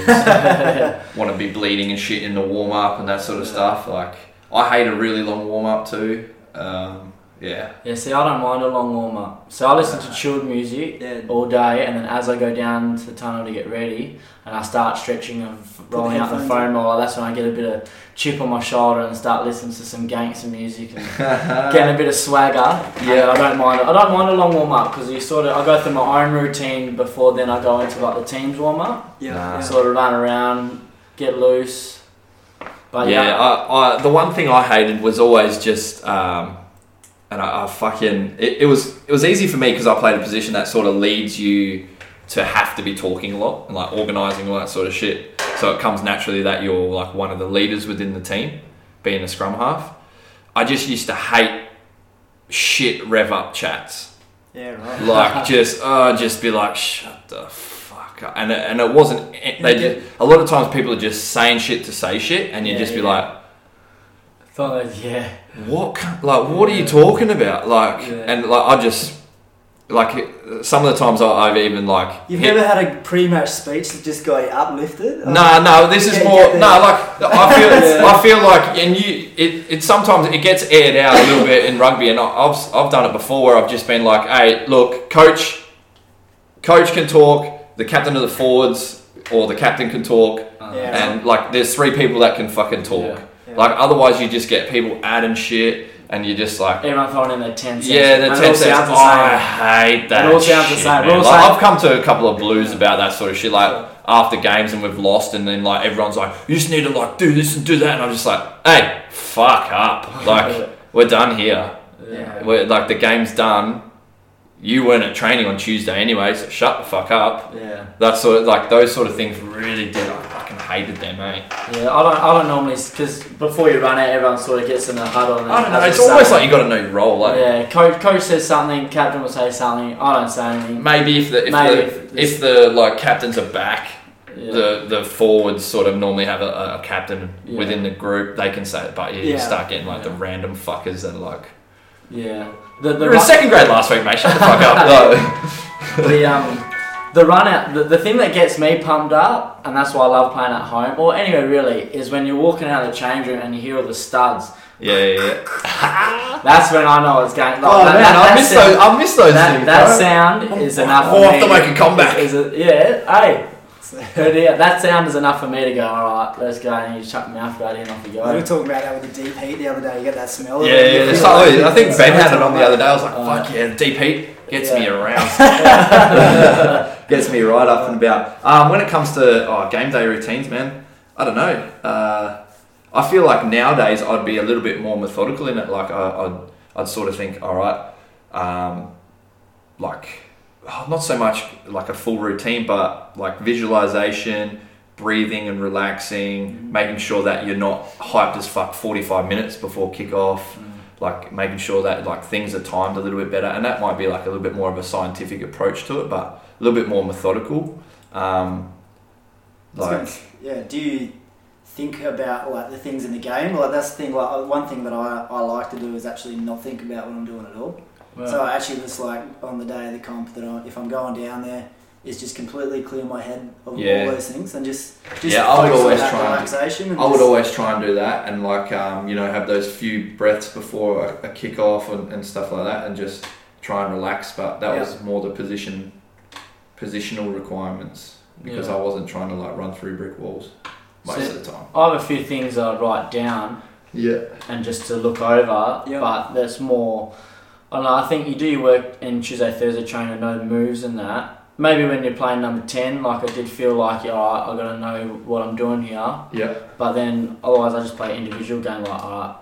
Speaker 2: dudes. want to be bleeding and shit in the warm up and that sort of stuff. Like I hate a really long warm up too. Um, yeah,
Speaker 4: Yeah, see, I don't mind a long warm up. So I listen to chilled music
Speaker 5: Yeah.
Speaker 4: all day, and then as I go down to the tunnel to get ready, and I start stretching and f- rolling out the
Speaker 5: headphones
Speaker 4: foam roller, that's when I get a bit of chip on my shoulder and start listening to some gangster music and getting a bit of swagger. Yeah, I don't mind. it. I don't mind a long warm up because you sort of I go through my own routine before then I go into like the team's warm up,
Speaker 5: Yeah.
Speaker 2: Nah.
Speaker 5: yeah.
Speaker 4: sort of run around, get loose. But
Speaker 2: yeah.
Speaker 4: yeah,
Speaker 5: uh,
Speaker 2: I, I, the one thing I hated was always just, um, and I, I fucking it, it was it was easy for me because I played a position that sort of leads you to have to be talking a lot and like organising all that sort of shit. So it comes naturally that you're like one of the leaders within the team, being a scrum half. I just used to hate shit rev up chats
Speaker 5: Yeah, right.
Speaker 2: like just uh, just be like shut the fuck up and it, and it wasn't they
Speaker 5: Yeah.
Speaker 2: just, a lot of times people are just saying shit to say shit and you
Speaker 5: Yeah,
Speaker 2: just be
Speaker 5: yeah.
Speaker 2: like
Speaker 4: thought that- yeah.
Speaker 2: what ca- like what are you talking about like
Speaker 4: Yeah.
Speaker 2: and like I just like it- some of the times I, I've even like
Speaker 5: You've
Speaker 2: hit-
Speaker 5: never had a pre-match speech that just got you uplifted?
Speaker 2: no, no, this is
Speaker 5: Yeah,
Speaker 2: more
Speaker 5: yeah,
Speaker 2: no.
Speaker 5: yeah.
Speaker 2: Like I feel, I feel like, and you, it, it sometimes it gets aired out a little bit in rugby, and I- I've I've done it before where I've just been like, hey, look, coach, coach can talk, the captain of the forwards or the captain can talk,
Speaker 5: Yeah.
Speaker 2: Uh, and like there's three people that can fucking talk.
Speaker 5: Yeah.
Speaker 2: Like otherwise, you just get people adding shit, and you're just like.
Speaker 4: Everyone throwing in their 10 cents.
Speaker 2: Yeah, the
Speaker 4: And it
Speaker 2: ten ah.
Speaker 4: all
Speaker 2: cents.
Speaker 4: sounds the
Speaker 2: I
Speaker 4: same.
Speaker 2: hate that.
Speaker 4: It all sounds the
Speaker 2: shit,
Speaker 4: same. It
Speaker 2: man.
Speaker 4: all
Speaker 2: Like,
Speaker 4: sounds-
Speaker 2: I've come to a couple of blues about that sort of shit. Like after games and we've lost, and then like everyone's like, "You just need to like do this and do that," and I'm just like, "Hey, fuck up! Like we're done here.
Speaker 4: Yeah.
Speaker 2: We're like the game's done. You weren't at training on Tuesday anyway, so shut the fuck up."
Speaker 4: Yeah.
Speaker 2: That sort of like those sort of things really did. I fucking hated them, eh?
Speaker 4: Yeah, I don't, I don't normally because before you run it, everyone sort of gets in the huddle. And
Speaker 2: I don't know.
Speaker 4: has
Speaker 2: It's
Speaker 4: a say.
Speaker 2: almost like you got to know your role. Like
Speaker 4: yeah, coach, coach says something, captain will say something. I don't say anything.
Speaker 2: maybe if the if
Speaker 4: Maybe if
Speaker 2: the
Speaker 4: this-
Speaker 2: if the like captains are back,
Speaker 4: Yeah.
Speaker 2: the the forwards sort of normally have a, a captain
Speaker 4: Yeah.
Speaker 2: within the group. They can say it, but yeah, you
Speaker 5: Yeah.
Speaker 2: start getting like the
Speaker 4: Yeah.
Speaker 2: random fuckers that are like.
Speaker 4: yeah, the
Speaker 2: We
Speaker 4: the,
Speaker 2: were in
Speaker 4: run,
Speaker 2: second grade last week, mate. Shut the fuck up. Like,
Speaker 4: the um the run out the, the thing that gets me pumped up, and that's why I love playing at home or anywhere really, is when you're walking out of the change room and you hear all the studs.
Speaker 2: yeah, yeah, yeah.
Speaker 4: That's when I know it's going.
Speaker 5: Oh,
Speaker 4: that-
Speaker 5: man,
Speaker 4: that-
Speaker 2: I
Speaker 4: that
Speaker 2: miss
Speaker 4: sound-
Speaker 2: those. I miss those
Speaker 4: That,
Speaker 2: things.
Speaker 4: that
Speaker 2: bro.
Speaker 4: sound is enough.
Speaker 2: Oh,
Speaker 4: for
Speaker 2: I have to
Speaker 4: me.
Speaker 2: make a comeback.
Speaker 4: Is it, yeah, hey.
Speaker 5: Oh,
Speaker 4: Heard it. That sound is enough for me to go, alright, let's go. And you chuck me off right in, off you
Speaker 5: We were
Speaker 4: go.
Speaker 5: talking about that with the deep heat the other day. You get that smell.
Speaker 2: yeah,
Speaker 5: of it.
Speaker 2: yeah.
Speaker 5: You
Speaker 2: it's
Speaker 5: feel
Speaker 2: like-
Speaker 5: like-
Speaker 2: I think
Speaker 5: it's
Speaker 2: Ben had
Speaker 5: like-
Speaker 2: it on the other day. I was like,
Speaker 4: Uh,
Speaker 2: "Fuck yeah, deep heat gets me
Speaker 4: yeah.
Speaker 2: around, gets me right up and about." Um, when it comes to oh, game day routines, man, I don't know. Uh, I feel like nowadays I'd be a little bit more methodical in it. Like I, I'd, I'd sort of think, all right, um, like oh, not so much like a full routine, but like visualization, breathing and relaxing, making sure that you're not hyped as fuck 45 minutes before kickoff. Like making sure that like things are timed a little bit better, and that might be like a little bit more of a scientific approach to it, but a little bit more methodical. Um, like
Speaker 5: yeah, do you think about like the things in the game? Like that's the thing. Like uh, one thing that I, I like to do is actually not think about what I'm doing at all. So I actually just like on the day of the comp that I, if I'm going down there, is just completely clear my head of
Speaker 2: Yeah.
Speaker 5: all those things and just just
Speaker 2: Yeah, I would always
Speaker 5: focus on that
Speaker 2: try and-
Speaker 5: relaxation. And
Speaker 2: I would
Speaker 5: just-
Speaker 2: always try and do that, and like um, you know, have those few breaths before a, a kick off and, and stuff like that, and just try and relax. But that
Speaker 5: Yeah.
Speaker 2: was more the position, positional requirements because
Speaker 4: Yeah.
Speaker 2: I wasn't trying to like run through brick walls most
Speaker 4: So-
Speaker 2: of the time.
Speaker 4: I have a few things that I write down
Speaker 2: Yeah,
Speaker 4: and just to look over,
Speaker 5: Yeah.
Speaker 4: but that's more. I don't know, I think you do your work in Tuesday, Thursday training, no moves and that. Maybe when you're playing number 10, like I did feel like, yeah, alright, i got to know what I'm doing here.
Speaker 2: yeah,
Speaker 4: But then otherwise, I just play individual game, like, alright,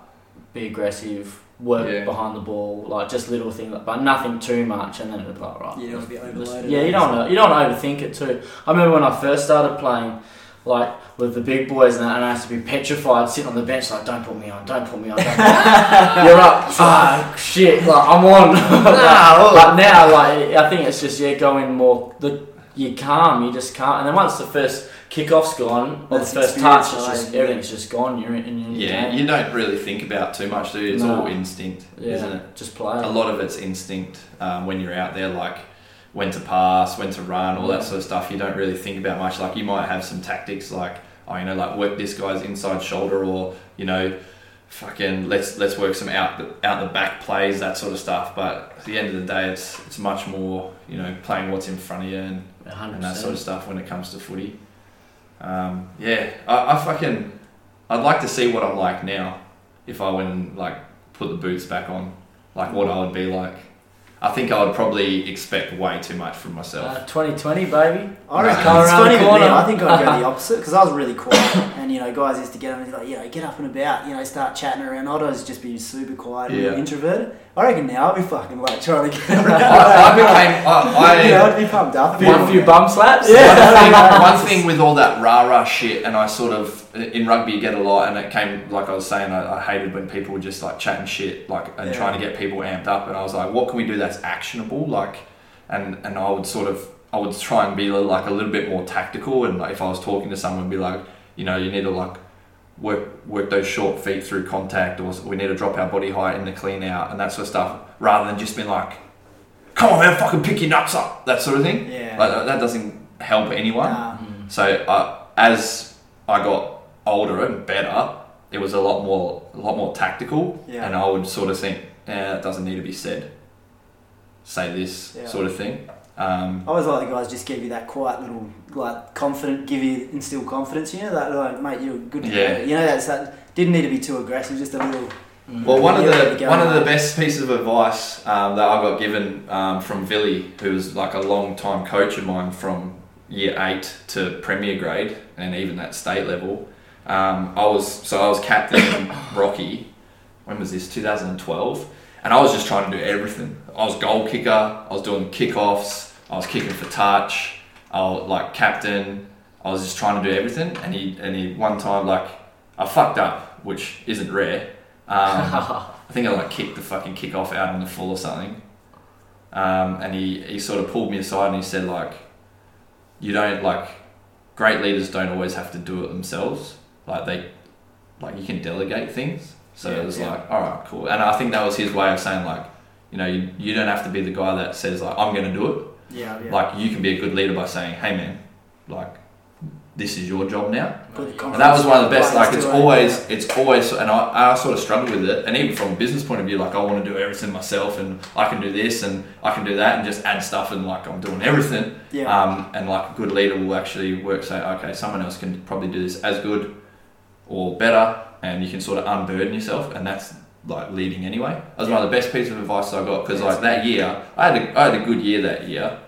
Speaker 4: be aggressive, work
Speaker 2: Yeah.
Speaker 4: behind the ball, like just little things, but nothing too much, and then it'd be like, right.
Speaker 5: Yeah, it would be overloaded.
Speaker 4: Yeah, you don't wanna, you don't wanna overthink it too. I remember when I first started playing, like with the big boys, and, that, and I used to be petrified sitting on the bench, like don't put me on, don't put me on. Don't put me on. You're
Speaker 5: Uh,
Speaker 4: up, ah shit, like I'm on. but, but now, like I think it's just yeah, going more the you calm. You just can't. And then once the first kickoff's gone, or the
Speaker 5: That's
Speaker 4: first touch,
Speaker 5: experience,
Speaker 4: it's just,
Speaker 5: right?
Speaker 4: everything's just gone. You're in. and You're in the
Speaker 2: Yeah,
Speaker 4: game.
Speaker 2: you don't really think about too much, do you? It's
Speaker 4: No.
Speaker 2: all instinct,
Speaker 4: yeah.
Speaker 2: isn't it?
Speaker 4: Just play.
Speaker 2: A lot of it's instinct um, when you're out there, like when to pass, when to run, all that sort of stuff. You don't really think about much. Like you might have some tactics, like oh, you know, like work this guy's inside shoulder, or you know, fucking let's let's work some out the, out the back plays, that sort of stuff. But at the end of the day, it's it's much more you know playing what's in front of you and and that sort of
Speaker 4: 100%.
Speaker 2: stuff when it comes to footy. Um, yeah, I, I fucking I'd like to see what I'm like now if I went and like put the boots back on, like what I would be like. I think I would probably expect way too much from myself.
Speaker 4: Uh, 2020, baby.
Speaker 5: I
Speaker 2: Nah.
Speaker 5: reckon
Speaker 4: Come
Speaker 5: it's
Speaker 4: around
Speaker 5: funny
Speaker 4: the
Speaker 5: with me.
Speaker 4: corner.
Speaker 5: I think I'd go the opposite because I was really quiet, and you know, guys used to get on and be like, you know, get up and about, you know, start chatting around. I'd always just be super quiet and
Speaker 2: Yeah.
Speaker 5: introverted. I reckon now I'd be fucking like trying to get around.
Speaker 2: I, I became I, I
Speaker 5: you know, I'd be pumped up.
Speaker 4: One few bum slaps.
Speaker 5: Yeah.
Speaker 2: one, thing, one thing with all that rah rah shit, and I sort of in rugby you get a lot, and it came like I was saying, I, I hated when people were just like chatting shit, like and
Speaker 5: Yeah.
Speaker 2: trying to get people amped up, and I was like, what can we do that's actionable, like, and and I would sort of I would try and be like a little bit more tactical, and like, if I was talking to someone, be like, you know, you need to like work work those short feet through contact, or we need to drop our body height in the clean out, and that sort of stuff, rather than just being like, come on man, fucking pick your nuts up, that sort of thing.
Speaker 5: Yeah.
Speaker 2: Like, that- that doesn't help anyone.
Speaker 5: Nah.
Speaker 2: So uh, as I got older and better, it was a lot more, a lot more tactical,
Speaker 5: Yeah.
Speaker 2: and I would sort of think, eh, it doesn't need to be said. Say this
Speaker 5: Yeah.
Speaker 2: sort of thing. Um,
Speaker 5: I always like the guys just give you that quiet little, like, confident, give you, instill confidence, you know, that, like, mate, you're good to
Speaker 2: Yeah.
Speaker 5: go. You know, that's that, didn't need to be too aggressive, just a little.
Speaker 4: Mm.
Speaker 2: well, one of
Speaker 5: Yeah, there we
Speaker 2: the
Speaker 5: go.
Speaker 2: one of the best pieces of advice um, that I got given um, from Villy, who was like a long time coach of mine from year eight to premier grade and even at state level. Um, I was so I was captain Rocky. When was this? 2012, and I was just trying to do everything. I was goal kicker. I was doing kickoffs. I was kicking for touch. I was like captain. I was just trying to do everything. And he and he one time like I fucked up, which isn't rare. Um, I think I like kicked the fucking kickoff out on the full or something. Um, and he, he sort of pulled me aside and he said like, you don't like, great leaders don't always have to do it themselves. Like they, like you can delegate things. So
Speaker 5: Yeah,
Speaker 2: it was
Speaker 5: yeah.
Speaker 2: like, all right, cool. And I think that was his way of saying like, you know, you, you don't have to be the guy that says like, I'm going to do it
Speaker 5: Yeah, yeah.
Speaker 2: like you can be a good leader by saying hey man like this is your job now
Speaker 5: Put the
Speaker 2: and that was one of the
Speaker 5: confidence
Speaker 2: best like
Speaker 5: into
Speaker 2: it's
Speaker 5: it,
Speaker 2: always it's always and I, I sort of struggled with it and even from a business point of view like I want to do everything myself and I can do this and I can do that and just add stuff and like I'm doing everything
Speaker 5: Yeah.
Speaker 2: um, and like a good leader will actually work say okay someone else can probably do this as good or better and you can sort of unburden yourself and that's like leading anyway that was one of the best pieces of advice I got because like that year I had, a, I had a good year that year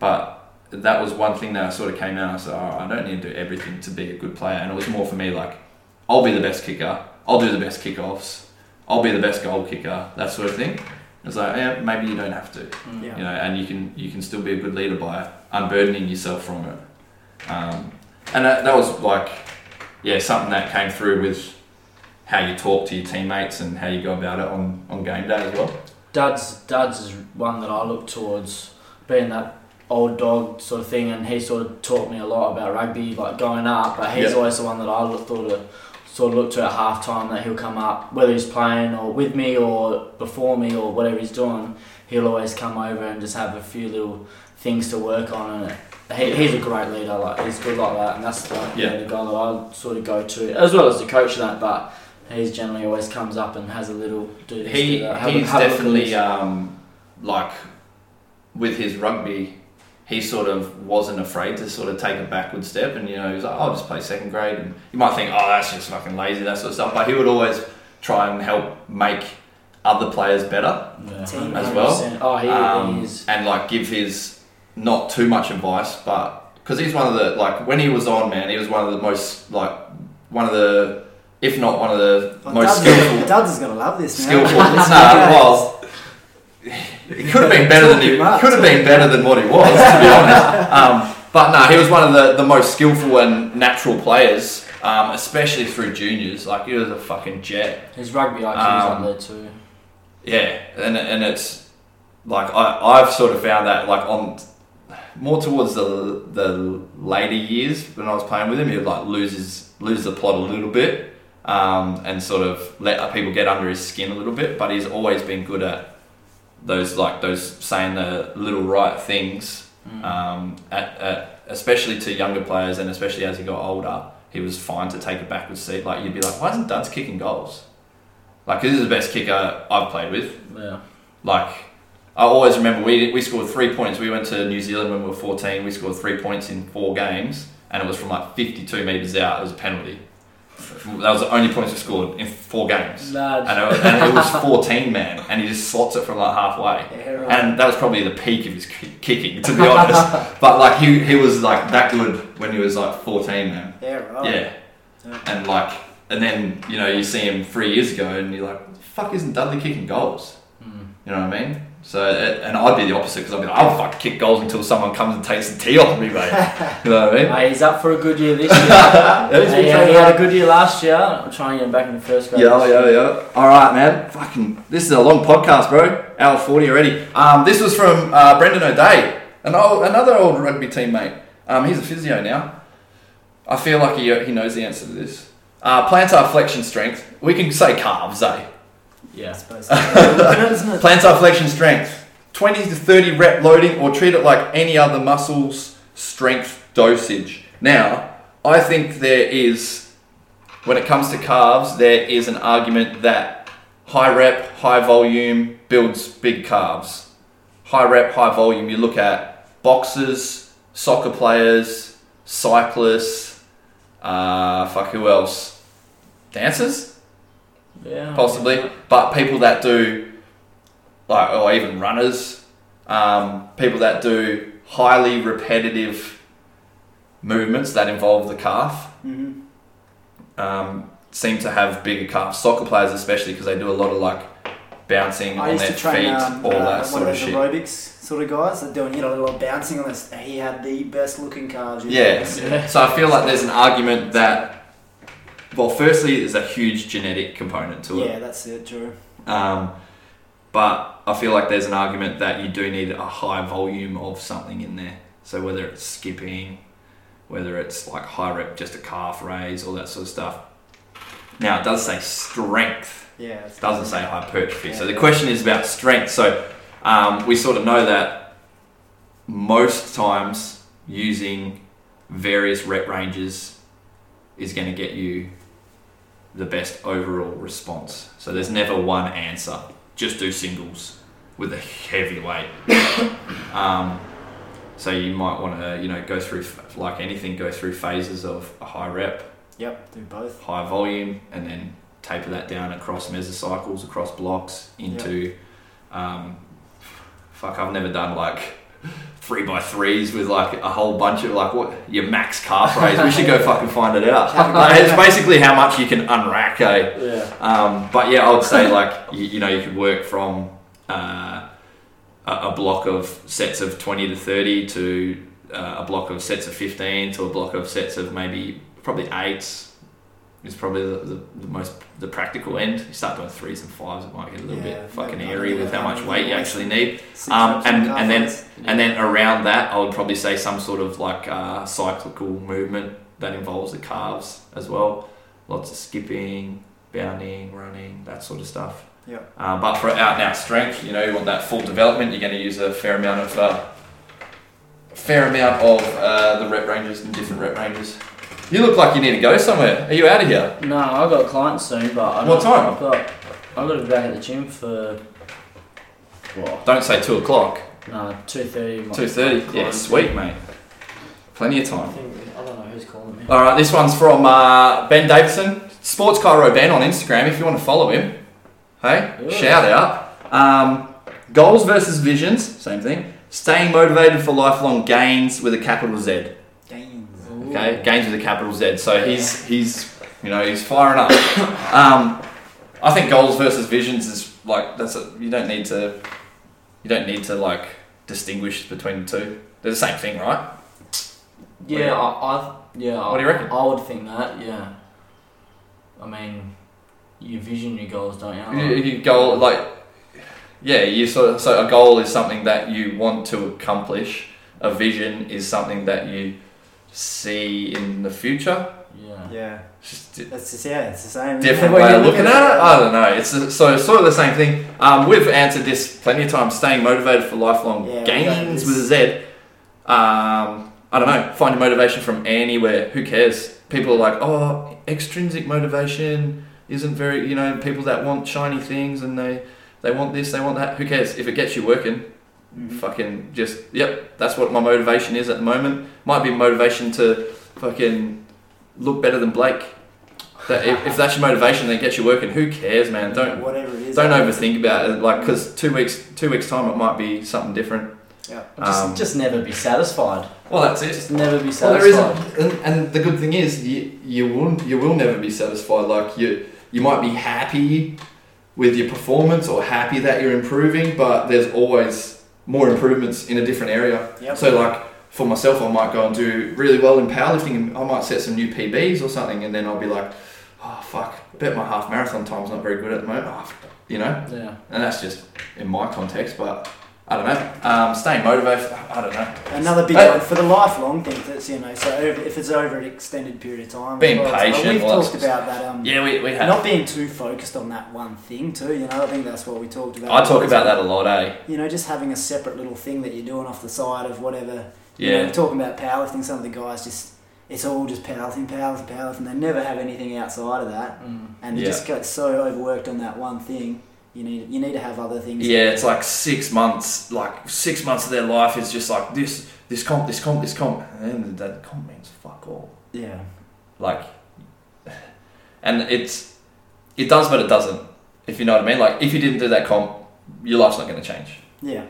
Speaker 2: but that was one thing that I sort of came out and I said oh, I don't need to do everything to be a good player and it was more for me like I'll be the best kicker I'll do the best kickoffs I'll be the best goal kicker that sort of thing it's like yeah maybe you don't have to
Speaker 5: yeah.
Speaker 2: you know, and you can you can still be a good leader by unburdening yourself from it. Um, and that, that was like, yeah, something that came through with how you talk to your teammates and how you go about it on, on game day as well.
Speaker 4: Dad's Dad's is one that I look towards being that old dog sort of thing, and he sort of taught me a lot about rugby, like going up. But he's
Speaker 2: Yeah.
Speaker 4: always the one that I look thought of, sort of look to at half time that he'll come up, whether he's playing or with me or before me or whatever he's doing. He'll always come over and just have a few little things to work on, and he, he's a great leader. Like he's good like that, and that's the,
Speaker 2: Yeah.
Speaker 4: the guy that I sort of go to, as well as the coach and that, but. He's generally always comes up and has a little do this,
Speaker 2: He
Speaker 4: do that. Have a-
Speaker 2: he's
Speaker 4: have a look at this.
Speaker 2: definitely um, like with his rugby, he sort of wasn't afraid to sort of take a backward step, and you know he was like, "I'll just play second grade." And you might think, "Oh, that's just fucking lazy," that sort of stuff. But he would always try and help make other players better.
Speaker 5: Team
Speaker 2: as well.
Speaker 4: 100%. Oh, he,
Speaker 2: um,
Speaker 4: he is.
Speaker 2: and like give his not too much advice, but because he's one of the like when he was on, man, he was one of the most like one of the if not one of the
Speaker 5: Well,
Speaker 2: most
Speaker 5: Dubs,
Speaker 2: skillful
Speaker 5: Dubs is gonna love this, man.
Speaker 2: skillful. nah, well, it could have been better than he
Speaker 5: Talking
Speaker 2: could have been better than what he was, to be honest. Um, but no, he was one of the, the most skillful and natural players, um, especially through juniors. Like he was a fucking jet.
Speaker 4: His rugby IQ is
Speaker 2: um,
Speaker 4: up there too.
Speaker 2: Yeah, and and it's like I I've sort of found that like on more towards the the later years when I was playing with him, he'd like loses lose the plot a little bit, um, and sort of let people get under his skin a little bit. But he's always been good at those like those saying the little right things,
Speaker 4: Mm,
Speaker 2: um, at, at, especially to younger players, and especially as he got older, he was fine to take a backward seat. Like you'd be like, why isn't Duds kicking goals? Like 'cause this is the best kicker I've played with.
Speaker 4: Yeah.
Speaker 2: Like, I always remember we, we scored three points. We went to New Zealand when we were 14. We scored three points in four games, and it was from like 52 metres out. It was a penalty. That was the only points we scored in four games.
Speaker 4: Large.
Speaker 2: And it, and it was 14 man, and he just slots it from like halfway.
Speaker 5: Yeah, right.
Speaker 2: And that was probably the peak of his ki- kicking, to be honest. but like he, he was like that good when he was like 14 man.
Speaker 5: Yeah, right.
Speaker 2: Oh. Yeah.
Speaker 5: Yeah.
Speaker 2: And like, and then you know you see him three years ago, and you're like, "The fuck isn't Dudley kicking goals? You know what I mean? So, it- and I'd be the opposite because I'd be like, I'll fuck kick goals until someone comes and takes the tee off me, mate. you know what I mean?
Speaker 4: Hey, Uh, he's up for a good year this year.
Speaker 2: Yeah, he's
Speaker 4: Hey,
Speaker 2: been
Speaker 4: he
Speaker 2: training
Speaker 4: had
Speaker 2: hard.
Speaker 4: a good year last year. I'm trying to get him back in the first grade.
Speaker 2: Yeah, oh, yeah, yeah. All right, man. Fucking, this is a long podcast, bro. Hour forty already. Um, this was from uh, Brendan O'Day, an old, another old rugby teammate. Um, he's a physio now. I feel like he, he knows the answer to this. Uh, plantar flexion strength. We can say calves, eh?
Speaker 5: I
Speaker 4: Yeah.
Speaker 5: suppose. so. uh, Isn't it?
Speaker 2: Plantar flexion strength. 20 to 30 rep loading or treat it like any other muscle's strength dosage. Now, I think there is, when it comes to calves, there is an argument that high rep, high volume builds big calves. High rep, high volume, you look at boxers, soccer players, cyclists, uh, fuck who else? Dancers?
Speaker 4: Yeah.
Speaker 2: possibly. But people that do, like, or even runners, um, people that do highly repetitive movements that involve the calf,
Speaker 5: Mhm.
Speaker 2: um, seem to have bigger calves. Soccer players, especially, because they do a lot of like bouncing
Speaker 5: I
Speaker 2: on
Speaker 5: used
Speaker 2: their
Speaker 5: to train
Speaker 2: feet,
Speaker 5: um,
Speaker 2: all
Speaker 5: uh,
Speaker 2: that
Speaker 5: one
Speaker 2: sort
Speaker 5: of
Speaker 2: of
Speaker 5: those
Speaker 2: shit.
Speaker 5: aerobics sort of guys that doing you know a lot of bouncing on this. He had the best looking calves. you've
Speaker 2: Yeah.
Speaker 5: ever seen.
Speaker 4: Yeah.
Speaker 2: So I feel like there's an argument that, well, firstly, there's a huge genetic component to it.
Speaker 5: yeah, that's it. True.
Speaker 2: Um, but I feel like there's an argument that you do need a high volume of something in there. So whether it's skipping, whether it's like high rep, just a calf raise, all that sort of stuff. Now it does say strength,
Speaker 5: Yeah, it's
Speaker 2: it doesn't say hypertrophy. So the question is about strength. So um, we sort of know that most times using various rep ranges is going to get you the best overall response. So there's never one answer. Just do singles with a heavy weight. um, so you might want to, you know, go through f- like anything, go through phases of a high rep,
Speaker 5: Yep, do both.
Speaker 2: high volume, and then taper that down across mesocycles, across blocks into. Um, fuck, I've never done like three by threes with like a whole bunch of like what your max calf raise. We should go fucking find it out. Like, it's basically how much you can unrack, eh?
Speaker 4: Yeah.
Speaker 2: Um, but yeah, I would say like you, you know you could work from uh, a, a block of sets of twenty to thirty to uh, a block of sets of fifteen to a block of sets of maybe probably eights is probably the, the, the most the practical end. You start doing threes and fives, it might get a little
Speaker 5: Yeah,
Speaker 2: bit fucking
Speaker 5: maybe-
Speaker 2: airy with how much weight you actually need.
Speaker 5: Six
Speaker 2: Um,
Speaker 5: reps
Speaker 2: and
Speaker 5: on
Speaker 2: and then
Speaker 5: calf
Speaker 2: and then around that, I would probably say some sort of like uh, cyclical movement that involves the calves as well. Lots of skipping, bounding, running, that sort of stuff.
Speaker 5: Yeah.
Speaker 2: Uh, but for out and out strength, you know, you want that full development. You're going to use a fair amount of uh, fair amount of uh, the rep ranges and different rep ranges. You look like you need to go somewhere. Are you out of here?
Speaker 4: No, I've got a client soon, but I
Speaker 2: What time?
Speaker 4: I've got, I've got to be back at the gym for. What?
Speaker 2: Don't say two o'clock.
Speaker 4: No, two thirty.
Speaker 2: Two thirty. Yeah, sweet mate. Plenty of time.
Speaker 4: I think I don't know who's calling me.
Speaker 2: All right, this one's from uh, Ben Davidson, Sports Cairo Ben on Instagram. If you want to follow him, hey,
Speaker 4: Yeah.
Speaker 2: shout out. Um, goals versus visions, same thing. Staying motivated for lifelong gains with a capital Z.
Speaker 5: Gains.
Speaker 2: Okay, gains with a capital Z. So he's he's you know he's firing up. um, I think goals versus visions is like that's a, you don't need to you don't need to like distinguish between the two. They're the same thing, right?
Speaker 4: Yeah,
Speaker 2: What do you-
Speaker 4: I, I yeah.
Speaker 2: what do you
Speaker 4: I-
Speaker 2: reckon?
Speaker 4: I would think that. Yeah. I mean, you vision your goals, don't you?
Speaker 2: You- you goal like yeah you sort of so a goal is something that you want to accomplish a vision is something that you see in the future.
Speaker 4: Yeah.
Speaker 5: Yeah,
Speaker 2: It's just a
Speaker 5: that's just, yeah, it's the same.
Speaker 2: different
Speaker 5: When
Speaker 2: way
Speaker 5: you
Speaker 2: of
Speaker 5: look
Speaker 2: looking at it. I don't know. It's a, so sort of the same thing. Um, we've answered this plenty of times. Staying motivated for lifelong
Speaker 5: Yeah, we got
Speaker 2: gains
Speaker 5: this.
Speaker 2: with a Z. Um, I don't know. Finding motivation from anywhere. Who cares? People are like, oh, extrinsic motivation isn't very. You know, people that want shiny things and they they want this, they want that. Who cares? If it gets you working,
Speaker 5: Mhm.
Speaker 2: fucking just yep that's what my motivation is at the moment might be motivation to fucking look better than blake that, if, if that's your motivation then get you working who cares man don't
Speaker 5: whatever it is.
Speaker 2: don't overthink about it like because two weeks two weeks time it might be something different
Speaker 4: Just,
Speaker 2: Um,
Speaker 4: just never be satisfied.
Speaker 2: well that's
Speaker 4: Just never be
Speaker 6: Well,
Speaker 4: satisfied.
Speaker 6: there isn't, and, and the good thing is, you you will you will never be satisfied. Like you you might be happy with your performance or happy that you're improving, but there's always more improvements in a different area.
Speaker 5: Yep.
Speaker 6: So like for myself, I might go and do really well in powerlifting, and I might set some new PBs or something, and then I'll be like, oh fuck, bet my half marathon time's not very good at the moment. Oh, fuck," you know,
Speaker 4: Yeah.
Speaker 6: and that's just in my context, but. I don't know. Um, staying motivated. I don't know.
Speaker 5: Another big
Speaker 6: Hey.
Speaker 5: one for the lifelong thing. That's you know, so over, if it's over an extended period of time, as
Speaker 2: Being
Speaker 5: well, it's-
Speaker 2: patient,
Speaker 5: We've
Speaker 2: all that
Speaker 5: talked
Speaker 2: sort of
Speaker 5: about that. Um,
Speaker 2: yeah we, we have
Speaker 5: Not being too focused on that one thing too, you know. I think that's what we talked about.
Speaker 2: i talk about that a lot eh
Speaker 5: You know, just having a separate little thing that you're doing off the side of whatever. You know,
Speaker 2: yeah
Speaker 5: we're talking about powerlifting. Some of the guys just it's all just powerlifting, powerlifting, powerlifting. They never have anything outside of that,
Speaker 4: Mm.
Speaker 5: and
Speaker 2: Yeah.
Speaker 5: they just get so overworked on that one thing. You need you need to have other things.
Speaker 2: yeah it's like six months like six months of their life is just like this this comp this comp this comp and then that comp means fuck all
Speaker 5: yeah,
Speaker 2: like and it's it does but it doesn't if you know what i mean like if you didn't do that comp your life's not going to change
Speaker 5: yeah.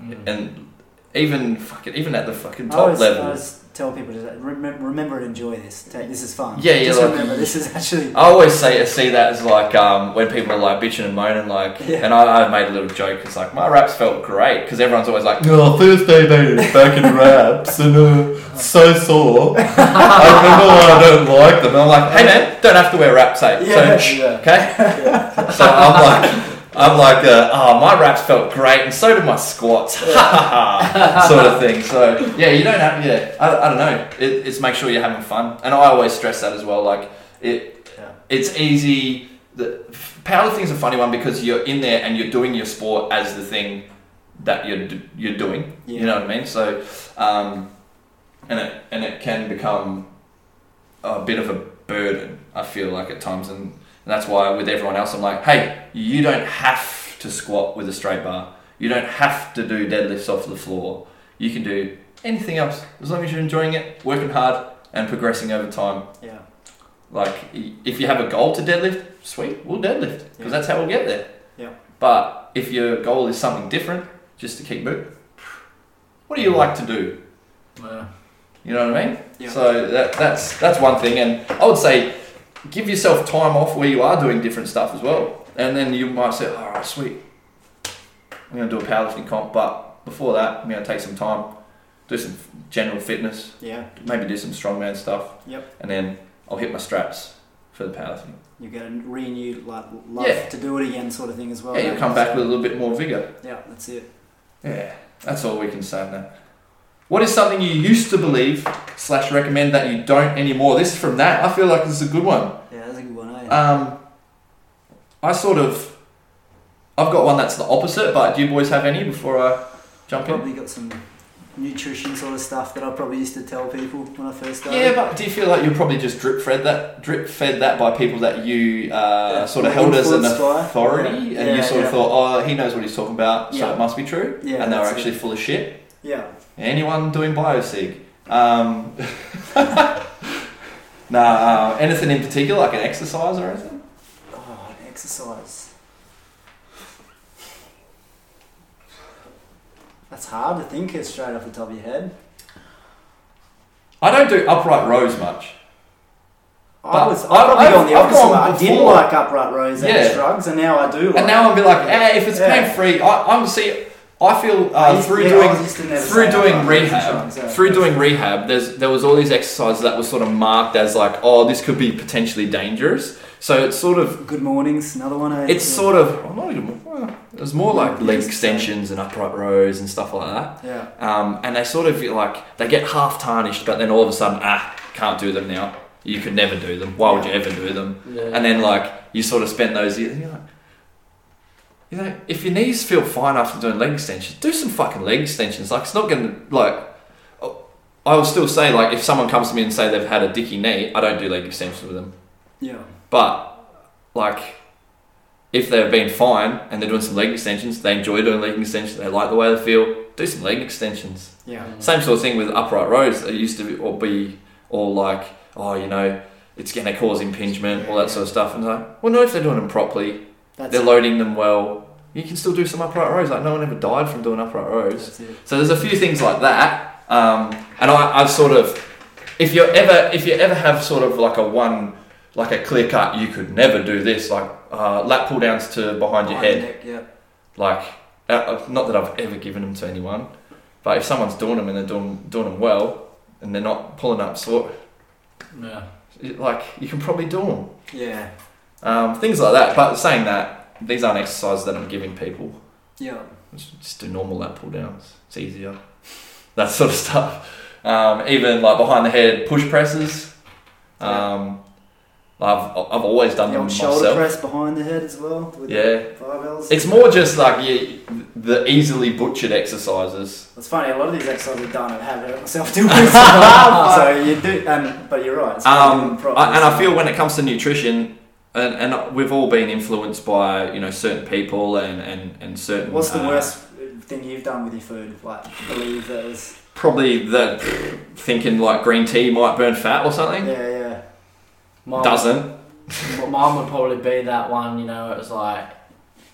Speaker 4: Mm.
Speaker 2: and even fucking even at the fucking
Speaker 5: I
Speaker 2: top
Speaker 5: always, I
Speaker 2: level I,
Speaker 5: always tell people to remember, remember and enjoy this. Take, this is fun.
Speaker 2: Yeah, yeah,
Speaker 5: Just
Speaker 2: like-
Speaker 5: remember, this is actually
Speaker 2: always say see that as like um, when people are like bitching and moaning like
Speaker 5: Yeah.
Speaker 2: and I, I made a little joke it's like my raps felt great because everyone's always like oh thursday mate it's back in raps and uh, so sore i remember why i don't like them and i'm like hey man don't have to wear raps eh?
Speaker 5: Yeah.
Speaker 2: so shh,
Speaker 4: Yeah.
Speaker 2: okay So I'm like, I'm like, uh, oh, my raps felt great, and so did my squats, ha ha ha, sort of thing. So yeah, you don't have, yeah, I, I don't know. It, it's make sure you're having fun, and I always stress that as well. Like it,
Speaker 5: Yeah.
Speaker 2: it's easy. The powerlifting's a funny one because you're in there and you're doing your sport as the thing that you're d- you're doing.
Speaker 5: Yeah.
Speaker 2: You know what I mean? So, um, and it and it can become a bit of a burden. I feel like at times, and and that's why with everyone else, I'm like, hey, you don't have to squat with a straight bar. You don't have to do deadlifts off the floor. You can do anything else as long as you're enjoying it, working hard, and progressing over time.
Speaker 5: yeah.
Speaker 2: Like, i- if you have a goal to deadlift, sweet, we'll deadlift because
Speaker 5: Yeah.
Speaker 2: that's how we'll get there.
Speaker 5: Yeah.
Speaker 2: But if your goal is something different, just to keep moving, what do you like to do?
Speaker 4: Yeah.
Speaker 2: You know what I mean?
Speaker 5: Yeah.
Speaker 2: So that, that's that's one thing, and I would say give yourself time off where you are doing different stuff as well, and then you might say, "All right, sweet, I'm going to do a powerlifting comp, but before that, I'm going to take some time, do some general fitness,
Speaker 5: yeah,
Speaker 2: maybe do some strongman stuff,
Speaker 5: Yep.
Speaker 2: and then I'll hit my straps for the powerlifting.
Speaker 5: you get a renewed like love
Speaker 2: Yeah.
Speaker 5: to do it again, sort of thing as well.
Speaker 2: yeah, you'll come back with a little bit more vigor.
Speaker 5: yeah, that's it.
Speaker 2: Yeah, that's all we can say on that. What is something you used to believe slash recommend that you don't anymore? This is from that. I feel like this is a good one.
Speaker 5: Yeah, that's a good one. Eh?
Speaker 2: Um, I sort of, I've got one that's the opposite. But do you boys have any before I jump in?
Speaker 5: probably got some nutrition sort of stuff that I probably used to tell people when I first started.
Speaker 2: Yeah, but do you feel like you're probably just drip fed that drip fed that by people that you uh,
Speaker 5: Yeah,
Speaker 2: sort of held as an
Speaker 5: influenced by.
Speaker 2: authority,
Speaker 5: Yeah.
Speaker 2: and you
Speaker 5: Yeah,
Speaker 2: sort
Speaker 5: yeah.
Speaker 2: of thought, oh, he knows what he's talking about,
Speaker 5: Yeah.
Speaker 2: so it must be true,
Speaker 5: Yeah,
Speaker 2: and they were
Speaker 5: that's
Speaker 2: actually full of shit.
Speaker 5: yeah,
Speaker 2: Anyone doing biosig? Um, nah, uh, anything in particular, like an exercise or anything?
Speaker 5: oh, exercise. That's hard to think of straight off the top of your head.
Speaker 2: I don't do upright rows much.
Speaker 5: I
Speaker 2: But
Speaker 5: was I
Speaker 2: I've-
Speaker 5: probably
Speaker 2: I've-
Speaker 5: gone the
Speaker 2: I've
Speaker 5: opposite
Speaker 2: gone
Speaker 5: way. I didn't
Speaker 2: before.
Speaker 5: like upright rows and
Speaker 2: Yeah.
Speaker 5: shrugs, and now I do. Like
Speaker 2: And now I'd be like, eh, if it's
Speaker 5: Yeah.
Speaker 2: pain free, I'm see. I feel
Speaker 5: I
Speaker 2: uh,
Speaker 5: used-
Speaker 2: through
Speaker 5: yeah, I
Speaker 2: doing
Speaker 5: used to never
Speaker 2: through
Speaker 5: say
Speaker 2: doing
Speaker 5: upright rows and
Speaker 2: rehab,
Speaker 5: shrugs, yeah.
Speaker 2: through doing rehab, there's there was all these exercises that were sort of marked as like, oh, this could be potentially dangerous. So it's sort of
Speaker 5: Good mornings, another one. eh?
Speaker 2: it's
Speaker 5: Yeah.
Speaker 2: sort of well, not even well, it was more like leg extensions and upright rows and stuff like that.
Speaker 5: Yeah.
Speaker 2: Um, and they sort of feel like they get half tarnished, but then all of a sudden, ah, can't do them now. You could never do them. Why would you ever do them?
Speaker 4: Yeah.
Speaker 2: And then like you sort of spend those years, and you're like, you know, if your knees feel fine after doing leg extensions, do some fucking leg extensions. Like it's not gonna like. I will still say like if someone comes to me and say they've had a dicky knee, I don't do leg extensions with them.
Speaker 5: Yeah.
Speaker 2: But like, if they've been fine and they're doing some leg extensions, they enjoy doing leg extensions. They like the way they feel. Do some leg extensions.
Speaker 5: Yeah.
Speaker 2: Same sort of thing with upright rows. It used to be or be all like, oh, you know, it's going to cause impingement, all that sort of stuff. And it's like, well, no, if they're doing them properly,
Speaker 5: That's
Speaker 2: they're
Speaker 5: it.
Speaker 2: loading them well. You can still do some upright rows. Like no one ever died from doing upright rows.
Speaker 5: That's it.
Speaker 2: So there's a few things like that, um, and I, I've sort of, if you ever, if you ever have sort of like a one, like a clear cut, you could never do this, like uh, lat pull downs to behind your
Speaker 5: Behind
Speaker 2: head,
Speaker 5: neck, yeah.
Speaker 2: like uh, uh, not that I've ever given them to anyone, but if someone's doing them and they're doing doing them well, and they're not pulling up sort,
Speaker 4: Yeah.
Speaker 2: like you can probably do them,
Speaker 5: Yeah.
Speaker 2: um, things like that. But saying that, these aren't exercises that I'm giving people.
Speaker 5: Yeah.
Speaker 2: Just just do normal lat pull downs. It's easier. That sort of stuff. Um, even like behind the head push presses. Um, I've I've always done
Speaker 5: The
Speaker 2: them
Speaker 5: old shoulder
Speaker 2: myself.
Speaker 5: press behind the head as well. With
Speaker 2: Yeah,
Speaker 5: The barbells.
Speaker 2: it's more just like you, the easily butchered exercises.
Speaker 5: It's funny, a lot of these exercises I've done, I've had it myself doing myself. so you do, um, but you're right. it's
Speaker 2: Um,
Speaker 5: proper,
Speaker 2: I, and I
Speaker 5: so-
Speaker 2: feel when it comes to nutrition, and, and we've all been influenced by you know certain people and and, and certain.
Speaker 5: What's the
Speaker 2: uh,
Speaker 5: worst thing you've done with your food? Like, believe that was.
Speaker 2: Probably the thinking like green tea might burn fat or something.
Speaker 5: Yeah, yeah.
Speaker 4: Mine-
Speaker 2: Doesn't.
Speaker 4: m- Mine would probably be that one. You know, it was like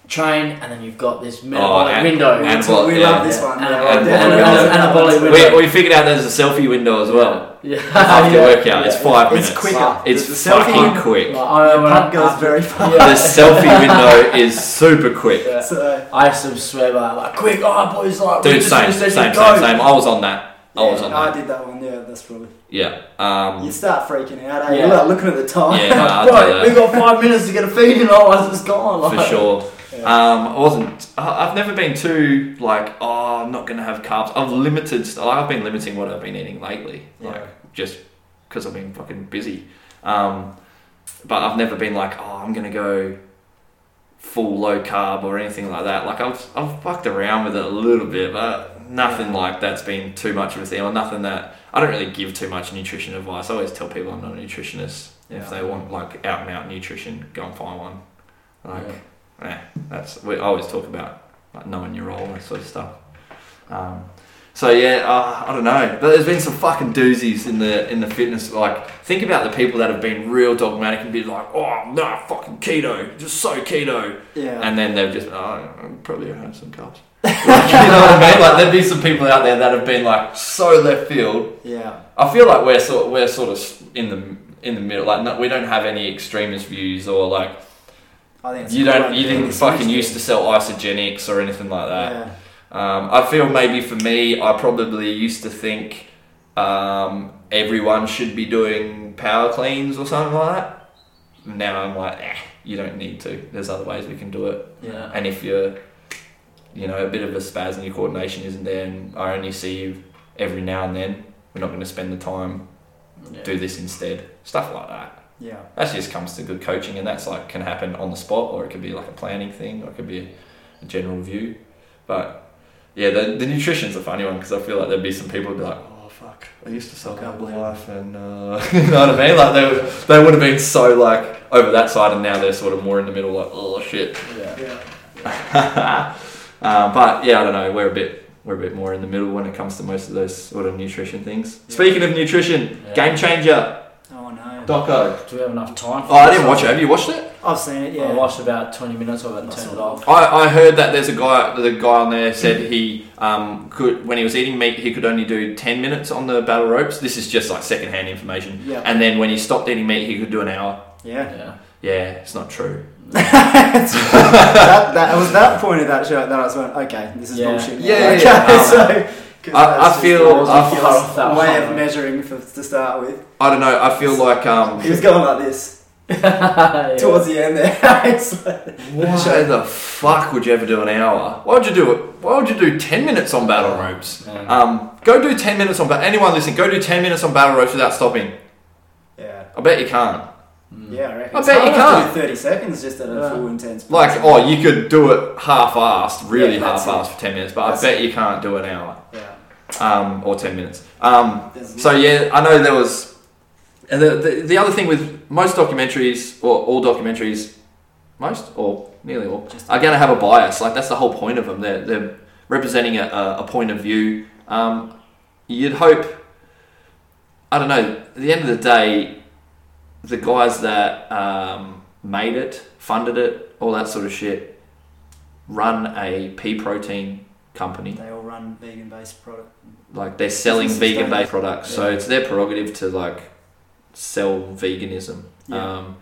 Speaker 4: train, and then you've got this metabolic
Speaker 2: Oh, and-
Speaker 4: window.
Speaker 2: and-
Speaker 5: So we
Speaker 2: yeah,
Speaker 5: love this
Speaker 4: yeah.
Speaker 5: one.
Speaker 4: And-
Speaker 5: yeah,
Speaker 2: and-
Speaker 5: yeah,
Speaker 2: and-
Speaker 5: yeah,
Speaker 4: and-
Speaker 5: yeah.
Speaker 4: and- and-
Speaker 2: We, we figured out there's a selfie window as well
Speaker 4: yeah.
Speaker 2: after
Speaker 4: Yeah.
Speaker 2: workout. It's five
Speaker 5: It's
Speaker 2: minutes.
Speaker 5: quicker.
Speaker 2: It's
Speaker 5: The selfie
Speaker 2: fucking
Speaker 5: window-
Speaker 2: quick.
Speaker 4: Like, I
Speaker 5: The
Speaker 4: when
Speaker 5: pump
Speaker 4: I-
Speaker 5: Uh, goes
Speaker 4: after-
Speaker 5: very fast.
Speaker 2: The selfie window is super quick.
Speaker 4: Yeah.
Speaker 5: So,
Speaker 4: I used to swear by it, like quick, oh boys, like we
Speaker 2: Dude,
Speaker 4: just
Speaker 2: same,
Speaker 4: finished
Speaker 2: same,
Speaker 4: this,
Speaker 2: same, same.
Speaker 4: go.
Speaker 2: I was on that. I was
Speaker 5: yeah,
Speaker 2: on that.
Speaker 5: did that one, yeah, that's probably.
Speaker 2: Yeah.
Speaker 5: You
Speaker 2: Um,
Speaker 5: start freaking out, eh?
Speaker 4: Yeah.
Speaker 5: You're like looking at the time.
Speaker 2: yeah, no, I
Speaker 4: Right,
Speaker 2: did
Speaker 4: we've got five minutes to get a feed in, otherwise it's gone.
Speaker 2: that
Speaker 4: Like,
Speaker 2: for sure.
Speaker 5: Yeah.
Speaker 2: Um, I wasn't. I- I've never been too like. Oh, I'm not gonna have carbs. I've limited. st- Like, I've been limiting what I've been eating lately. Like just because I've been fucking busy. Um, but I've never been like, oh, I'm gonna go full low carb or anything like that. Like I've I've fucked around with it a little bit, but nothing like that's been too much of a thing, or nothing that I don't really give too much nutrition advice. I always tell people I'm not a nutritionist. If they want like out and out nutrition, go and find one. Like, yeah, that's we I always talk about like knowing your role and that sort of stuff. Um, so yeah, uh, I don't know, but there's been some fucking doozies in the in the fitness. Like, think about the people that have been real dogmatic and be like, "Oh no, fucking keto, just so keto,"
Speaker 5: Yeah.
Speaker 2: and then they've just, "Oh, I'm probably have some carbs." Like, you know what I mean? Like, there'd be some people out there that have been like so left field.
Speaker 5: yeah.
Speaker 2: I feel like we're sort we're sort of in the in the middle. Like, no, we don't have any extremist views or like
Speaker 5: I think it's
Speaker 2: you
Speaker 5: a good
Speaker 2: don't
Speaker 5: way
Speaker 2: you
Speaker 5: to do
Speaker 2: didn't
Speaker 5: this.
Speaker 2: fucking used to sell isogenics or anything like that.
Speaker 5: Yeah.
Speaker 2: Um, I feel maybe for me, I probably used to think um, everyone should be doing power cleans or something like that. Now I'm like, eh, you don't need to. There's other ways we can do it.
Speaker 4: Yeah.
Speaker 2: Uh, And if you're, you know, a bit of a spaz and your coordination isn't there, and I only see you every now and then, we're not going to spend the time.
Speaker 4: Yeah.
Speaker 2: Do this instead. Stuff like that.
Speaker 5: Yeah.
Speaker 2: That just comes to good coaching, and that's like can happen on the spot, or it could be like a planning thing, or it could be a general view. But yeah, the, the nutrition's a funny one because I feel like there'd be some people who'd be like, oh fuck, I used to suck up life, and uh, you know what I mean? Like they would, they would have been so like over that side, and now they're sort of more in the middle, like oh shit.
Speaker 4: Yeah.
Speaker 5: Yeah.
Speaker 2: uh, but yeah, I don't know. We're a bit we're a bit more in the middle when it comes to most of those sort of nutrition things.
Speaker 5: Yeah.
Speaker 2: Speaking of nutrition,
Speaker 4: Yeah.
Speaker 2: game changer,
Speaker 5: Oh no.
Speaker 2: Doco.
Speaker 4: Do we have enough time for
Speaker 2: Oh, I
Speaker 4: this?
Speaker 2: didn't watch it. Have you watched it?
Speaker 5: I've seen it, yeah.
Speaker 2: Oh,
Speaker 4: I watched about 20 minutes of it and
Speaker 5: I
Speaker 4: turned
Speaker 5: saw
Speaker 4: it off.
Speaker 5: that.
Speaker 2: I, I heard that there's a guy the guy on there said he um, could when he was eating meat he could only do ten minutes on the battle ropes. This is just like second hand information.
Speaker 5: Yeah.
Speaker 2: And then when he stopped eating meat he could do an hour.
Speaker 5: yeah.
Speaker 4: Yeah.
Speaker 2: Yeah, it's not true.
Speaker 5: that, that it was that point of that show that I was going, okay, this is
Speaker 4: Yeah.
Speaker 5: bullshit. now.
Speaker 2: Yeah, yeah,
Speaker 5: okay,
Speaker 2: yeah. Um,
Speaker 5: so. 'cause
Speaker 2: I-
Speaker 5: that's
Speaker 2: I
Speaker 5: just-
Speaker 2: feel-
Speaker 5: that was
Speaker 2: I-
Speaker 5: Nicholas'
Speaker 4: I felt that
Speaker 5: way
Speaker 4: one.
Speaker 5: of measuring for, to start with.
Speaker 2: I don't know. I feel like um,
Speaker 5: He was going like this.
Speaker 4: Yeah.
Speaker 5: towards the end there. it's like,
Speaker 2: Why the fuck would you ever do an hour? Why would you do it? Why would you do ten minutes on battle ropes?
Speaker 6: Yeah.
Speaker 2: Um, go do ten minutes on battle. Anyone listening, go do ten minutes on battle ropes without stopping.
Speaker 5: yeah,
Speaker 2: I bet you can't.
Speaker 5: yeah, I reckon.
Speaker 2: I
Speaker 5: It's
Speaker 2: bet
Speaker 5: hard
Speaker 2: you
Speaker 5: enough to
Speaker 2: can't.
Speaker 5: do Thirty seconds just at a
Speaker 4: Yeah.
Speaker 5: full intense. pace.
Speaker 2: Like, oh, you could do it half-assed, really
Speaker 5: Yeah, that's
Speaker 2: half-assed for ten minutes, but
Speaker 5: That's
Speaker 2: I bet you can't do an hour
Speaker 5: yeah.
Speaker 2: um, or ten minutes. Um,
Speaker 5: There's-
Speaker 2: So yeah, I know there was, and the, the the other thing with most documentaries or all documentaries, most or nearly all,
Speaker 5: Just-
Speaker 2: are going to have a bias. Like that's the whole point of them. They're they're representing a, a, a point of view. Um, you'd hope. I don't know. At the end of the day, the guys that um, made it, funded it, all that sort of shit, run a pea protein company
Speaker 5: they all run vegan-based product.
Speaker 2: like they're selling
Speaker 5: Businesses
Speaker 2: vegan
Speaker 5: don't-
Speaker 2: based products, so
Speaker 5: yeah.
Speaker 2: it's their prerogative to like sell veganism.
Speaker 5: Yeah.
Speaker 2: Um,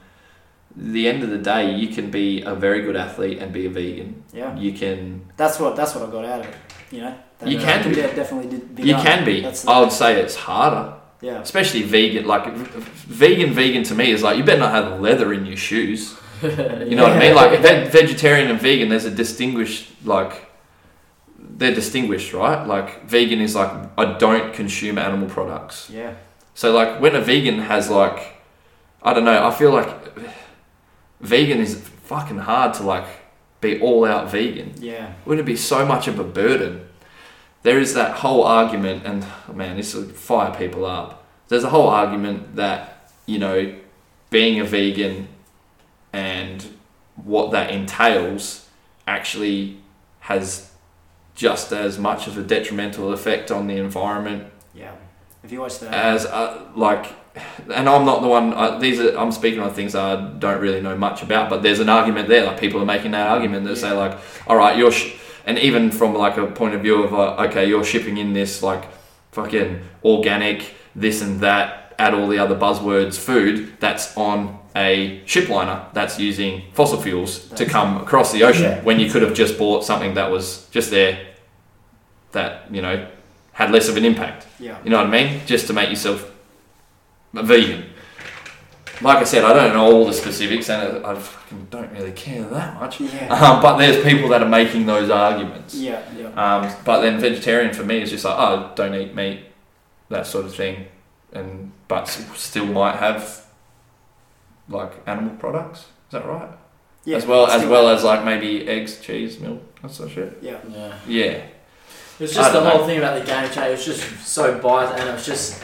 Speaker 2: the end of the day, you can be a very good athlete and be a vegan.
Speaker 5: Yeah,
Speaker 2: You can,
Speaker 5: that's what that's what I got out of it. You know, That-
Speaker 2: You can
Speaker 5: that
Speaker 2: be.
Speaker 5: de- definitely did.
Speaker 2: you can be.
Speaker 5: That's
Speaker 2: I would say it's harder,
Speaker 5: yeah.
Speaker 2: especially vegan. Like vegan, vegan to me is like you better not have leather in your shoes. You know what I mean? Like ve- vegetarian and vegan, there's a distinguished like they're distinguished, right? Like vegan is like I don't consume animal products.
Speaker 5: Yeah,
Speaker 2: So like when a vegan has like I don't know, I feel like vegan is fucking hard to like be all out vegan.
Speaker 5: yeah,
Speaker 2: Wouldn't it be so much of a burden? There is that whole argument and oh man, this will fire people up. There's a whole argument that, you know, being a vegan and what that entails actually has just as much of a detrimental effect on the environment
Speaker 5: yeah. If you watch that,
Speaker 2: as uh, like and I'm not the one I, these are I'm speaking on things I don't really know much about but there's an argument there like people are making that argument that say
Speaker 5: Yeah.
Speaker 2: like all right you're sh-, and even from like a point of view of uh, okay you're shipping in this like fucking organic this and that add all the other buzzwords food that's on a ship liner that's using fossil fuels to
Speaker 5: That's-
Speaker 2: come across the ocean
Speaker 5: Yeah.
Speaker 2: when you could have just bought something that was just there that you know had less of an impact
Speaker 5: yeah,
Speaker 2: you know what I mean? Just to make yourself a vegan. Like I said, I don't know all the specifics, and I I fucking don't really care that much.
Speaker 5: yeah,
Speaker 2: Um, but there's people that are making those arguments.
Speaker 5: yeah, yeah.
Speaker 2: Um, but then vegetarian for me is just like, oh, don't eat meat, that sort of thing, and but s- still might have like animal products. Is that right?
Speaker 5: yeah.
Speaker 2: as well as
Speaker 5: Still-
Speaker 2: well as like maybe eggs, cheese, milk, that sort of shit.
Speaker 5: Yeah,
Speaker 4: Yeah.
Speaker 2: Yeah.
Speaker 4: It's
Speaker 2: I
Speaker 4: just the
Speaker 2: don't
Speaker 4: whole thing about the game change. It was just so biased, and it was just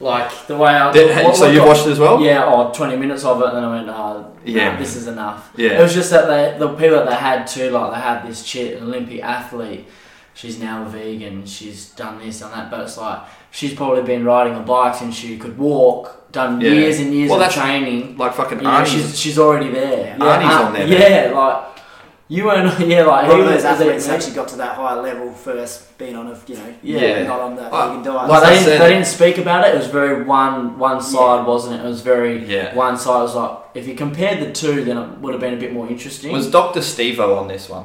Speaker 4: like the way I.
Speaker 2: Did-
Speaker 4: what-
Speaker 2: so
Speaker 4: what
Speaker 2: you
Speaker 4: got-
Speaker 2: watched it as well?
Speaker 4: Yeah, or 20 minutes of it, and then I went, nah,
Speaker 2: Yeah.
Speaker 4: nah, this is enough. It
Speaker 2: Yeah.
Speaker 4: was just that they, the people that they had too, like they had this shit Olympic athlete. She's now a vegan. She's done this, done that. But it's like she's probably been riding a bike since she could walk, done
Speaker 2: Yeah.
Speaker 4: years and years
Speaker 2: Well,
Speaker 4: of
Speaker 2: that's-
Speaker 4: training.
Speaker 2: Like fucking
Speaker 4: You know,
Speaker 2: Arnie's
Speaker 4: she's she's already there. Uh,
Speaker 2: Yeah. Arnie's on there now.
Speaker 4: Yeah, like you weren't. Yeah, like
Speaker 5: a lot
Speaker 4: he
Speaker 5: of those
Speaker 4: was
Speaker 5: athletes
Speaker 4: me.
Speaker 5: actually got to that higher level first, being on a you know,
Speaker 2: Yeah.
Speaker 5: not on that
Speaker 2: Well,
Speaker 5: vegan diet.
Speaker 4: Like they
Speaker 2: That's
Speaker 4: didn't,
Speaker 2: it.
Speaker 4: they didn't speak about it. It was very one one side, wasn't it? It was very
Speaker 2: Yeah.
Speaker 4: one side. It was like if you compared the two, then it would have been a bit more interesting.
Speaker 2: Was Doctor Stevo on this one?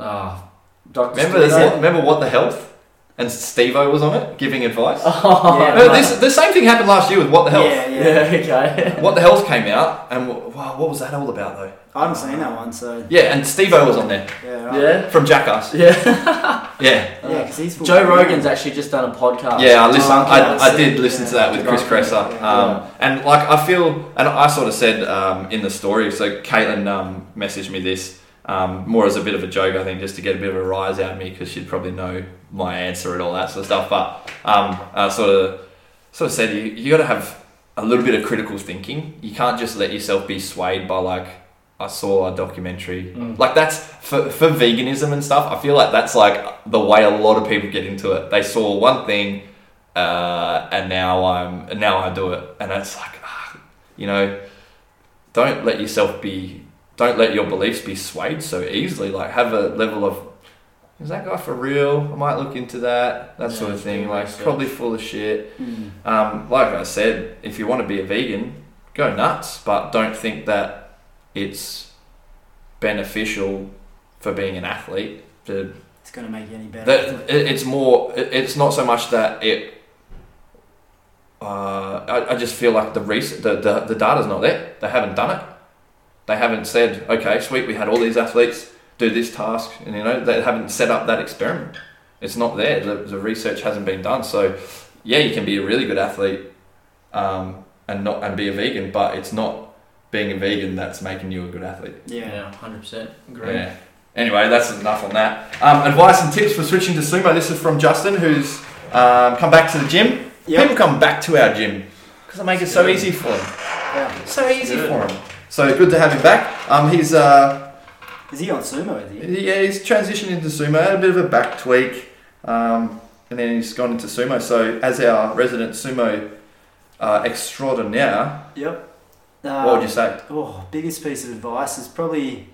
Speaker 4: Ah, Doctor
Speaker 2: Remember, this,
Speaker 4: Stevo.
Speaker 2: remember what the health and Stevo was on it giving advice.
Speaker 4: Oh,
Speaker 5: Yeah.
Speaker 2: Remember, this the same thing happened last year with what the health.
Speaker 5: yeah, yeah,
Speaker 4: yeah. Okay.
Speaker 2: What the health came out and wh- wow, what was that all about though?
Speaker 5: I haven't seen that one, so
Speaker 2: Yeah, and Stevo was on there
Speaker 5: yeah, right. yeah,
Speaker 4: Yeah.
Speaker 2: from Jackass.
Speaker 4: Yeah.
Speaker 2: Yeah,
Speaker 5: because he's full-
Speaker 4: Joe Rogan's actually just done a podcast.
Speaker 2: yeah. I listened.
Speaker 5: that's
Speaker 2: I, I
Speaker 5: it.
Speaker 2: did listen to that with Chris Kresser.
Speaker 5: Yeah.
Speaker 2: Um, and like I feel, and I sort of said um, in the story. So Caitlin um, messaged me this um, more as a bit of a joke, I think, just to get a bit of a rise out of me because she'd probably know my answer and all that sort of stuff. But um, I sort of sort of said you you got to have a little bit of critical thinking. You can't just let yourself be swayed by like I saw a documentary.
Speaker 4: Mm.
Speaker 2: Like that's for for veganism and stuff. I feel like that's like the way a lot of people get into it. They saw one thing, uh, and now I'm and now I do it, and it's like, ah, you know, don't let yourself be, don't let your beliefs be swayed so easily. Like have a level of, is that guy for real? I might look into that, that sort
Speaker 4: Yeah,
Speaker 2: of thing.
Speaker 4: do
Speaker 2: Like
Speaker 4: research.
Speaker 2: probably full of shit.
Speaker 5: Mm.
Speaker 2: Um, like I said, if you want to be a vegan, go nuts, but don't think that it's beneficial for being an athlete. To,
Speaker 5: It's gonna make you any better.
Speaker 2: that it, it's more, it, it's not so much that it. Uh, I, I just feel like the, rec- the, the the data's not there. They haven't done it. They haven't said, okay, sweet, we had all these athletes do this task, and you know they haven't set up that experiment. It's not there. The, the research hasn't been done. So, yeah, you can be a really good athlete um, and not and be a vegan, but it's not being a vegan that's making you a good athlete.
Speaker 5: Yeah.
Speaker 4: Yeah, hundred percent.
Speaker 2: Yeah. Anyway, that's enough on that. Um, advice and tips for switching to sumo. This is from Justin, who's um, come back to the gym.
Speaker 5: Yep.
Speaker 2: People come back to our gym because I make it so easy for them.
Speaker 5: Yeah.
Speaker 2: So easy
Speaker 4: Good.
Speaker 2: for him. So good to have him back. Um, he's uh,
Speaker 5: Is he on sumo? Is he?
Speaker 2: yeah, he's transitioned into sumo. Had a bit of a back tweak, um, and then he's gone into sumo. So as our resident sumo uh, extraordinaire,
Speaker 5: Yep.
Speaker 2: what would you say?
Speaker 5: Oh, biggest piece of advice is probably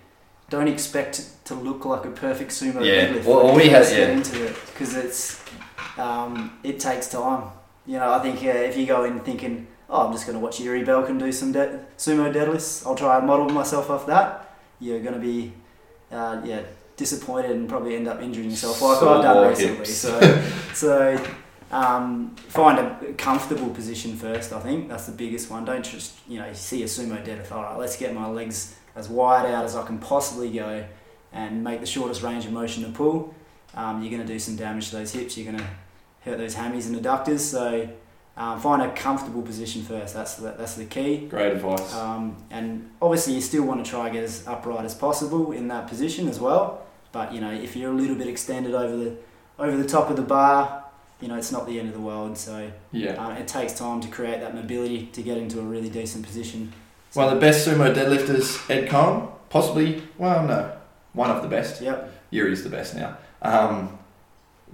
Speaker 5: don't expect to look like a perfect sumo
Speaker 2: Yeah,
Speaker 5: deadlift.
Speaker 2: well,
Speaker 5: when
Speaker 2: we
Speaker 5: you
Speaker 2: had-
Speaker 5: first get
Speaker 2: yeah.
Speaker 5: into it because it's um, it takes time. You know, I think uh, if you go in thinking, oh, I'm just going to watch Yuri Belkin do some de- sumo deadlifts, I'll try and model myself off that. You're going to be, uh, yeah, disappointed and probably end up injuring yourself like
Speaker 2: Sore
Speaker 5: I've done recently.
Speaker 2: hips.
Speaker 5: So, so um, find a comfortable position first. I think that's the biggest one. Don't just you know see a sumo deadlift. All right, let's get my legs as wide out as I can possibly go, and make the shortest range of motion to pull. Um, you're going to do some damage to those hips. You're going to hurt those hammies and adductors. So um, find a comfortable position first. That's the, that's the key.
Speaker 2: Great advice.
Speaker 5: Um, and obviously, you still want to try and get as upright as possible in that position as well. But you know, if you're a little bit extended over the over the top of the bar, you know, it's not the end of the world. So
Speaker 2: yeah.
Speaker 5: uh, it takes time to create that mobility to get into a really decent position. So,
Speaker 2: One of the best sumo deadlifters, Ed Cohen. Possibly, well, no, one of the best.
Speaker 5: Yep.
Speaker 2: Yuri's the best now. Um,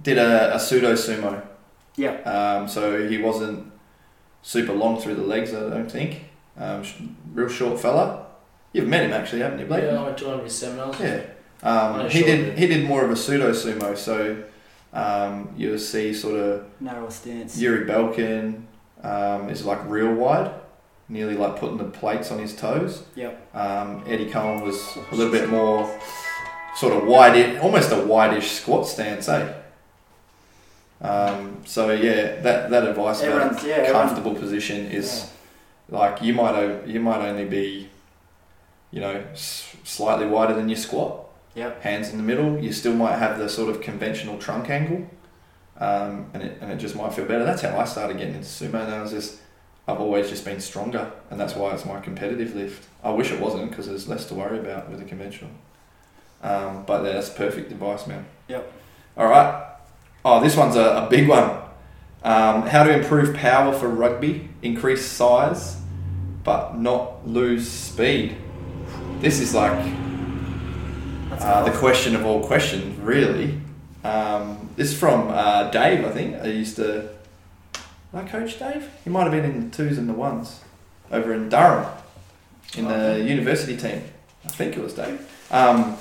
Speaker 2: did a, a pseudo sumo.
Speaker 5: Yeah.
Speaker 2: Um, so he wasn't super long through the legs, I don't think. Um, sh- real short fella. You've met him actually, haven't you, Blake?
Speaker 4: Yeah, I went to one of his seminars.
Speaker 2: Yeah. Um,
Speaker 4: Yeah,
Speaker 2: he
Speaker 4: sure,
Speaker 2: did.
Speaker 4: yeah.
Speaker 2: He did more of a pseudo sumo. So um, you'll see sort of
Speaker 5: Narrow stance.
Speaker 2: Yuri Belkin um, is like real wide, nearly like putting the plates on his toes.
Speaker 5: Yep.
Speaker 2: Um, Eddie Cohen was a little bit more sort of wide, almost a wide-ish squat stance, eh? Um, so yeah, that, that advice about
Speaker 5: Everyone's yeah. Everyone,
Speaker 2: comfortable position is like you might o- you might only be, you know, s- slightly wider than your squat.
Speaker 5: Yep.
Speaker 2: Hands in the middle. You still might have the sort of conventional trunk angle, um, and it and it just might feel better. That's how I started getting into sumo, and I was just. I've always just been stronger, and that's why it's my competitive lift. I wish it wasn't because there's less to worry about with the conventional. Um, but yeah, that's perfect advice, man.
Speaker 5: Yep.
Speaker 2: All right. Oh, this one's a, a big one. Um, how to improve power for rugby, increase size, but not lose speed. This is like
Speaker 5: That's
Speaker 2: uh, the
Speaker 5: cool.
Speaker 2: question of all questions, really. Um, this is from uh, Dave, I think. I used to. Did I coach Dave? He might have been in the twos and the ones over in Durham in the university team. I think it was Dave. Um,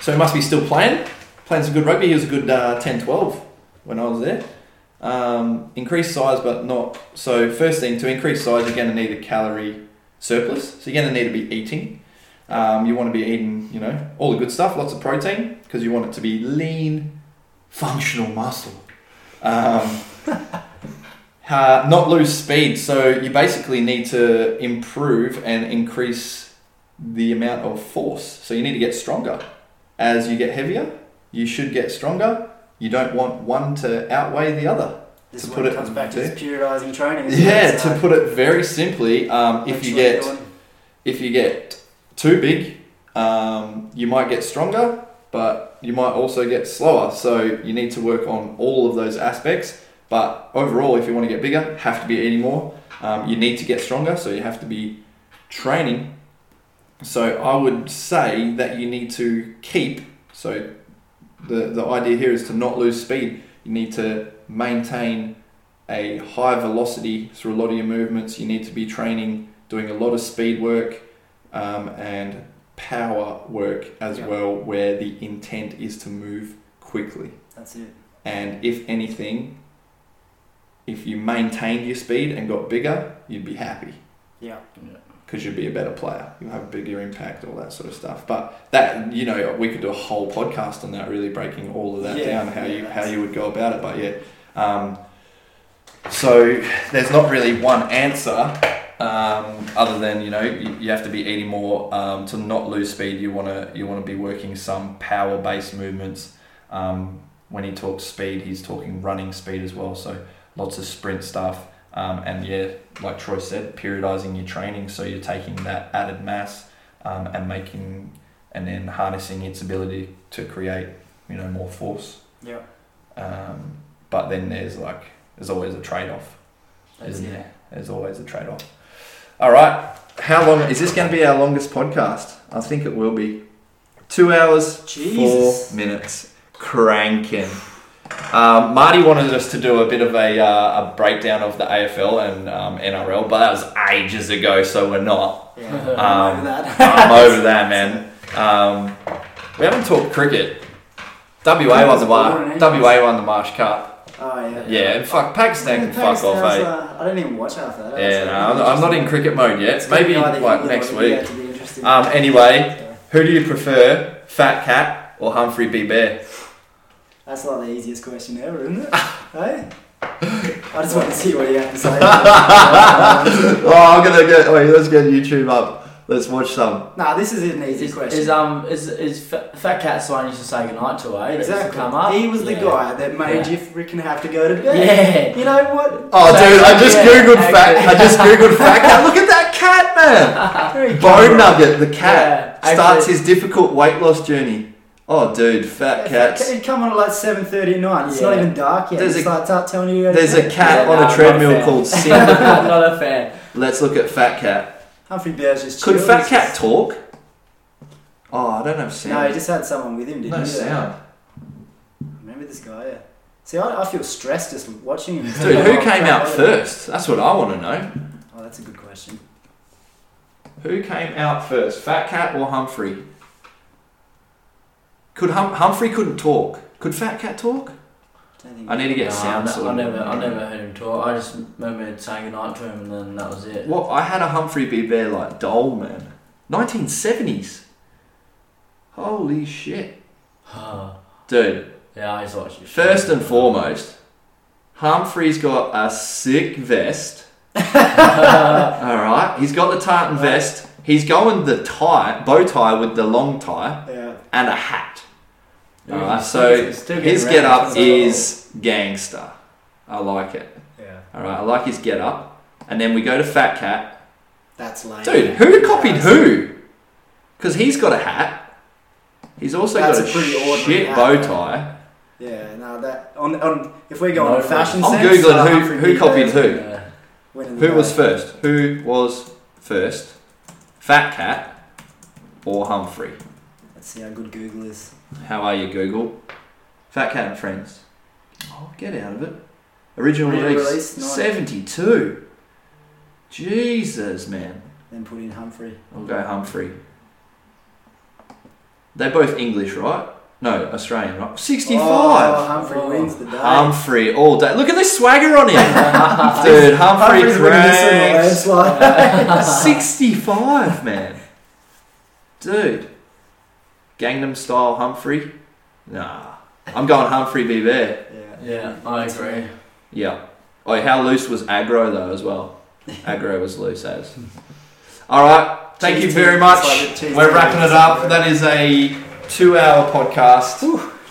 Speaker 2: so he must be still playing, playing some good rugby. He was a good uh, 10 12 when I was there. Um, increase size, but not. So, first thing, to increase size, you're going to need a calorie surplus. So, you're going to need to be eating. Um, you want to be eating, you know, all the good stuff, lots of protein, because you want it to be lean, functional muscle. Um, uh, not lose speed, so you basically need to improve and increase the amount of force. So you need to get stronger. As you get heavier, you should get stronger. You don't want one to outweigh the other.
Speaker 5: This
Speaker 2: to
Speaker 5: is
Speaker 2: put
Speaker 5: when
Speaker 2: it
Speaker 5: it comes back to
Speaker 2: there.
Speaker 5: this periodizing training. isn't
Speaker 2: Yeah,
Speaker 5: it? So
Speaker 2: to put it very simply, um,
Speaker 5: make
Speaker 2: if you
Speaker 5: sure you're
Speaker 2: get
Speaker 5: doing-
Speaker 2: if you get too big, um, you might get stronger, but you might also get slower. So you need to work on all of those aspects. But overall, if you want to get bigger, have to be eating more. Um, you need to get stronger, so you have to be training. So I would say that you need to keep. So the the idea here is to not lose speed. You need to maintain a high velocity through a lot of your movements. You need to be training doing a lot of speed work um, and power work as
Speaker 5: Yeah.
Speaker 2: well, where the intent is to move quickly.
Speaker 5: That's it.
Speaker 2: And if anything, if you maintained your speed and got bigger, you'd be happy
Speaker 5: Yeah.
Speaker 2: because you'd be a better player. You'll have a bigger impact, all that sort of stuff. But that, you know, we could do a whole podcast on that, really breaking all of that
Speaker 5: Yeah,
Speaker 2: down, how
Speaker 5: yeah,
Speaker 2: you how
Speaker 5: that's-
Speaker 2: you would go about it. But yeah, um, So there's not really one answer um, other than you know you, you have to be eating more um, to not lose speed. You want to you want to be working some power based movements. Um, when he talks speed, he's talking running speed as well. So lots of sprint stuff. Um, and yeah, like Troy said, periodizing your training so you're taking that added mass um, and making and then harnessing its ability to create you know more force.
Speaker 5: Yeah.
Speaker 2: Um, but then there's like there's always a trade off,
Speaker 5: That's
Speaker 2: isn't
Speaker 5: it.
Speaker 2: there? There's always a trade off. All right, how long is this going to be? Our longest podcast? I think it will be two hours
Speaker 5: Jesus.
Speaker 2: four minutes cranking. Um, Marty wanted us to do a bit of a, uh, a breakdown of the AFL and um, NRL, but that was ages ago, so we're not.
Speaker 5: Yeah,
Speaker 2: Um,
Speaker 5: over that.
Speaker 2: I'm over that, man. Um, we haven't talked cricket. WA won the Mar- WA won the Marsh Cup.
Speaker 5: Oh eh? yeah.
Speaker 2: Yeah, and fuck Pakistan can
Speaker 5: Even
Speaker 2: fuck
Speaker 5: Pakistan,
Speaker 2: off,
Speaker 5: I,
Speaker 2: eh?
Speaker 5: was, uh, I didn't even watch half that. I was
Speaker 2: Yeah,
Speaker 5: like,
Speaker 2: no, I'm, I'm not in cricket mode yet. Maybe
Speaker 5: Yeah, the
Speaker 2: like
Speaker 5: England
Speaker 2: next
Speaker 5: one would be
Speaker 2: week.
Speaker 5: able to be interesting.
Speaker 2: Um, anyway,
Speaker 5: Yeah.
Speaker 2: who do you prefer, Fat Cat or Humphrey B. Bear?
Speaker 5: That's like the easiest question ever, isn't it? hey? I just want to see what you have to say. Um,
Speaker 2: Oh, I'm gonna get. Wait, let's get YouTube up. Let's watch some.
Speaker 5: nah, this is an easy
Speaker 4: Is,
Speaker 5: question.
Speaker 4: is um is is Fa- Fat Cat's one you should say goodnight to, eh? That used to
Speaker 5: exactly.
Speaker 4: Come up.
Speaker 5: He was the
Speaker 4: Yeah.
Speaker 5: guy that made
Speaker 4: Yeah.
Speaker 5: you freaking have to go to bed.
Speaker 4: Yeah.
Speaker 5: You know what?
Speaker 2: Oh, dude, I just
Speaker 4: Yeah,
Speaker 2: googled fat.
Speaker 4: actually.
Speaker 2: I just googled fat cat. Look at that cat, man.
Speaker 5: Very
Speaker 2: Bone Nugget, the cat,
Speaker 4: Yeah,
Speaker 2: starts
Speaker 4: actually-
Speaker 2: his difficult weight loss journey. Oh, dude, fat cats.
Speaker 5: It'd come on at like 7.30 at night. It's not
Speaker 4: Yeah.
Speaker 5: even dark yet.
Speaker 2: There's
Speaker 5: There's it's
Speaker 2: a-
Speaker 5: a, like start telling you to go to
Speaker 2: There's a
Speaker 5: bed.
Speaker 2: cat
Speaker 4: Yeah,
Speaker 2: on
Speaker 4: nah,
Speaker 2: a
Speaker 4: not
Speaker 2: treadmill
Speaker 4: fair.
Speaker 2: called Cinderella.
Speaker 4: Not a fan.
Speaker 2: Let's look at Fat Cat.
Speaker 5: Humphrey Bear's just
Speaker 2: Could
Speaker 5: chilled.
Speaker 2: Fat Cat talk? Oh, I don't have sound.
Speaker 5: No, he just had someone with him, didn't
Speaker 2: no
Speaker 5: he?
Speaker 2: sound.
Speaker 5: Remember this guy, yeah. See, I, I feel stressed just watching him.
Speaker 2: Dude, who came out first? That's what I want to know.
Speaker 5: Oh, that's a good question.
Speaker 2: Who came out first, Fat Cat or Humphrey? Could hum- Humphrey couldn't talk? Could Fat Cat talk?
Speaker 5: Don't think
Speaker 2: I need to get sound.
Speaker 4: no, I,
Speaker 2: sorted.
Speaker 4: never I never heard him talk. I just remember saying goodnight to him and then that was it.
Speaker 2: What I had a Humphrey B. Bear like doll, man. 1970s. Holy shit, dude!
Speaker 4: yeah, I just watched it.
Speaker 2: First and foremost, Humphrey's got a sick vest. All right, he's got the tartan vest. He's going the tie, bow tie with the long tie.
Speaker 5: Yeah.
Speaker 2: and a hat.
Speaker 4: Yeah,
Speaker 2: Alright,
Speaker 4: he's
Speaker 2: so
Speaker 4: still- he's still
Speaker 2: his
Speaker 4: getting
Speaker 2: get
Speaker 4: rounds,
Speaker 2: up
Speaker 4: isn't he?
Speaker 2: is gangster. I like it.
Speaker 5: Yeah.
Speaker 2: Alright, I like his get up. And then we go to Fat Cat.
Speaker 5: That's lame.
Speaker 2: Dude, who copied who? Because he's got a hat. He's also
Speaker 5: That's
Speaker 2: got a,
Speaker 5: a pretty ordinary
Speaker 2: shit
Speaker 5: hat,
Speaker 2: bow
Speaker 5: though.
Speaker 2: tie.
Speaker 5: Yeah, no, that. On, on, if we're going
Speaker 4: No,
Speaker 5: on fashion
Speaker 2: I'm
Speaker 5: sense,
Speaker 2: Googling
Speaker 5: uh,
Speaker 2: who-
Speaker 5: Humphrey
Speaker 2: who
Speaker 5: Bear
Speaker 2: copied who.
Speaker 4: Yeah.
Speaker 5: went in the
Speaker 2: Who was
Speaker 5: back.
Speaker 2: first? Who was first? Fat Cat or Humphrey?
Speaker 5: Let's see how good Google is.
Speaker 2: How are you, Google? Fat Cat and Friends. Oh, get out of it. Original
Speaker 5: Original
Speaker 2: release,
Speaker 5: release, nice.
Speaker 2: 72. Jesus, man.
Speaker 5: Then put in Humphrey.
Speaker 2: I'll go Humphrey. They're both English, right? No, Australian, right? 65.
Speaker 5: Oh, Humphrey wins the day.
Speaker 2: Humphrey all day. Look at this swagger on him. Dude, Humphrey
Speaker 5: Humphrey's winning this in the
Speaker 2: cranks.
Speaker 5: landslide.
Speaker 2: 65, man. Dude. Gangnam Style Humphrey? Nah. I'm going Humphrey B. Bear.
Speaker 5: yeah.
Speaker 4: Yeah, I agree.
Speaker 2: Yeah. Oh, how loose was aggro though as well? Aggro was loose as. All right. Thank you
Speaker 5: Cheese
Speaker 2: very
Speaker 5: tea.
Speaker 2: much.
Speaker 5: It's like a cheese
Speaker 2: We're
Speaker 5: tea.
Speaker 2: wrapping it up. That is a two-hour podcast.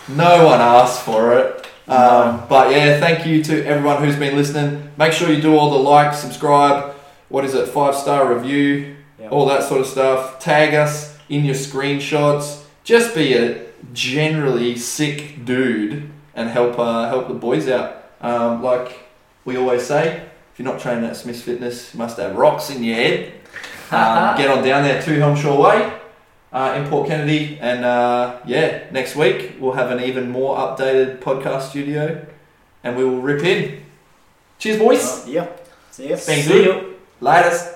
Speaker 2: No one asked for it. Um, but yeah, thank you to everyone who's been listening. Make sure you do all the like, subscribe. What is it? Five star review,
Speaker 5: Yeah.
Speaker 2: all that sort of stuff. Tag us in your screenshots. Just be a generally sick dude and help uh, help the boys out. Um, like we always say, if you're not training at Smith's Fitness, you must have rocks in your head. Um, get on down there to Helmshore Way uh, in Port Kennedy, and uh, yeah, next week we'll have an even more updated podcast studio, and we will rip in. Cheers, boys.
Speaker 5: Yep. See ya.
Speaker 2: Thank you. Latest.